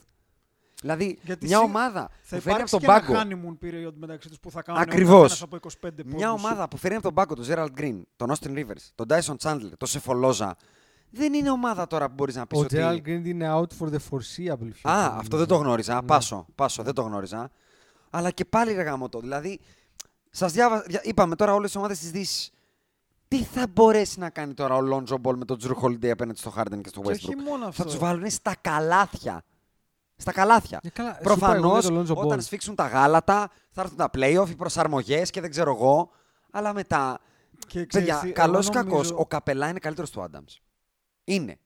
Δηλαδή, Γιατί μια σί- ομάδα Θα που φέρνει από υπάρξει τον και ένα πάγκο. honeymoon period μεταξύ τους που θα κάνουν Ακριβώς. ένας από 25 πόντους. Μια ομάδα που φέρνει από τον πάγκο τον Gerald Green, τον Austin Rivers, τον Dyson Chandler, τον Σεφολόζα. Δεν είναι ομάδα τώρα που μπορείς να πεις Ο ότι. Gerald Green είναι out for the foreseeable future. Α, αυτό δεν το γνώριζα. Ναι. Πάσο, πάσο, δεν το γνώριζα. Αλλά και πάλι ρε γάμο το. Δηλαδή, σας διάβασα. Είπαμε τώρα όλες τι ομάδες της Δύσης. Τι θα μπορέσει να κάνει τώρα ο Λόντζο Μπολ με τον Τζρου Χολιντέι απέναντι στο Χάρντεν και στο Και όχι Westbrook. μόνο Θα αυτό. τους βάλουν στα καλάθια. Στα καλάθια. Ε, καλά, σου είπα εγώ Προφανώ για τον Lonzo Ball. όταν σφίξουν τα γάλατα θα έρθουν τα playoff, οι προσαρμογές και δεν ξέρω εγώ. Αλλά μετά. Ε, Και ξέρεις τι, Παιδιά, εγώ καλός ή νομίζω- κακό, ο Καπελά είναι καλύτερος του Άνταμ. Είναι.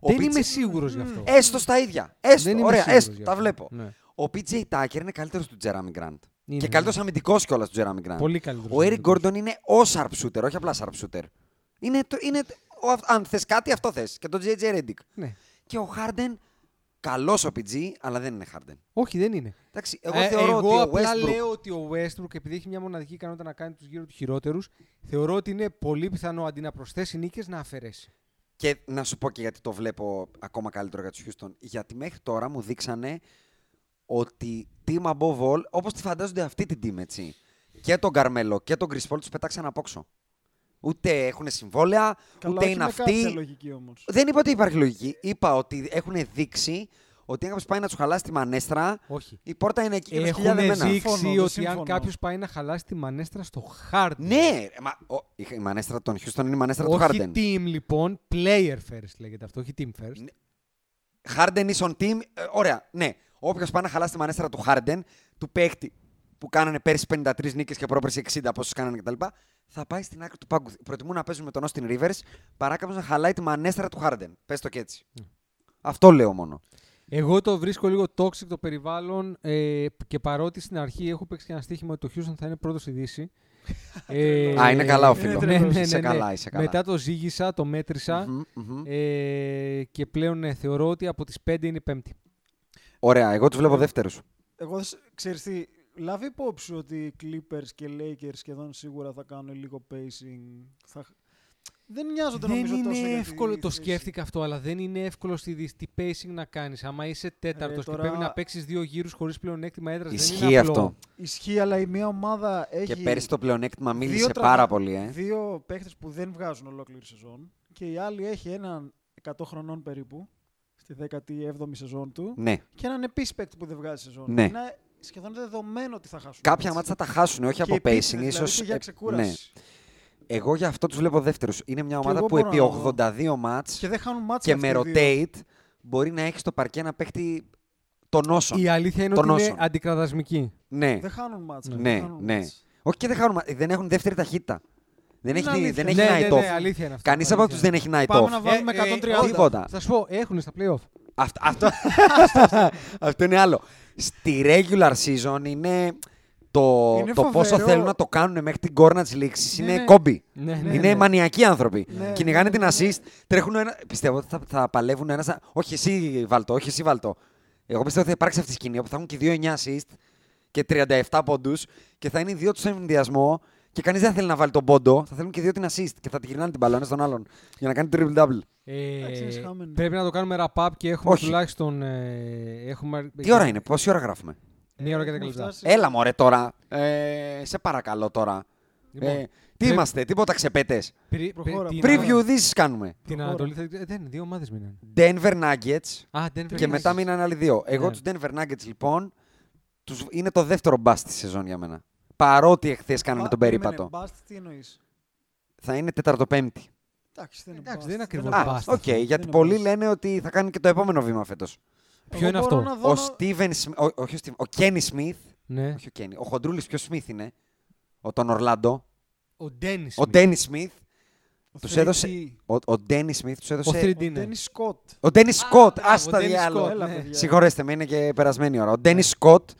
Ο Δεν Πιτς- είμαι σίγουρος γι' αυτό. Έστω στα ίδια. Έστω. Δεν είμαι ωραία, σίγουρος έστω. γι' Τα αυτό. βλέπω. Ναι. Ο PJ Tucker είναι καλύτερος του Jeremy Grant. Είναι, και ναι. καλύτερος αμυντικός κιόλας του Jeremy Grant. Πολύ καλύτερος. Ο Eric Gordon είναι ο sharpshooter, όχι απλά sharpshooter. Είναι, το, είναι το- ο αυ- αν θες κάτι, αυτό θες. Και τον JJ Reddick. Ναι. Και ο Harden, καλός ο PG, αλλά δεν είναι Harden. Όχι, δεν είναι. Εντάξει, εγώ Ε, θεωρώ εγώ ότι ο απλά Westbrook. λέω ότι ο Westbrook, επειδή έχει μια μοναδική ικανότητα να κάνει τους γύρω του χειρότερους, θεωρώ ότι είναι πολύ πιθανό αντί να προσθέσει νίκες να αφαιρέσει. Και να σου πω και γιατί το βλέπω ακόμα καλύτερο για τους Houston. Γιατί μέχρι τώρα μου δείξανε ότι team above all, όπως τη φαντάζονται αυτή την team, έτσι. Και τον Καρμέλο και τον Chris Paul τους πετάξαν απ' όξω. Ούτε έχουν συμβόλαια, Καλά, ούτε όχι είναι με κάποια αυτοί. λογική όμως. Δεν είπα ότι υπάρχει λογική. Είπα ότι έχουν δείξει ότι αν κάποιος πάει να τους χαλάσει τη μανέστρα, Όχι. η πόρτα είναι εκεί. και με σκυλιά Έχουν δεμένα. δείξει Συμφωνώ, δεν ότι συμφωνώ. αν κάποιος πάει να χαλάσει τη μανέστρα στο Harden. Ναι, ρε, μα, ο, η, η μανέστρα των Houston είναι η μανέστρα του Όχι Harden. Ναι. team λοιπόν, player first λέγεται αυτό, όχι team first. Harden is on team. Ε, ωραία, ναι. Όποιος πάει να χαλάσει τη μανέστρα του Harden, του παίχτη που κάνανε πέρσι 53 νίκες και πρόπερσι 60, πόσε κάνανε κτλ. Θα πάει στην άκρη του πάγκου. Προτιμούν να παίζουν με τον Austin Rivers παρά κάποιος να χαλάει τη μανέστρα του Harden. Πες το και έτσι. Ναι. Αυτό λέω μόνο. Εγώ το βρίσκω λίγο toxic το περιβάλλον ε, και παρότι στην αρχή έχω παίξει και ένα στοίχημα ότι το Houston θα είναι πρώτος στη <laughs> Δύση. ε, Α, είναι καλά ο ναι, φίλος. ναι, ναι, ναι, Είσαι ναι. καλά, είσαι καλά. Μετά το ζήγησα, το μετρησα Μμμ, μμμ. ε, και πλέον ναι, θεωρώ ότι από τις 5 είναι η πέμπτη. Ωραία, εγώ τους ε, βλέπω δεύτερους. Εγώ σ- ξέρεις τι, λάβει υπόψη ότι οι Clippers και Lakers σχεδόν σίγουρα θα κάνουν λίγο pacing. Θα... Δεν νοιάζονται Δεν νομίζω τόσο είναι για τη εύκολο, το θέση. σκέφτηκα αυτό, αλλά δεν είναι εύκολο στη Δύση. Τι pacing να κάνεις. Άμα είσαι τέταρτος Ε, τώρα- και πρέπει να παίξεις δύο γύρους χωρίς πλεονέκτημα έδρας. δεν Ισχύει είναι απλό. αυτό. Ισχύει, αλλά η μία ομάδα έχει. Και πέρσι το πλεονέκτημα δύο μίλησε τραυμα- πάρα πολύ. Ε. Δύο παίχτες που δεν βγάζουν ολόκληρη σεζόν και η άλλη έχει έναν 100 χρονών περίπου στη 17η σεζόν του Ναι. και έναν επίσης παίκτη που δεν βγάζει σεζόν. Ναι. Είναι σχεδόν δεδομένο ότι θα χάσουν. Κάποια μάτς. μάτσα θα τα χάσουν, όχι Και από επίτηδες, pacing, δηλαδή, ίσως, και για ε, ξεκούραση. ναι. Εγώ γι' αυτό τους βλέπω δεύτερους. Είναι μια ομάδα εγώ που μπορώ επί να δω. 82 μάτς Και δεν χάνουν μάτσα. και με rotate μπορεί να έχεις στο παρκέ ένα παίχτη των όσων. Η αλήθεια είναι Των ότι είναι όσων. αντικραδασμική. Ναι, Δεν χάνουν μάτσα. ναι, ναι. Όχι και δεν, χάνουν, μα- δεν έχουν δεύτερη ταχύτητα. Δεν Είναι έχει, αλήθεια. δεν έχει ναι, night ναι, ναι, off. αλήθεια είναι αυτό. Κανείς από τους δεν έχει night Πάμε off. να βάλουμε 130. τίποτα. Θα σου πω, έχουν στα playoff. Αυτό, <laughs> αυτό, αυτό είναι άλλο. Στη regular season είναι Το, Είναι το πόσο φοβερό. θέλουν να το κάνουν μέχρι την κόρνα τη λήξη Ναι, είναι ναι. κόμπι. Ναι, ναι, είναι ναι. μανιακοί άνθρωποι. Ναι. Κυνηγάνε την assist, τρέχουν ένα. Πιστεύω ότι θα, θα παλεύουν ένα. σαν- Όχι εσύ βαλτό, όχι εσύ βαλτό. Εγώ πιστεύω ότι θα υπάρξει αυτή η σκηνή όπου θα έχουν και οι δύο 9 assist και 37 πόντους και θα είναι οι δύο τους στον ενδιασμό και κανείς δεν θα θέλει να βάλει τον πόντο. Θα θέλουν και οι δύο την assist και θα τη γυρνάνε την μπαλά ένας στον άλλον για να κάνει triple double. Εντάξει, είναι σχάμενο. Ε, πρέπει να το κάνουμε wrap-up και έχουμε Όχι. τουλάχιστον. Ε, έχουμε... Ε, Τι ώρα είναι, πόση ώρα γράφουμε. Μία ώρα και δέκα Ε, Έχουμε λεπτά. φτάσεις. Έλα μωρέ τώρα. Ε, σε παρακαλώ τώρα. Λοιπόν, ε, τι πρέπει- είμαστε, τίποτα ξεπέτες. Πρι- πρι- προχώρα. την- Preview ειδήσεις κάνουμε. Την Προχώρα. Ανατολή. θα- ε, Δεν είναι, δύο ομάδες μείναν. Denver Nuggets Α, Denver και Nuggets. μετά μείναν άλλοι δύο. Εγώ Ναι. τους Denver Nuggets λοιπόν τους... είναι το δεύτερο μπας της σεζόν για μένα. Παρότι εχθές κάναμε Μπα- τον περίμενε, περίπατο. Μπάστ, τι εννοείς. Θα είναι τέταρτο-πέμπτη. Εντάξει, δεν είναι μπάστ, Εντάξει, δεν είναι ακριβώς είναι Α, μπάστ. μπάστ. οκ, αυτό. γιατί Δεν πολλοί είναι λένε ότι θα κάνει και το επόμενο βήμα φέτος. Ποιο Εγώ είναι μπορώ αυτό? να δω Ο να- Steven Smith, ο, όχι ο Steven, ο Kenny Smith, Ναι. όχι ο Kenny, ο Χοντρούλης ποιος Smith είναι, ο τον Ορλάντο, Ο Ντένι. ο Dennis Smith, ο τους 3D, έδωσε, ο, ο Dennis Smith τους Ο έδωσε 3D Ο Ντένι είναι. Σκότ. Ο Ντένι Σκοτ, μπράβο, άστα ο Dennis διάλογο. Scott, Έλα, ναι. παιδιά. Ναι. Συγχωρέστε με, είναι και περασμένη ώρα. Ο Ντένι Σκοτ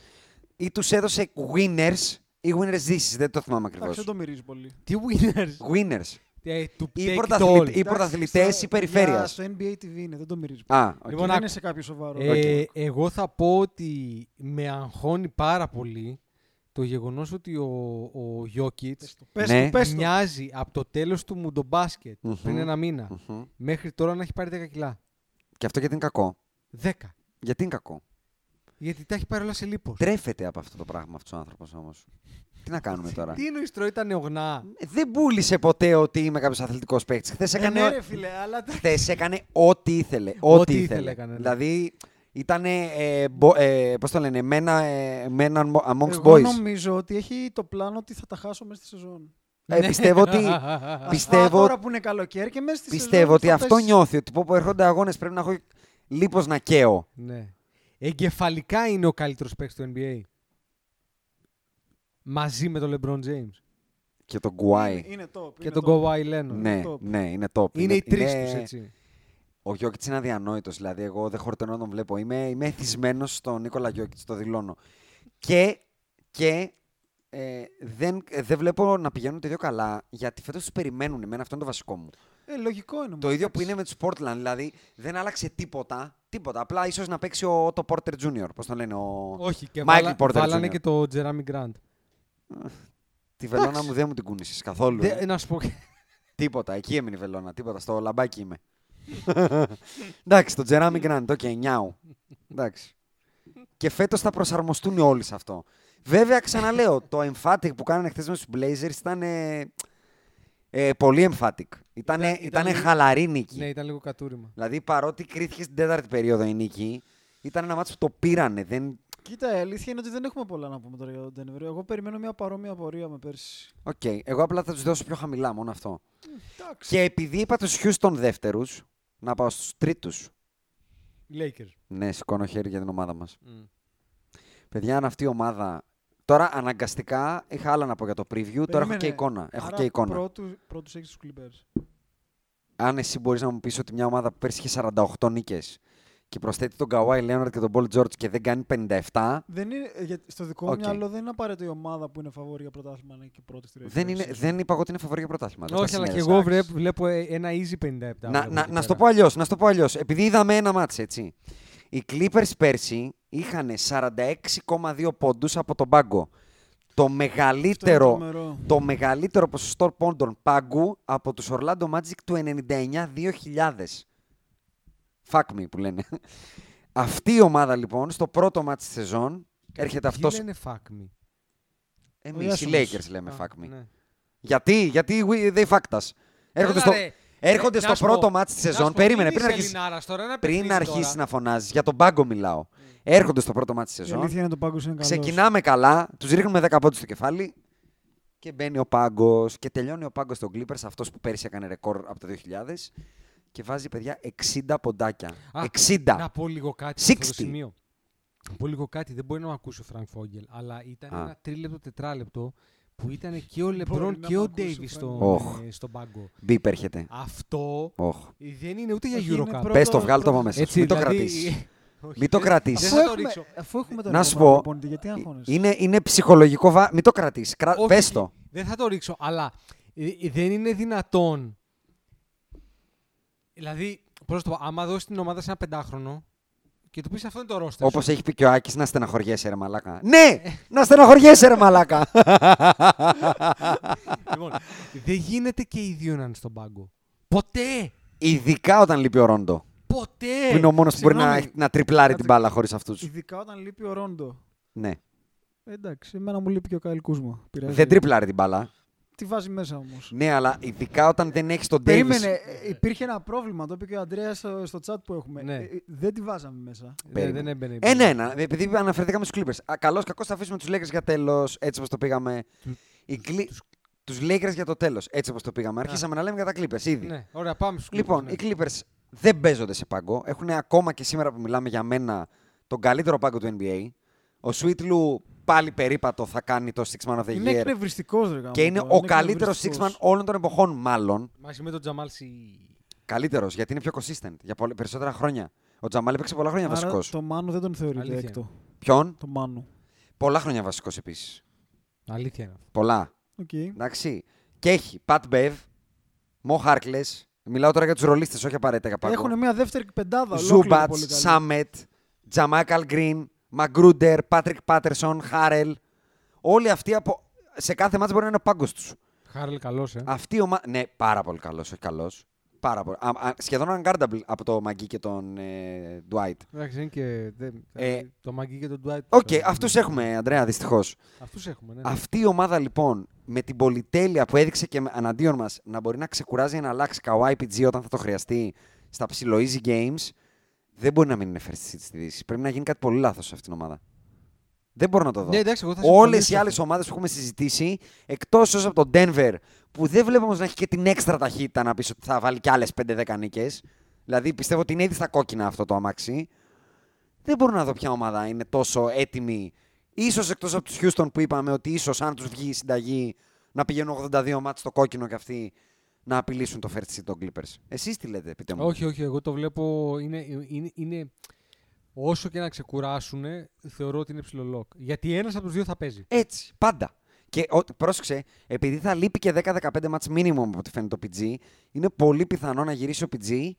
ή τους έδωσε winners ή winners this, δεν το θυμάμαι ακριβώς. Εντάξει, δεν το μυρίζει πολύ. Τι winners. Winners. Ε, to Ή take it πρωταθλητέ all. ή Εντάξει, πρωταθλητές στα- ή περιφέρειας. για- Στο NBA TV είναι, δεν το μυρίζει πολύ. Α, Λοιπόν, οκ. Και άκου. Δεν είναι σε κάποιος σοβαρός. Ε, Εγώ θα πω ότι με αγχώνει πάρα πολύ το γεγονός ότι ο, ο Jokic Πες το, Πες ναι. το, πες το. μοιάζει από το τέλος του μουντομπάσκετ Μμμ. πριν ένα μήνα Μμμ. μέχρι τώρα να έχει πάρει 10 κιλά. Και αυτό γιατί είναι κακό. 10. Γιατί είναι κακό. Γιατί τα έχει πάρει όλα σε λίπος. Τρέφεται από αυτό το πράγμα αυτός ο άνθρωπος όμως. Τι να κάνουμε τώρα. Ε, Τι εννοείς τρώει τα νεογνά. Δεν πούλησε ποτέ ότι είμαι κάποιος αθλητικός παίκτης. Χθες Ε, έκανε. Ναι, ρε φίλε, αλλά τα- Χθες έκανε ό,τι ήθελε. Ό,τι Ό,τι ήθελε ήθελε. έκανε, ναι. Δηλαδή ήταν. Ε, μπο- ε, Πώς το λένε, μένα, ε, μένα amongst Εγώ boys. νομίζω ότι έχει το πλάνο ότι θα τα χάσω μέσα στη σεζόν. Ε, Ναι. πιστεύω <laughs> ότι, Α, πιστεύω, τώρα που είναι καλοκαίρι και μέσα στη σεζόν πιστεύω ότι θα αυτό πέσει. νιώθει. Ότι πω, πω έρχονται αγώνες πρέπει να έχω λίπος να καίω. ναι. Εγκεφαλικά είναι ο καλύτερος παίκτης του NBA. Μαζί με τον LeBron James Και τον Γκουάι. Είναι- Είναι top. και είναι τον top. Kawhi Leonard. Ναι, top. ναι, είναι top. Είναι οι τρεις είναι- ναι. τους, έτσι. Ο Γιώκητ είναι αδιανόητος. Δηλαδή, εγώ δεν χορτενώ να τον βλέπω. Είμαι, είμαι εθισμένος στον Νίκολα Γιώκητ, το δηλώνω. Και, και ε, δεν, ε, δεν βλέπω να πηγαίνουν τα δύο καλά, γιατί φέτος τους περιμένουν. Εμένα αυτό είναι το βασικό μου. Ε, λογικό είναι. Το μα, ίδιο που εντάξει. είναι με τους Portland, δηλαδή δεν άλλαξε τίποτα. Τίποτα. Απλά ίσως να παίξει ο Otto Porter Jr. Πώς τον λένε, ο. Όχι, και Michael βάλα, Porter βάλανε Jr.. και το Jeremy Grant. Τη βελόνα μου δεν μου την κούνησες καθόλου. Δε- ε. να σου πω. <laughs> Τίποτα, εκεί έμεινε η βελόνα. Τίποτα, στο λαμπάκι είμαι. <laughs> Εντάξει, το Τζεράμι Γκραντ, οκ, νιάου. Εντάξει. Και φέτος θα προσαρμοστούν όλοι σε αυτό. Βέβαια, ξαναλέω, το emphatic που κάνανε χθες με τους Blazers ήταν. Ε, ε, πολύ emphatic. Ήτανε, Ήταν- ήτανε ήταν- χαλαρή νίκη. ναι, ήταν λίγο κατούριμα. Δηλαδή, παρότι κρίθηκε στην τέταρτη περίοδο η νίκη, ήταν ένα μάτσο που το πήρανε. Δεν... Κοίτα, η αλήθεια είναι ότι δεν έχουμε πολλά να πούμε τώρα για τον Denver. Εγώ περιμένω μια παρόμοια πορεία με πέρσι. Οκ, εγώ απλά θα τους δώσω πιο χαμηλά, μόνο αυτό. Εντάξει. Και επειδή είπα τους Houston δεύτερους, να πάω στους τρίτους. Lakers. Ναι, σηκώνω χέρι για την ομάδα μας. Παιδιά, αν αυτή η ομάδα. Τώρα αναγκαστικά είχα άλλα να πω για το preview, τώρα έχω Περίμενε. και εικόνα. Έχω Άρα και εικόνα. Πρώτου, πρώτους έχεις τους Clippers. Αν εσύ μπορείς να μου πεις ότι μια ομάδα που πέρσι είχε 48 νίκες και προσθέτει τον Καουάι Λέοναρτ και τον Πολ Τζόρτζ και δεν κάνει 57, Δεν είναι, ε, γιατί στο δικό μου Οκ. μυαλό δεν είναι απαραίτητο η ομάδα που είναι φαβόρη για πρωτάθλημα να είναι και πρώτη στη δεν, regular είναι, season. δεν είπα εγώ ότι είναι φαβορή για πρωτάθλημα. δεν τα Όχι, αλλά και συνέδεσα. εγώ βρε- βλέπω ε, ένα easy 57. Να, να, να στο πω αλλιώς, να στο πω αλλιώς. Επειδή είδαμε ένα μάτς, έτσι. Οι Clippers πέρσι είχαν 46,2 πόντους από τον πάγκο. Το Αυτό είναι μεγαλύτερο τρομερό. το μεγαλύτερο ποσοστό πόντων πάγκου από τους Orlando Magic του 99-2000. Fuck me που λένε. Αυτή η ομάδα λοιπόν στο πρώτο μάτς της σεζόν έρχεται αυτός... είναι fuck me. Εμείς οι Ιάσονας. Lakers λέμε Α, fuck me. ναι. Γιατί, γιατί we- they fucked us. Έρχονται Έλα, στο, ρε. έρχονται Ε, στο να σου πρώτο πω, μάτς της να σου σεζόν. πω, Περίμενε, μην πριν είσαι αρχίσει, Ελληνάρας τώρα, ένα πριν παιχνίδι τώρα. Mm. αρχίσει να φωνάζεις, για τον πάγκο μιλάω. Έρχονται στο πρώτο μάτς της Η σεζόν. αλήθεια είναι το πάγκος είναι καλός. Ξεκινάμε καλά, τους ρίχνουμε 10 πόντους στο κεφάλι και μπαίνει ο πάγκος και τελειώνει ο πάγκος των Clippers, αυτός που πέρυσι έκανε ρεκόρ από το 2000 και βάζει παιδιά 60 ποντάκια. Α, 60. Να πω λίγο κάτι σε αυτό το 60. σημείο. Να πω λίγο κάτι, δεν μπορεί να με ακούσει ο Φρανκ Φόγγελ, αλλά ήταν Α. ένα τρίλεπτο, τετράλεπτο που ήταν και ο μπορεί Λεμπρόν να και μ' ο ακούσει ο Ντέιβις Φρανκ. Οχ. στον πάγκο. Μπίπ έρχεται. Αυτό Οχ. δεν είναι ούτε Όχι, για είναι Eurocup. πρώτο- Πες το, βγάλω το από μέσα. Έτσι, μην το δηλαδή, <laughs> κρατήσεις. Μην το κρατήσεις. Αφού Δεν θα το έχουμε, ρίξω. αφού έχουμε τον Να σου Εβδομάδα, πω, ε, προπονητή, γιατί αγχώνεσαι. Είναι, είναι ψυχολογικό βάρο. Μην το κρατήσεις. Κρα... Όχι, Πες το. Δεν θα το ρίξω, αλλά ε, ε, δεν είναι δυνατόν. Δηλαδή, πώς το πω, άμα δώσεις την ομάδα σε ένα πεντάχρονο και του πεις αυτό είναι το ρόστερ. Όπως έχει πει και ο Άκης, να στεναχωριέσαι, ρε Μαλάκα. Ναι! να στεναχωριέσαι, ρε <laughs> Μαλάκα. Λοιπόν, δεν γίνεται και οι δύο να είναι στον πάγκο. Ποτέ! Ειδικά όταν λείπει ο Ρόντο. Ποτέ! Ναι, Που είναι ο μόνος που μπορεί να, συγγνώμη. να τριπλάρει την Κάτσε. μπάλα χωρίς αυτούς. Ειδικά όταν λείπει ο Ρόντο. Ε, Ναι. Εντάξει, εμένα μου λείπει και ο Καηλ Κούσμα. Πειράζει. Δεν τριπλάρει την μπάλα. Τη βάζει μέσα όμως. Ναι, αλλά ειδικά όταν δεν έχεις τον Περίμενε, Ντέιβι. ε, υπήρχε ένα πρόβλημα. Το είπε και ο Αντρέας στο, στο chat που έχουμε. Ναι. Ε, ε, δεν τη βάζαμε μέσα. Δεν, Περίμενε. δεν έμπαινε. η μπάλα. Ένα-ένα. Επειδή αναφερθήκαμε στους Clippers. Καλώ, κακό, θα αφήσουμε τους Lakers για τέλος, έτσι όπως το πήγαμε. Τους Lakers για το τέλος, έτσι όπως το πήγαμε. Αρχίσαμε να λέμε για τα Clippers ήδη. Ναι, ωραία, πάμε στους Λοιπόν, κλήπους, οι Clippers δεν παίζονται σε παγκό. Έχουν ακόμα και σήμερα που μιλάμε για μένα τον καλύτερο πάγκο του NBA. Ο Σουίτλου πάλι περίπατο θα κάνει το Six Man of the Είναι Year. εκνευριστικός ρε γάμο Και είναι το, ο καλύτερος Six Man εκνευριστικός. όλων των εποχών, μάλλον. ναι. Μαζί με τον Τζαμάλ Σι. Καλύτερος, γιατί είναι πιο consistent για πολλ- περισσότερα χρόνια. Ο Τζαμάλ έπαιξε πολλά χρόνια Άρα βασικός. το Μάνο δεν τον θεωρείται Αλήθεια. έκτο. Ποιον? Το Μάνο. Πολλά χρόνια βασικός επίσης. Αλήθεια είναι. αυτό. Πολλά. Οκ. Εντάξει. Και έχει Pat Bev, Mo Harkless. Μιλάω τώρα για τους ρολίστες, όχι απαραίτητα για πάγκο. Έχουν μια δεύτερη πεντάδα. ολόκληρη Ζούμπατ, πολύ καλή. Σάμετ, Τζαμάικαλ Γκριν, Μαγκρούντερ, Πάτρικ Πάτερσον, Χάρελ. Όλοι αυτοί από... σε κάθε μάτς μπορεί να είναι ο πάγκος τους. Χάρλ, καλός, ε. Αυτή η ομα... Ναι, πάρα πολύ καλός, όχι καλός. Πάρα πολύ. Α, α, σχεδόν unguardable από το Μαγκί και τον ε, Dwight. Εντάξει, είναι και. δεν- Ε, το Μαγκί και τον Ντουάιτ. Οκ, αυτούς έχουμε, Αντρέα, δυστυχώς. Αυτούς έχουμε, ναι. Αυτή η ομάδα λοιπόν με την πολυτέλεια που έδειξε και με- αναντίον μας να μπορεί να ξεκουράζει να αλλάξει καουάι PG όταν θα το χρειαστεί στα ψηλό easy games, δεν μπορεί να μην είναι first seed στη Δύση. Πρέπει να γίνει κάτι πολύ λάθος σε αυτήν την ομάδα. Δεν μπορώ να το δω. Ναι, εντάξει, εγώ θα Όλες οι συμφωνήσω άλλε αυτό. ομάδες που έχουμε συζητήσει, εκτός ως από τον Denver, που δεν βλέπω όμως να έχει και την έξτρα ταχύτητα να πεις ότι θα βάλει κι άλλες 5-10 νίκες. Δηλαδή πιστεύω ότι είναι ήδη στα κόκκινα αυτό το αμάξι. Δεν μπορώ να δω ποια ομάδα είναι τόσο έτοιμη. Ίσως εκτός από τους Houston που είπαμε ότι ίσως αν τους βγει η συνταγή να πηγαίνουν 82 μάτς στο κόκκινο και αυτοί να απειλήσουν το first seed των Clippers. Εσείς τι λέτε, πείτε μου. Όχι, όχι, εγώ το βλέπω. Είναι, είναι, είναι... Όσο και να ξεκουράσουν, θεωρώ ότι είναι ψηλό lock. Γιατί ένας από τους δύο θα παίζει. Έτσι, πάντα. Και ο, πρόσεξε, επειδή θα λείπει και 10-15 μάτς minimum από ό,τι φαίνεται το PG, είναι πολύ πιθανό να γυρίσει ο PG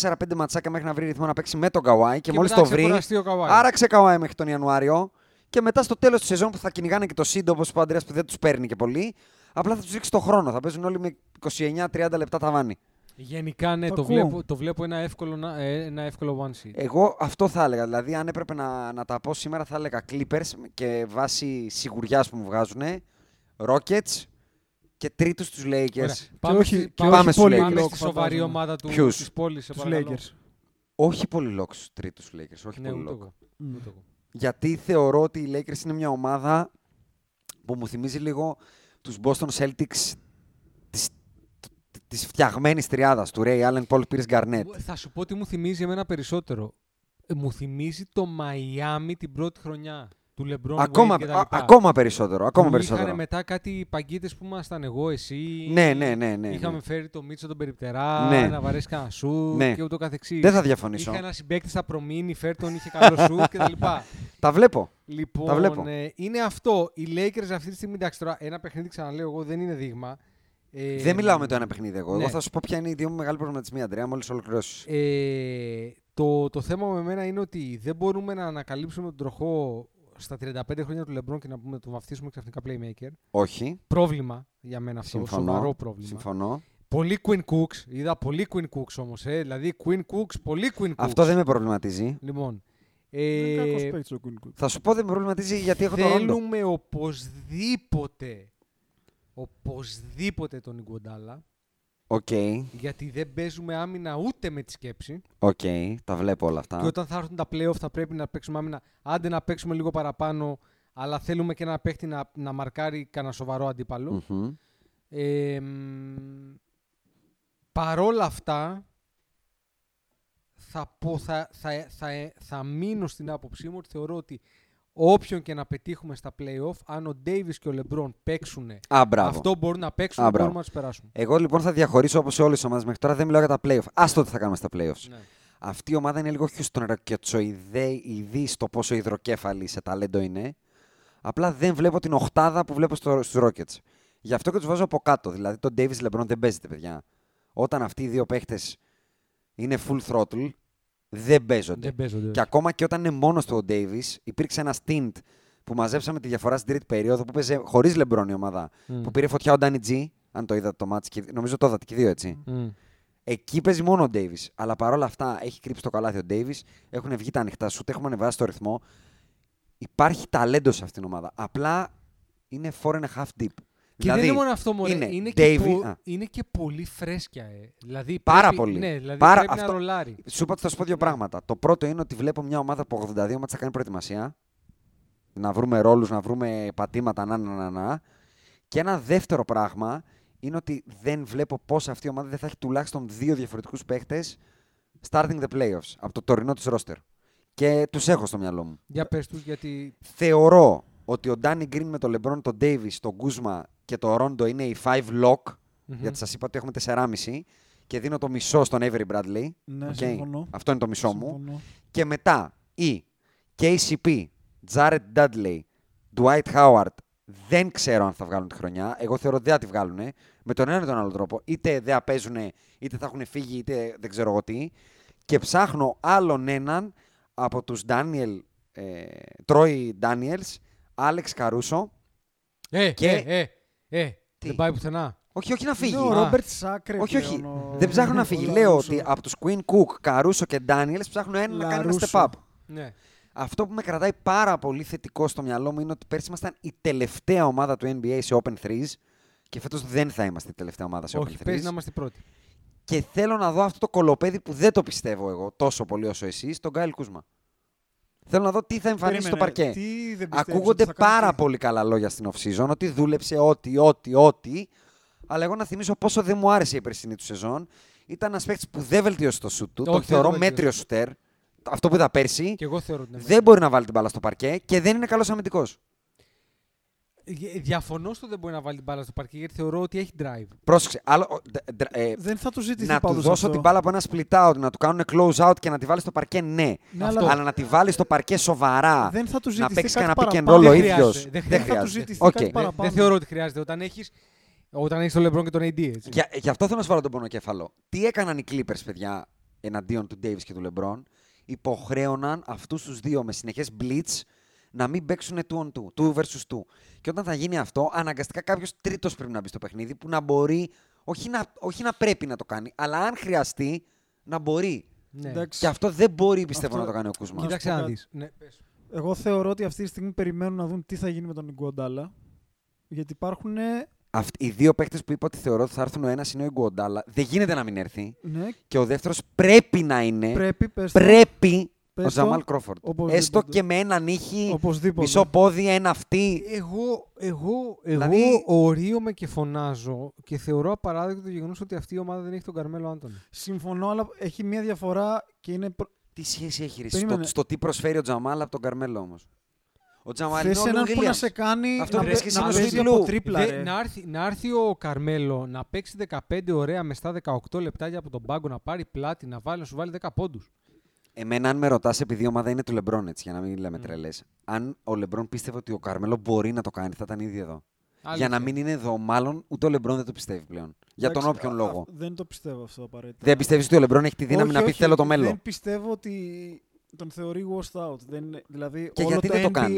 4-5 ματσάκια μέχρι να βρει ρυθμό να παίξει με τον Καουάι και, μόλις μετά το βρει, ξεκουραστεί ο Kawhi. άραξε Καουάι μέχρι τον Ιανουάριο και μετά στο τέλος της σεζόν που θα κυνηγάνε και το Σίντο, όπως είπε ο Αντρέα που δεν τους παίρνει και πολύ, απλά θα τους ρίξει το χρόνο. Θα παίζουν όλοι με 29-30 λεπτά ταβάνι. Γενικά, ναι, Το το, ακούω. βλέπω, το βλέπω ένα εύκολο, να- ε, ένα εύκολο one seed. Εγώ αυτό θα έλεγα. Δηλαδή, αν έπρεπε να, να τα πω σήμερα, θα έλεγα Clippers και βάση σιγουριά που μου βγάζουν, Rockets και τρίτους τους Lakers. Ωραία. όχι- στη- και όχι στη- πολύ πάμε lock, στη σοβαρή φαντάζομαι. ομάδα του, Ποιους? της πόλης, σε Τους παρακαλώ. Lakers. Όχι πολύ λόγου του τρίτους Lakers. Όχι Ναι, πολύ ούτε λόγου. εγώ. Μμ. Ούτε εγώ. Γιατί θεωρώ ότι οι Lakers είναι μια ομάδα που μου θυμίζει λίγο τους Boston Celtics της, της φτιαγμένης τριάδας του Ray Allen, Paul Pierce, Garnett. Εγώ Θα σου πω τι μου θυμίζει εμένα περισσότερο. Ε, Μου θυμίζει το Μαϊάμι την πρώτη χρονιά του LeBron Ακόμα, Wade και τα α- λοιπά. ακόμα περισσότερο, ακόμα Που περισσότερο. Είχαν μετά κάτι παγκίτες που ήμασταν εγώ, εσύ. Ναι, ναι, ναι, ναι, Είχαμε ναι. φέρει το Μίτσο τον Περιπτερά, Ναι. να βαρέσει κανένα σου Ναι. και ούτω καθεξής. Δεν θα διαφωνήσω. Είχα ένα συμπέκτη στα προμήνη, φέρ τον, είχε καλό σου κτλ. Τα βλέπω. Λοιπόν, Τα βλέπω. ε, είναι αυτό. Οι Lakers αυτή τη στιγμή, εντάξει τώρα, ένα παιχνίδι ξαναλέω εγώ δεν είναι δείγμα. Ε, Δεν μιλάω με το ένα παιχνίδι εγώ. ναι. Εγώ θα σου πω ποια είναι η δύο μου μεγάλη προβληματισμή, Αντρέα, μόλις ολοκληρώσεις. Ε, το, το θέμα με εμένα είναι ότι δεν μπορούμε να ανακαλύψουμε τον τροχό στα 35 χρόνια του Λεμπρόν και να πούμε, τον βαφτίσουμε ξαφνικά playmaker. Όχι. Πρόβλημα για μένα αυτό. Σοβαρό Συμφωνώ. πρόβλημα. Συμφωνώ. Πολύ Queen Cooks. Είδα πολύ Queen Cooks όμως. Ε. Δηλαδή Queen Cooks, πολύ Queen Cooks. Αυτό δεν με προβληματίζει. Λοιπόν. Είναι κακός Ε, παίκτης ο Κούνκου. Θα σου πω δεν με προβληματίζει γιατί έχω το ρόντο. θέλουμε οπωσδήποτε οπωσδήποτε τον Ιγκοντάλα Οκ, γιατί δεν παίζουμε άμυνα ούτε με τη σκέψη οκ, τα βλέπω όλα αυτά. και όταν θα έρθουν τα playoff θα πρέπει να παίξουμε άμυνα άντε να παίξουμε λίγο παραπάνω αλλά θέλουμε και ένα παίχτη να, να μαρκάρει κανένα σοβαρό αντίπαλο. Μμμ. Ε, μ, παρόλα αυτά, θα, πω, θα, θα, θα, θα μείνω στην άποψή μου ότι θεωρώ ότι όποιον και να πετύχουμε στα play-off, αν ο Ντέιβις και ο Λεμπρόν παίξουν Α, μπράβο. αυτό μπορούν να παίξουν, Α, μπορούμε μπράβο. να τους περάσουμε. Ναι. Εγώ λοιπόν θα διαχωρίσω όπως όλε τι ομάδε μέχρι τώρα δεν μιλάω για τα playoff. Ας το τι θα κάνουμε στα playoffs. Αυτή η ομάδα είναι λίγο Houston ρακετσοειδή στο πόσο υδροκέφαλη σε ταλέντο είναι. Απλά δεν βλέπω την οχτάδα που βλέπω στο, στους Rockets. Γι' αυτό και τους βάζω από κάτω. Δηλαδή, το Davis LeBron δεν παίζεται, παιδιά. Όταν αυτοί οι δύο παίχτες είναι full throttle, δεν παίζονται. Δεν παίζονται, όχι. Και ακόμα και όταν είναι μόνος του ο Davis, υπήρξε ένα stint που μαζέψαμε τη διαφορά στην τρίτη περίοδο που παίζε χωρίς LeBron η ομάδα. Μμ. Που πήρε φωτιά ο Danny G, αν το είδατε το μάτς, και νομίζω το είδατε και οι δύο έτσι. Μμ. Εκεί παίζει μόνο ο Ντέιβις. Αλλά παρόλα αυτά έχει κρύψει το καλάθι ο Ντέιβις. Έχουν βγει τα ανοιχτά σου, έχουμε ανεβάσει το ρυθμό. Υπάρχει ταλέντος σε αυτήν την ομάδα. Απλά είναι four and a half deep. Και δεν είναι μόνο αυτό, μωρέ. Είναι, και, Δηλαδή, Davis- πο- α, είναι και πολύ φρέσκια. Ε. Δηλαδή, Πάρα πρέπει, πολύ. Ναι, δηλαδή Πάρα- πρέπει να αυτό- ρολάρει. Σου είπα ότι θα σου πω δύο πράγματα. Το πρώτο είναι ότι βλέπω μια ομάδα που 82 μάτια θα κάνει προετοιμασία. Να βρούμε ρόλους, να βρούμε πατήματα, να, να, να, να. Και ένα δεύτερο πράγμα είναι ότι δεν βλέπω πώς αυτή η ομάδα δεν θα έχει τουλάχιστον δύο διαφορετικούς παίχτες starting the playoffs από το τωρινό της roster. Και τους έχω στο μυαλό μου. Για πες τους, γιατί... Θεωρώ ότι ο Ντάνι Γκριν με τον Λεμπρόν, τον Ντέιβις, τον Κούσμα και τον Ρόντο είναι οι 5 lock. Γιατί σας είπα ότι έχουμε 4,5 και δίνω το μισό στον Avery Bradley. Ναι, Οκ. συμφωνώ. Αυτό είναι το μισό μου. Συμφωνώ. Και μετά η KCP, Jared Dudley, Dwight Howard. Δεν ξέρω αν θα βγάλουν τη χρονιά. Εγώ θεωρώ ότι δεν θα τη βγάλουν. Με τον ένα ή τον άλλο τρόπο. Είτε δεν θα παίζουν, είτε θα έχουν φύγει, είτε δεν ξέρω εγώ τι. Και ψάχνω άλλον έναν από τους Daniel, ε, Troy Daniels, Alex Caruso. Ε, Και- ε, ε, ε, Τι? δεν πάει πουθενά. Όχι, όχι να φύγει. Είναι ο Α. Ρόμπερτ Σάκρε. όχι, όχι. πλέον, ο- Δεν ψάχνω να φύγει. ο Λέω Λαρούσο. ότι από τους Queen Cook, Caruso και Daniels ψάχνω έναν να κάνει ένα Λαρούσο. step up. Ναι. Αυτό που με κρατάει πάρα πολύ θετικό στο μυαλό μου είναι ότι πέρσι ήμασταν η τελευταία ομάδα του NBA σε Open Threes και φέτος δεν θα είμαστε η τελευταία ομάδα σε Όχι, Open πες να Threes. είμαστε πρώτοι. Και θέλω να δω αυτό το κολοπέδι που δεν το πιστεύω εγώ τόσο πολύ όσο εσείς, τον Γκάιλ Κούσμα. Θέλω να δω τι θα εμφανίσει στο Περίμενε, παρκέ. τι δεν πιστεύεις Ακούγονται ότι θα κάνεις, πάρα τι? πολύ καλά λόγια στην off-season, ότι δούλεψε ό,τι, ό,τι, ό,τι. Αλλά εγώ να θυμίσω πόσο δεν μου άρεσε η περσινή του σεζόν. Ήταν ένας παίκτης που δεν βελτίωσε το σουτ του. Όχι, Τον δεν το θεωρώ βελτίωσε. μέτριο σουτέρ. Αυτό που είδα πέρσι. Και εγώ θεωρώ ότι ναι. είναι Ναι, Δεν μπορεί να βάλει την μπάλα στο παρκέ και δεν είναι καλός αμυντικός. μέτρη. Ε, Διαφωνώ στο δεν μπορεί να βάλει την μπάλα στο παρκέ γιατί θεωρώ ότι έχει drive. Πρόσεξε. Άλλο, ο, ντ- ντ- ε, Δεν θα του ζητηθεί να του πάντως δώσω αυτό. την μπάλα από ένα split out, να του κάνουν close out και να τη βάλει στο παρκέ, ναι. Ναι, Αυτό. αλλά- αλλά να τη βάλει στο παρκέ σοβαρά. Δεν θα του να ζητηθεί παίξεις κάτι κανένα pick and παραπάνω. Ναι. roll ο Δεν ίδιο. χρειάζεται, δεν Δεν θα του χρειάζεται. ζητηθεί Οκ. κάτι Δεν- Δεν, παραπάνω. δεν θεωρώ ότι χρειάζεται. Όταν έχεις, όταν έχεις τον LeBron και τον AD, έτσι. Για- Γι' αυτό θέλω να σου βάλω τον πονοκέφαλο. Τι έκαναν οι Clippers, παιδιά, εναντίον του Davis και του LeBron. Υποχρέωναν αυτούς τους δύο με συνεχές blitz να μην παίξουν two on two, two versus two. Και όταν θα γίνει αυτό, αναγκαστικά κάποιος τρίτος πρέπει να μπει στο παιχνίδι που να μπορεί, όχι να, όχι να πρέπει να το κάνει, αλλά αν χρειαστεί, να μπορεί. Ναι. Εντάξει. Και αυτό δεν μπορεί, πιστεύω, Αυτό- να το κάνει ο Κούσμας. Κοίτα- Κοίταξε Να σου πω να κάτι. δεις. Ναι, πες. Εγώ θεωρώ ότι αυτή τη στιγμή περιμένουν να δουν τι θα γίνει με τον Ιγκουαντάλα. Γιατί υπάρχουν. Αυτ- οι δύο παίκτες που είπα ότι θεωρώ ότι θα έρθουν ο ένας είναι ο Ιγκουοντάλα. Δεν γίνεται να μην έρθει. Ναι, Και ο δεύτερος πρέπει να είναι. πρέπει, πες το, Ε, πρέπει πες ο το, Ζαμάλ Κρόφορντ. οπωσδήποτε. Έστω και με ένα νύχι, Οπωσδήποτε. μισό πόδι, ένα αυτή. Εγώ, εγώ, εγώ Δηλαδή- ορίομαι και φωνάζω και θεωρώ απαράδεκτο το γεγονός ότι αυτή η ομάδα δεν έχει τον Καρμέλο Άντων. Συμφωνώ, αλλά έχει μία διαφορά και είναι. προ- Τι σχέση έχει ρε, εσύ, στο, Περίμενε. στο τι προσφέρει ο Τζαμάλ από τον Καρμέλο όμως. Ο Τζαμάλ είναι Θες ο έναν Lou που να Williams. σε κάνει. Αυτό να βρες παί- και να εσύ παίζει Βασίλου. από τρίπλα. Δε- ρε. να, έρθει, να έρθει ο Καρμέλο να παίξει 15 ωραία μεστά 18 λεπτάκια από τον πάγκο, να πάρει πλάτη, να, βάλει, να σου βάλει 10 πόντους. Εμένα, αν με ρωτάς, επειδή η ομάδα είναι του Λεμπρόν, έτσι, για να μην Mm. λέμε τρελές. Αν ο Λεμπρόν πίστευε ότι ο Καρμέλο μπορεί να το κάνει, θα ήταν ήδη εδώ. Για να μην είναι εδώ, μάλλον ούτε ο Λεμπρόν δεν το πιστεύει πλέον. Για τον Εντάξει, όποιον α- λόγο. α- Δεν το πιστεύω αυτό απαραίτητα. Δεν πιστεύεις ότι ο Λεμπρόν έχει τη δύναμη Όχι, να πει όχι, θέλω το μέλλον. Δεν πιστεύω ότι τον θεωρεί washed out. Δεν, είναι- δηλαδή, Και όλο γιατί το δεν το NBA κάνει?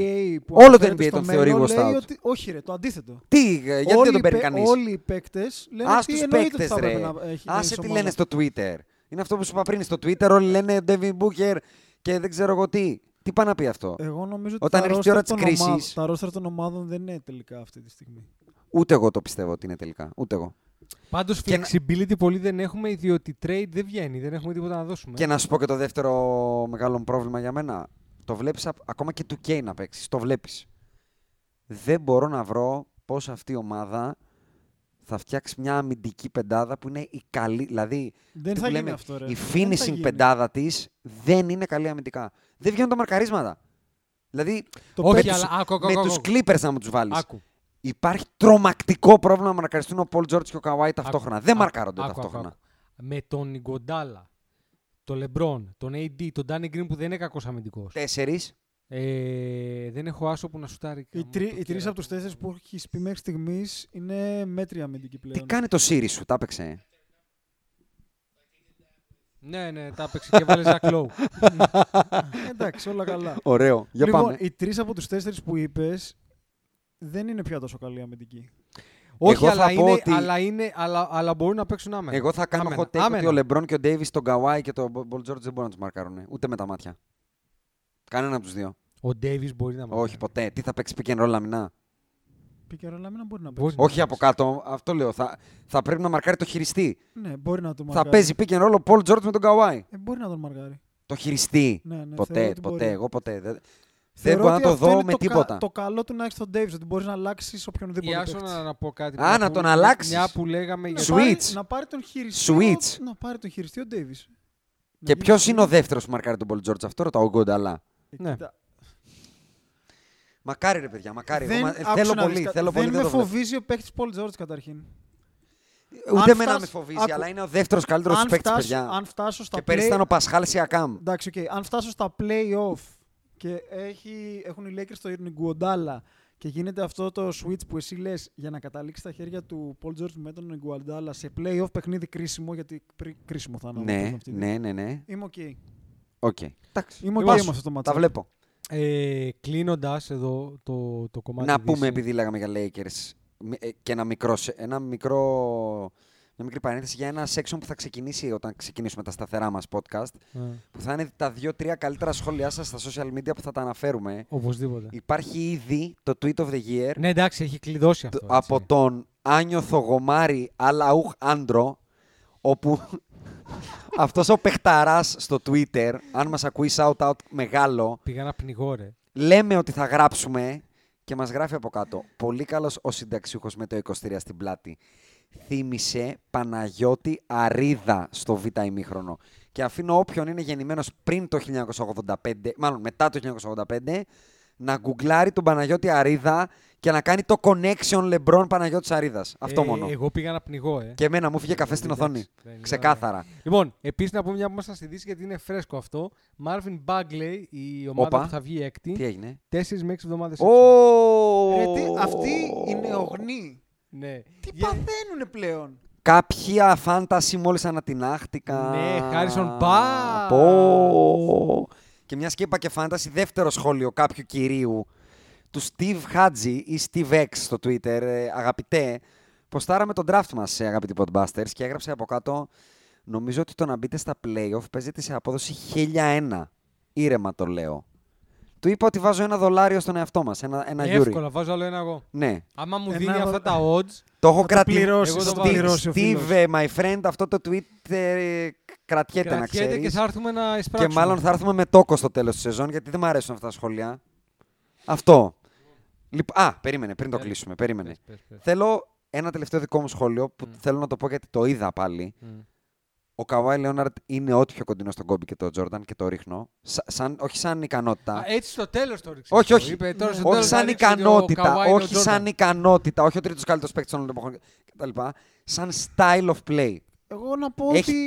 Που Όλο το αναφέρεται NBA στο τον θεωρεί μέλλον washed λέει out. Ότι, όχι, ρε, το αντίθετο. Τι, ε, γιατί όλοι δεν τον οι παίρνει παί- κανείς. Όλοι οι παίκτες λένε Ας ότι τους εννοείται ότι παίκτες, θα ρε. έπρεπε να έχει. να είναι Άσε τι σωμάδα. λένε στο Twitter. Είναι αυτό που σου είπα πριν. Στο Twitter όλοι λένε Devin Booker και δεν ξέρω εγώ τι. Τι πάει να πει αυτό. Εγώ νομίζω ότι Όταν τα έρθει η ώρα roster της των ομάδων- κρίσης- Τα ρόστρα των ομάδων δεν είναι τελικά αυτή τη στιγμή. Ούτε εγώ το πιστεύω ότι είναι τελικά. Ούτε εγώ. Πάντως Και να- flexibility πολύ δεν έχουμε, διότι trade δεν βγαίνει, δεν έχουμε τίποτα να Ναι. δώσουμε. Και να σου πω και το δεύτερο μεγάλο μου πρόβλημα για μένα. Το βλέπεις ακόμα και του K να παίξεις. Το βλέπεις. Δεν μπορώ να βρω πώς αυτή η ομάδα θα φτιάξει μια αμυντική πεντάδα που είναι η καλή. Δηλαδή, Δεν τι θα που γίνει λέμε, αυτό, ρε. η Δεν θα finishing γίνει. πεντάδα της δεν είναι καλή αμυντικά. Δεν βγαίνουν τα μαρκαρίσματα. Δηλαδή, Το Όχι, με αλλά τους- άκου, άκου, με άκου, του άκου. Clippers να μου τους βάλεις. Άκου. Υπάρχει τρομακτικό πρόβλημα να μαρκαριστούν ο Πολ Τζόρτζ και ο Καουάι ταυτόχρονα. Άκου. Δεν Άκου, μαρκάρονται άκου, άκου, ταυτόχρονα. άκου. Με τον Γκοντάλα, τον LeBron, τον AD, τον Danny Green που δεν είναι κακός αμυντικός. Τέσσερις. Ε, δεν έχω άσο που να σουτάρει. Οι, καμία τρι, το οι τρεις κέρατο από τους μου. τέσσερις που έχει πει μέχρι στιγμής είναι μέτρια αμυντικοί πλέον. Τι κάνει το Σύρι σου, τα έπαιξε. ε. Ναι, ναι, τα έπαιξε και βάλε Ζακ Λόου. Ε, Εντάξει, όλα καλά. Ωραίο. Για λοιπόν, πάμε. οι τρεις από τους τέσσερις που είπες δεν είναι πια τόσο καλή αμυντική. <laughs> Όχι, Εγώ θα αλλά πω είναι, ότι- αλλά, είναι, αλλά, αλλά μπορούν να παίξουν άμενα. Εγώ θα κάνω Άμενα, hot take ότι άμενα. ο Λεμπρόν και ο Ντέιβις, τον Καουάι και τον Μπολ Τζόρτζ δεν μπορούν να τους μαρκάρουν. Ούτε με τα μάτια. Κανένα από τους δύο. Ο Ντέιβις μπορεί να μάθει. Όχι, ποτέ. Τι θα παίξει pick and roll αμυνά. Πήγε αλλά μην μπορεί να Μπορεί παίξει. να Όχι παίξει. από κάτω. Αυτό λέω. Θα, θα πρέπει να μαρκάρει το χειριστή. Ναι, μπορεί να τον Θα μαρκάρει. παίζει pick and roll ο Πολ Τζόρτζ με τον Καουάι. Ε, μπορεί να τον μαρκάρει. Το χειριστή. Ναι, ναι, θεωρώ ποτέ, ότι μπορεί. ποτέ. Εγώ ποτέ. Δεν, δεν Θεωρώ μπορώ να ότι το αυτό δω είναι με το κα- τίποτα. Το καλό του να έχεις τον Davis, ότι μπορείς να αλλάξεις Ή οποιονδήποτε. άσο παίκτη. να, να πω κάτι. Α, μια να που- τον αλλάξεις. Μια που λέγαμε για Να Switch. πάρει- Να πάρει τον χειριστή. Switch. ο- Να πάρει τον χειριστή ο Davis. Και ποιο είναι ο δεύτερος που μαρκάρει τον Πολ Τζόρτζ, αυτό ρωτάω. Ο Γκονταλά. Ναι. Μακάρι ρε παιδιά, μακάρι. Εγώ Δεν, μα- ε, άκουσα θέλω να δεις πολύ, κα- θέλω δεν πολύ. Δεν με το βλέπω. φοβίζει ο παίκτης Paul George καταρχήν. Ούτε αν εμένα με φτάσω- φοβίζει, άκου. αλλά είναι ο δεύτερος καλύτερος Αν παίκτης, φτάσω, παιδιά. αν φτάσω στα Και πέρυσι ήταν play... ο Πασχάλ Σιακάμ. Εντάξει, οκ. αν φτάσω στα play-off και έχει, έχουν οι Lakers το Γκουοντάλα και γίνεται αυτό το switch που εσύ λες για να καταλήξει στα χέρια του Paul George με τον Γκουοντάλα σε play-off παιχνίδι κρίσιμο, γιατί πρι- κρίσιμο θα είναι. όπως Ναι, είναι αυτή η ναι, ναι, ναι. Είμαι οκ. Οκ. Είμαι οκ Είμαστε. με αυτό το Τα μάτσο. βλέπω. Ε, Κλείνοντας εδώ το, το κομμάτι. Να πούμε, Δύσης. επειδή λέγαμε για Lakers, μ- ε, και ένα μικρό, σε- ένα μικρό, μια μικρή παρένθεση για ένα section που θα ξεκινήσει όταν ξεκινήσουμε τα σταθερά μας podcast, Ε, που θα είναι τα δύο-τρία καλύτερα σχόλιά σας στα social media που θα τα αναφέρουμε. οπωσδήποτε. Υπάρχει ήδη το tweet of the year Ναι, εντάξει, έχει κλειδώσει αυτό. το- από έτσι. τον Άνιωθο Γομάρη Αλαούχ Άντρο, όπου <laughs> αυτός ο παιχταράς στο Twitter, αν μας ακούει shout-out μεγάλο, Πήγα να πνιγώ, ρε. λέμε ότι θα γράψουμε και μας γράφει από κάτω. Πολύ καλός ο συνταξιούχος με το 23 στην πλάτη. Θύμησε Παναγιώτη Αρίδα στο Β' ημίχρονο. Και αφήνω όποιον είναι γεννημένος πριν το 1985, μάλλον μετά το 1985, να γκουγκλάρει τον Παναγιώτη Αρίδα και να κάνει το connection λεμπρόν Παναγιώτης Αρίδας. Αυτό Ε, μόνο. Εγώ πήγα να πνιγώ, ε. Και εμένα μου φύγε καφέ στην Εντάξει, οθόνη. δεν είναι Ξεκάθαρα. Λοιπόν, επίσης να πούμε μια που ήμασταν στη Δύση γιατί είναι φρέσκο αυτό. Marvin Bagley, η ομάδα Όπα. που θα βγει Τι έκτη, έγινε. 4 με 6 εβδομάδες. Ω! αυτή είναι ογνή. Ναι. Τι Γε- παθαίνουνε πλέον. Κάποια φάνταση μόλις ανατινάχτηκαν. Ναι, Harrison, μπα! Πω. Και μια και είπα και φάνταση, δεύτερο σχόλιο κάποιου κυρίου του Steve Hadji ή Steve X στο Twitter. Ε, αγαπητέ, ποστάραμε τον draft μας, αγαπητοί podbusters, και έγραψε από κάτω. Νομίζω ότι το να μπείτε στα playoff παίζεται σε απόδοση 1001. Ήρεμα το λέω. Του είπα ότι βάζω ένα δολάριο στον εαυτό μας, ένα, ένα γιούρι. Εύκολα, βάζω άλλο ένα εγώ. Ναι, Άμα μου Ένα δίνει δω- αυτά τα odds, το έχω το κρατήσει. πληρώσεις, θα το Steve, πληρώσει ο φίλος. Steve, ε, my friend, αυτό το tweet ε, κρατιέται να κρατιέται ξέρει. και θα έρθουμε να εισπράξουμε. Και μάλλον θα έρθουμε με τόκο στο τέλος της σεζόν, γιατί δεν μου αρέσουν αυτά τα σχόλια. Αυτό. Λοιπόν, α, περίμενε, πριν το Έλα. κλείσουμε. Περίμενε. Πες, πες, Ε, πες. Mm. Θέλω ένα τελευταίο δικό μου σχόλιο που θέλω να το πω γιατί το είδα πάλι. Μμ. Ο Καβάη Λέοναρτ είναι ό,τι πιο κοντινό στον Κόμπι και τον Τζόρνταν και το ρίχνω. Σα- σαν, όχι σαν ικανότητα. Α, έτσι στο τέλος το ρίξα. Όχι, όχι. Mm. Είπε, τώρα στο όχι τέλος σαν θα ρίξω και ο ικανότητα. Kawhi τον Όχι σαν Jordan. ικανότητα. Όχι ο τρίτος καλύτερος παίκτης των εποχών κτλ. Σαν style of play. Εγώ να πω Έχει ότι... τελειοποιήσει.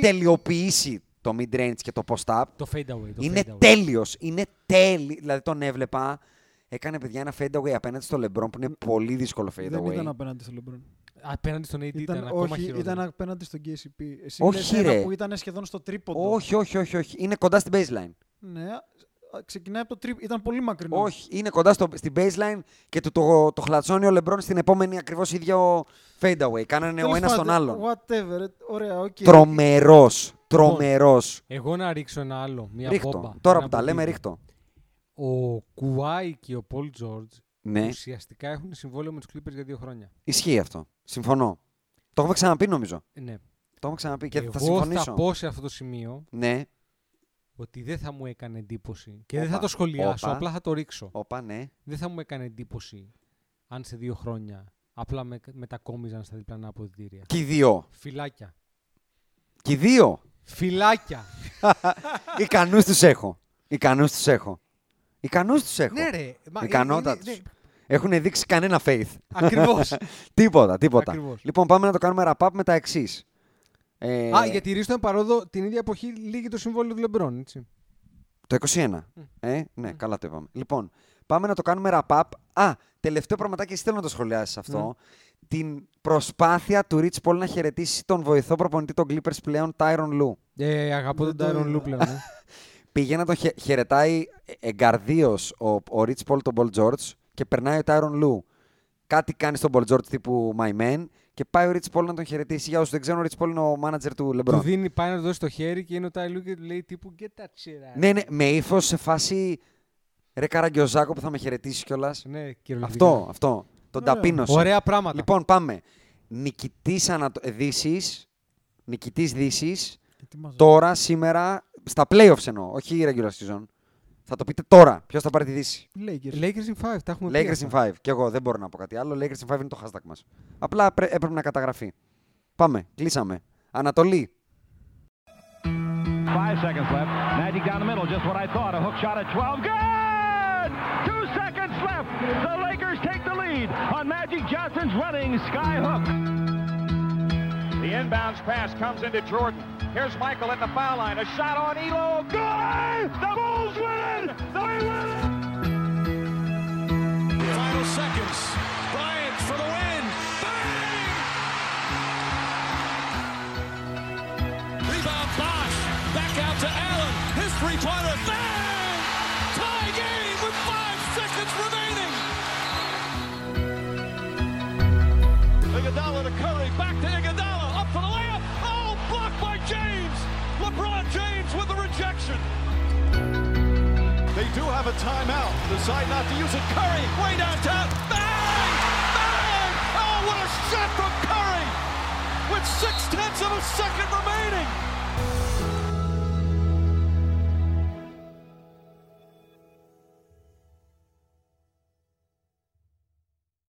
τελειοποιήσει το mid-range και το post-up. Το fade away. Το είναι fade away. τέλειος. Είναι τέλειο. Δηλαδή τον έβλεπα. Έκανε παιδιά ένα fade away απέναντι στο LeBron που είναι πολύ δύσκολο fade Δεν away. ήταν απέναντι στο LeBron. Απέναντι στον AD ήταν, Ήταν, ακόμα όχι, χειρότερο. ήταν απέναντι στον KCP. Εσύ Όχι, λες ένα ρε. που ήταν σχεδόν στο τρίποντο. όχι, όχι, όχι, όχι. Είναι κοντά στην baseline. Ναι, α, ξεκινάει από το τρίποντο. Ήταν πολύ Ναι. μακρινό. Όχι, είναι κοντά στο, στην baseline και του το, το χλατσώνει ο LeBron στην επόμενη ακριβώς ίδιο fade away. Κάνανε Ναι, ο Τέλος ένας τον πάντων, άλλον. Whatever. ε, Ωραία, οκ. Τρομερός. Τρομερός. Εγώ να ρίξω ένα άλλο. Λοιπόν, Μια Ρίχτο. μπόμπα, Τώρα ένα που τα λέμε, ποτήρι. ρίχτο. Ο Κουάι και ο Πολ Τζόρτζ Ναι, ουσιαστικά έχουν συμβόλαιο με τους Clippers για δύο χρόνια. ισχύει αυτό. Συμφωνώ. Το έχουμε ξαναπεί νομίζω. Ναι. Το έχουμε ξαναπεί και Εγώ θα συμφωνήσω. θα πω σε αυτό το σημείο Ναι, ότι δεν θα μου έκανε εντύπωση και δεν Όπα, θα το σχολιάσω, όπα. απλά θα το ρίξω. όπα, ναι. Δεν θα μου έκανε εντύπωση αν σε δύο χρόνια απλά με, μετακόμιζαν στα διπλανά αποδητήρια. Και οι δύο. Φυλάκια. Και οι δύο. Φυλάκια! Ικανούς τους έχω. Ικανούς τους έχω. Ικανούς τους έχω. ναι, ρε. μα είναι- Ικανότατους. είναι- ναι, Έχουν δείξει κανένα faith. Ακριβώς. τίποτα, τίποτα. Ακριβώς. Λοιπόν, πάμε να το κάνουμε wrap-up με τα εξής. Ε, Α, γιατί η Ρίστον παρόδο την ίδια εποχή λύγει το συμβόλαιο του Λεμπρόν, έτσι. Το 21. Ε, ναι, καλά το είπαμε. Λοιπόν, πάμε να το κάνουμε wrap-up. Α, τελευταίο πραγματάκι, εσύ θέλω να το σχολιάσεις αυτό. Την προσπάθεια του Ρίτ Πολ να χαιρετήσει τον βοηθό προπονητή των Clippers πλέον, Tyron Λου. Ε, αγαπώ Δεν τον το Τάιρον είδα. Λου πλέον. <laughs> ε. Πήγε να τον χε- χαιρετάει εγκαρδίως ο, ο Ρίτ Πολ τον Πολ George και περνάει ο Tyron Λου. Κάτι κάνει στον Πολ George τύπου My Man και πάει ο Ρίτ Πολ να τον χαιρετήσει. Για όσους δεν ξέρουν, ο Ρίτ Πολ είναι ο μάνατζερ Του του LeBron. δίνει, πάει να του δώσει το χέρι και είναι ο Τάιρον Λου και του λέει τύπου Get that shit out. Ναι, ναι, με ύφος σε φάση. Ρε Καραγκιοζάκο που θα με χαιρετήσει κιόλας. ναι κυριολεκτικά. Αυτό, αυτό. Τον Ωραία. ταπείνωσε. Ωραία πράγματα. Λοιπόν, πάμε. ε, Νικητή Ανατο... Δύσης. Νικητής Δύσης. Ετοιμάζω. Τώρα, σήμερα. Στα playoffs εννοώ. Όχι regular season. Θα το πείτε τώρα. Ποιος θα πάρει τη Δύση. Lakers. Lakers in 5, τα έχουμε πει. Lakers αυτά. in 5. Και εγώ δεν μπορώ να πω κάτι άλλο. Lakers in 5 είναι το hashtag μας. Απλά πρέ- έπρεπε να καταγραφεί. Πάμε. Κλείσαμε. Ανατολή. Five seconds left. Magic down the middle, just what I thought. A hook shot at 12. Good! Two seconds left. The Lakers take the lead on Magic Johnson's running sky hook. The inbounds pass comes into Jordan. Here's Michael at the foul line. A shot on Elo. Good! The Bulls win it! They win it! Final seconds. Bryant for the win. Bang! Rebound Bosch. Back out to Allen. His three-pointer. Bang! Tie game with five seconds remaining. Iguodala to Curry. Back to Iguodala. Up for the layup. Oh, blocked by James. LeBron James with the rejection. They do have a timeout. Decide not to use it. Curry, way downtown. Bang! Bang! Oh, what a shot from Curry! With six tenths of a second remaining.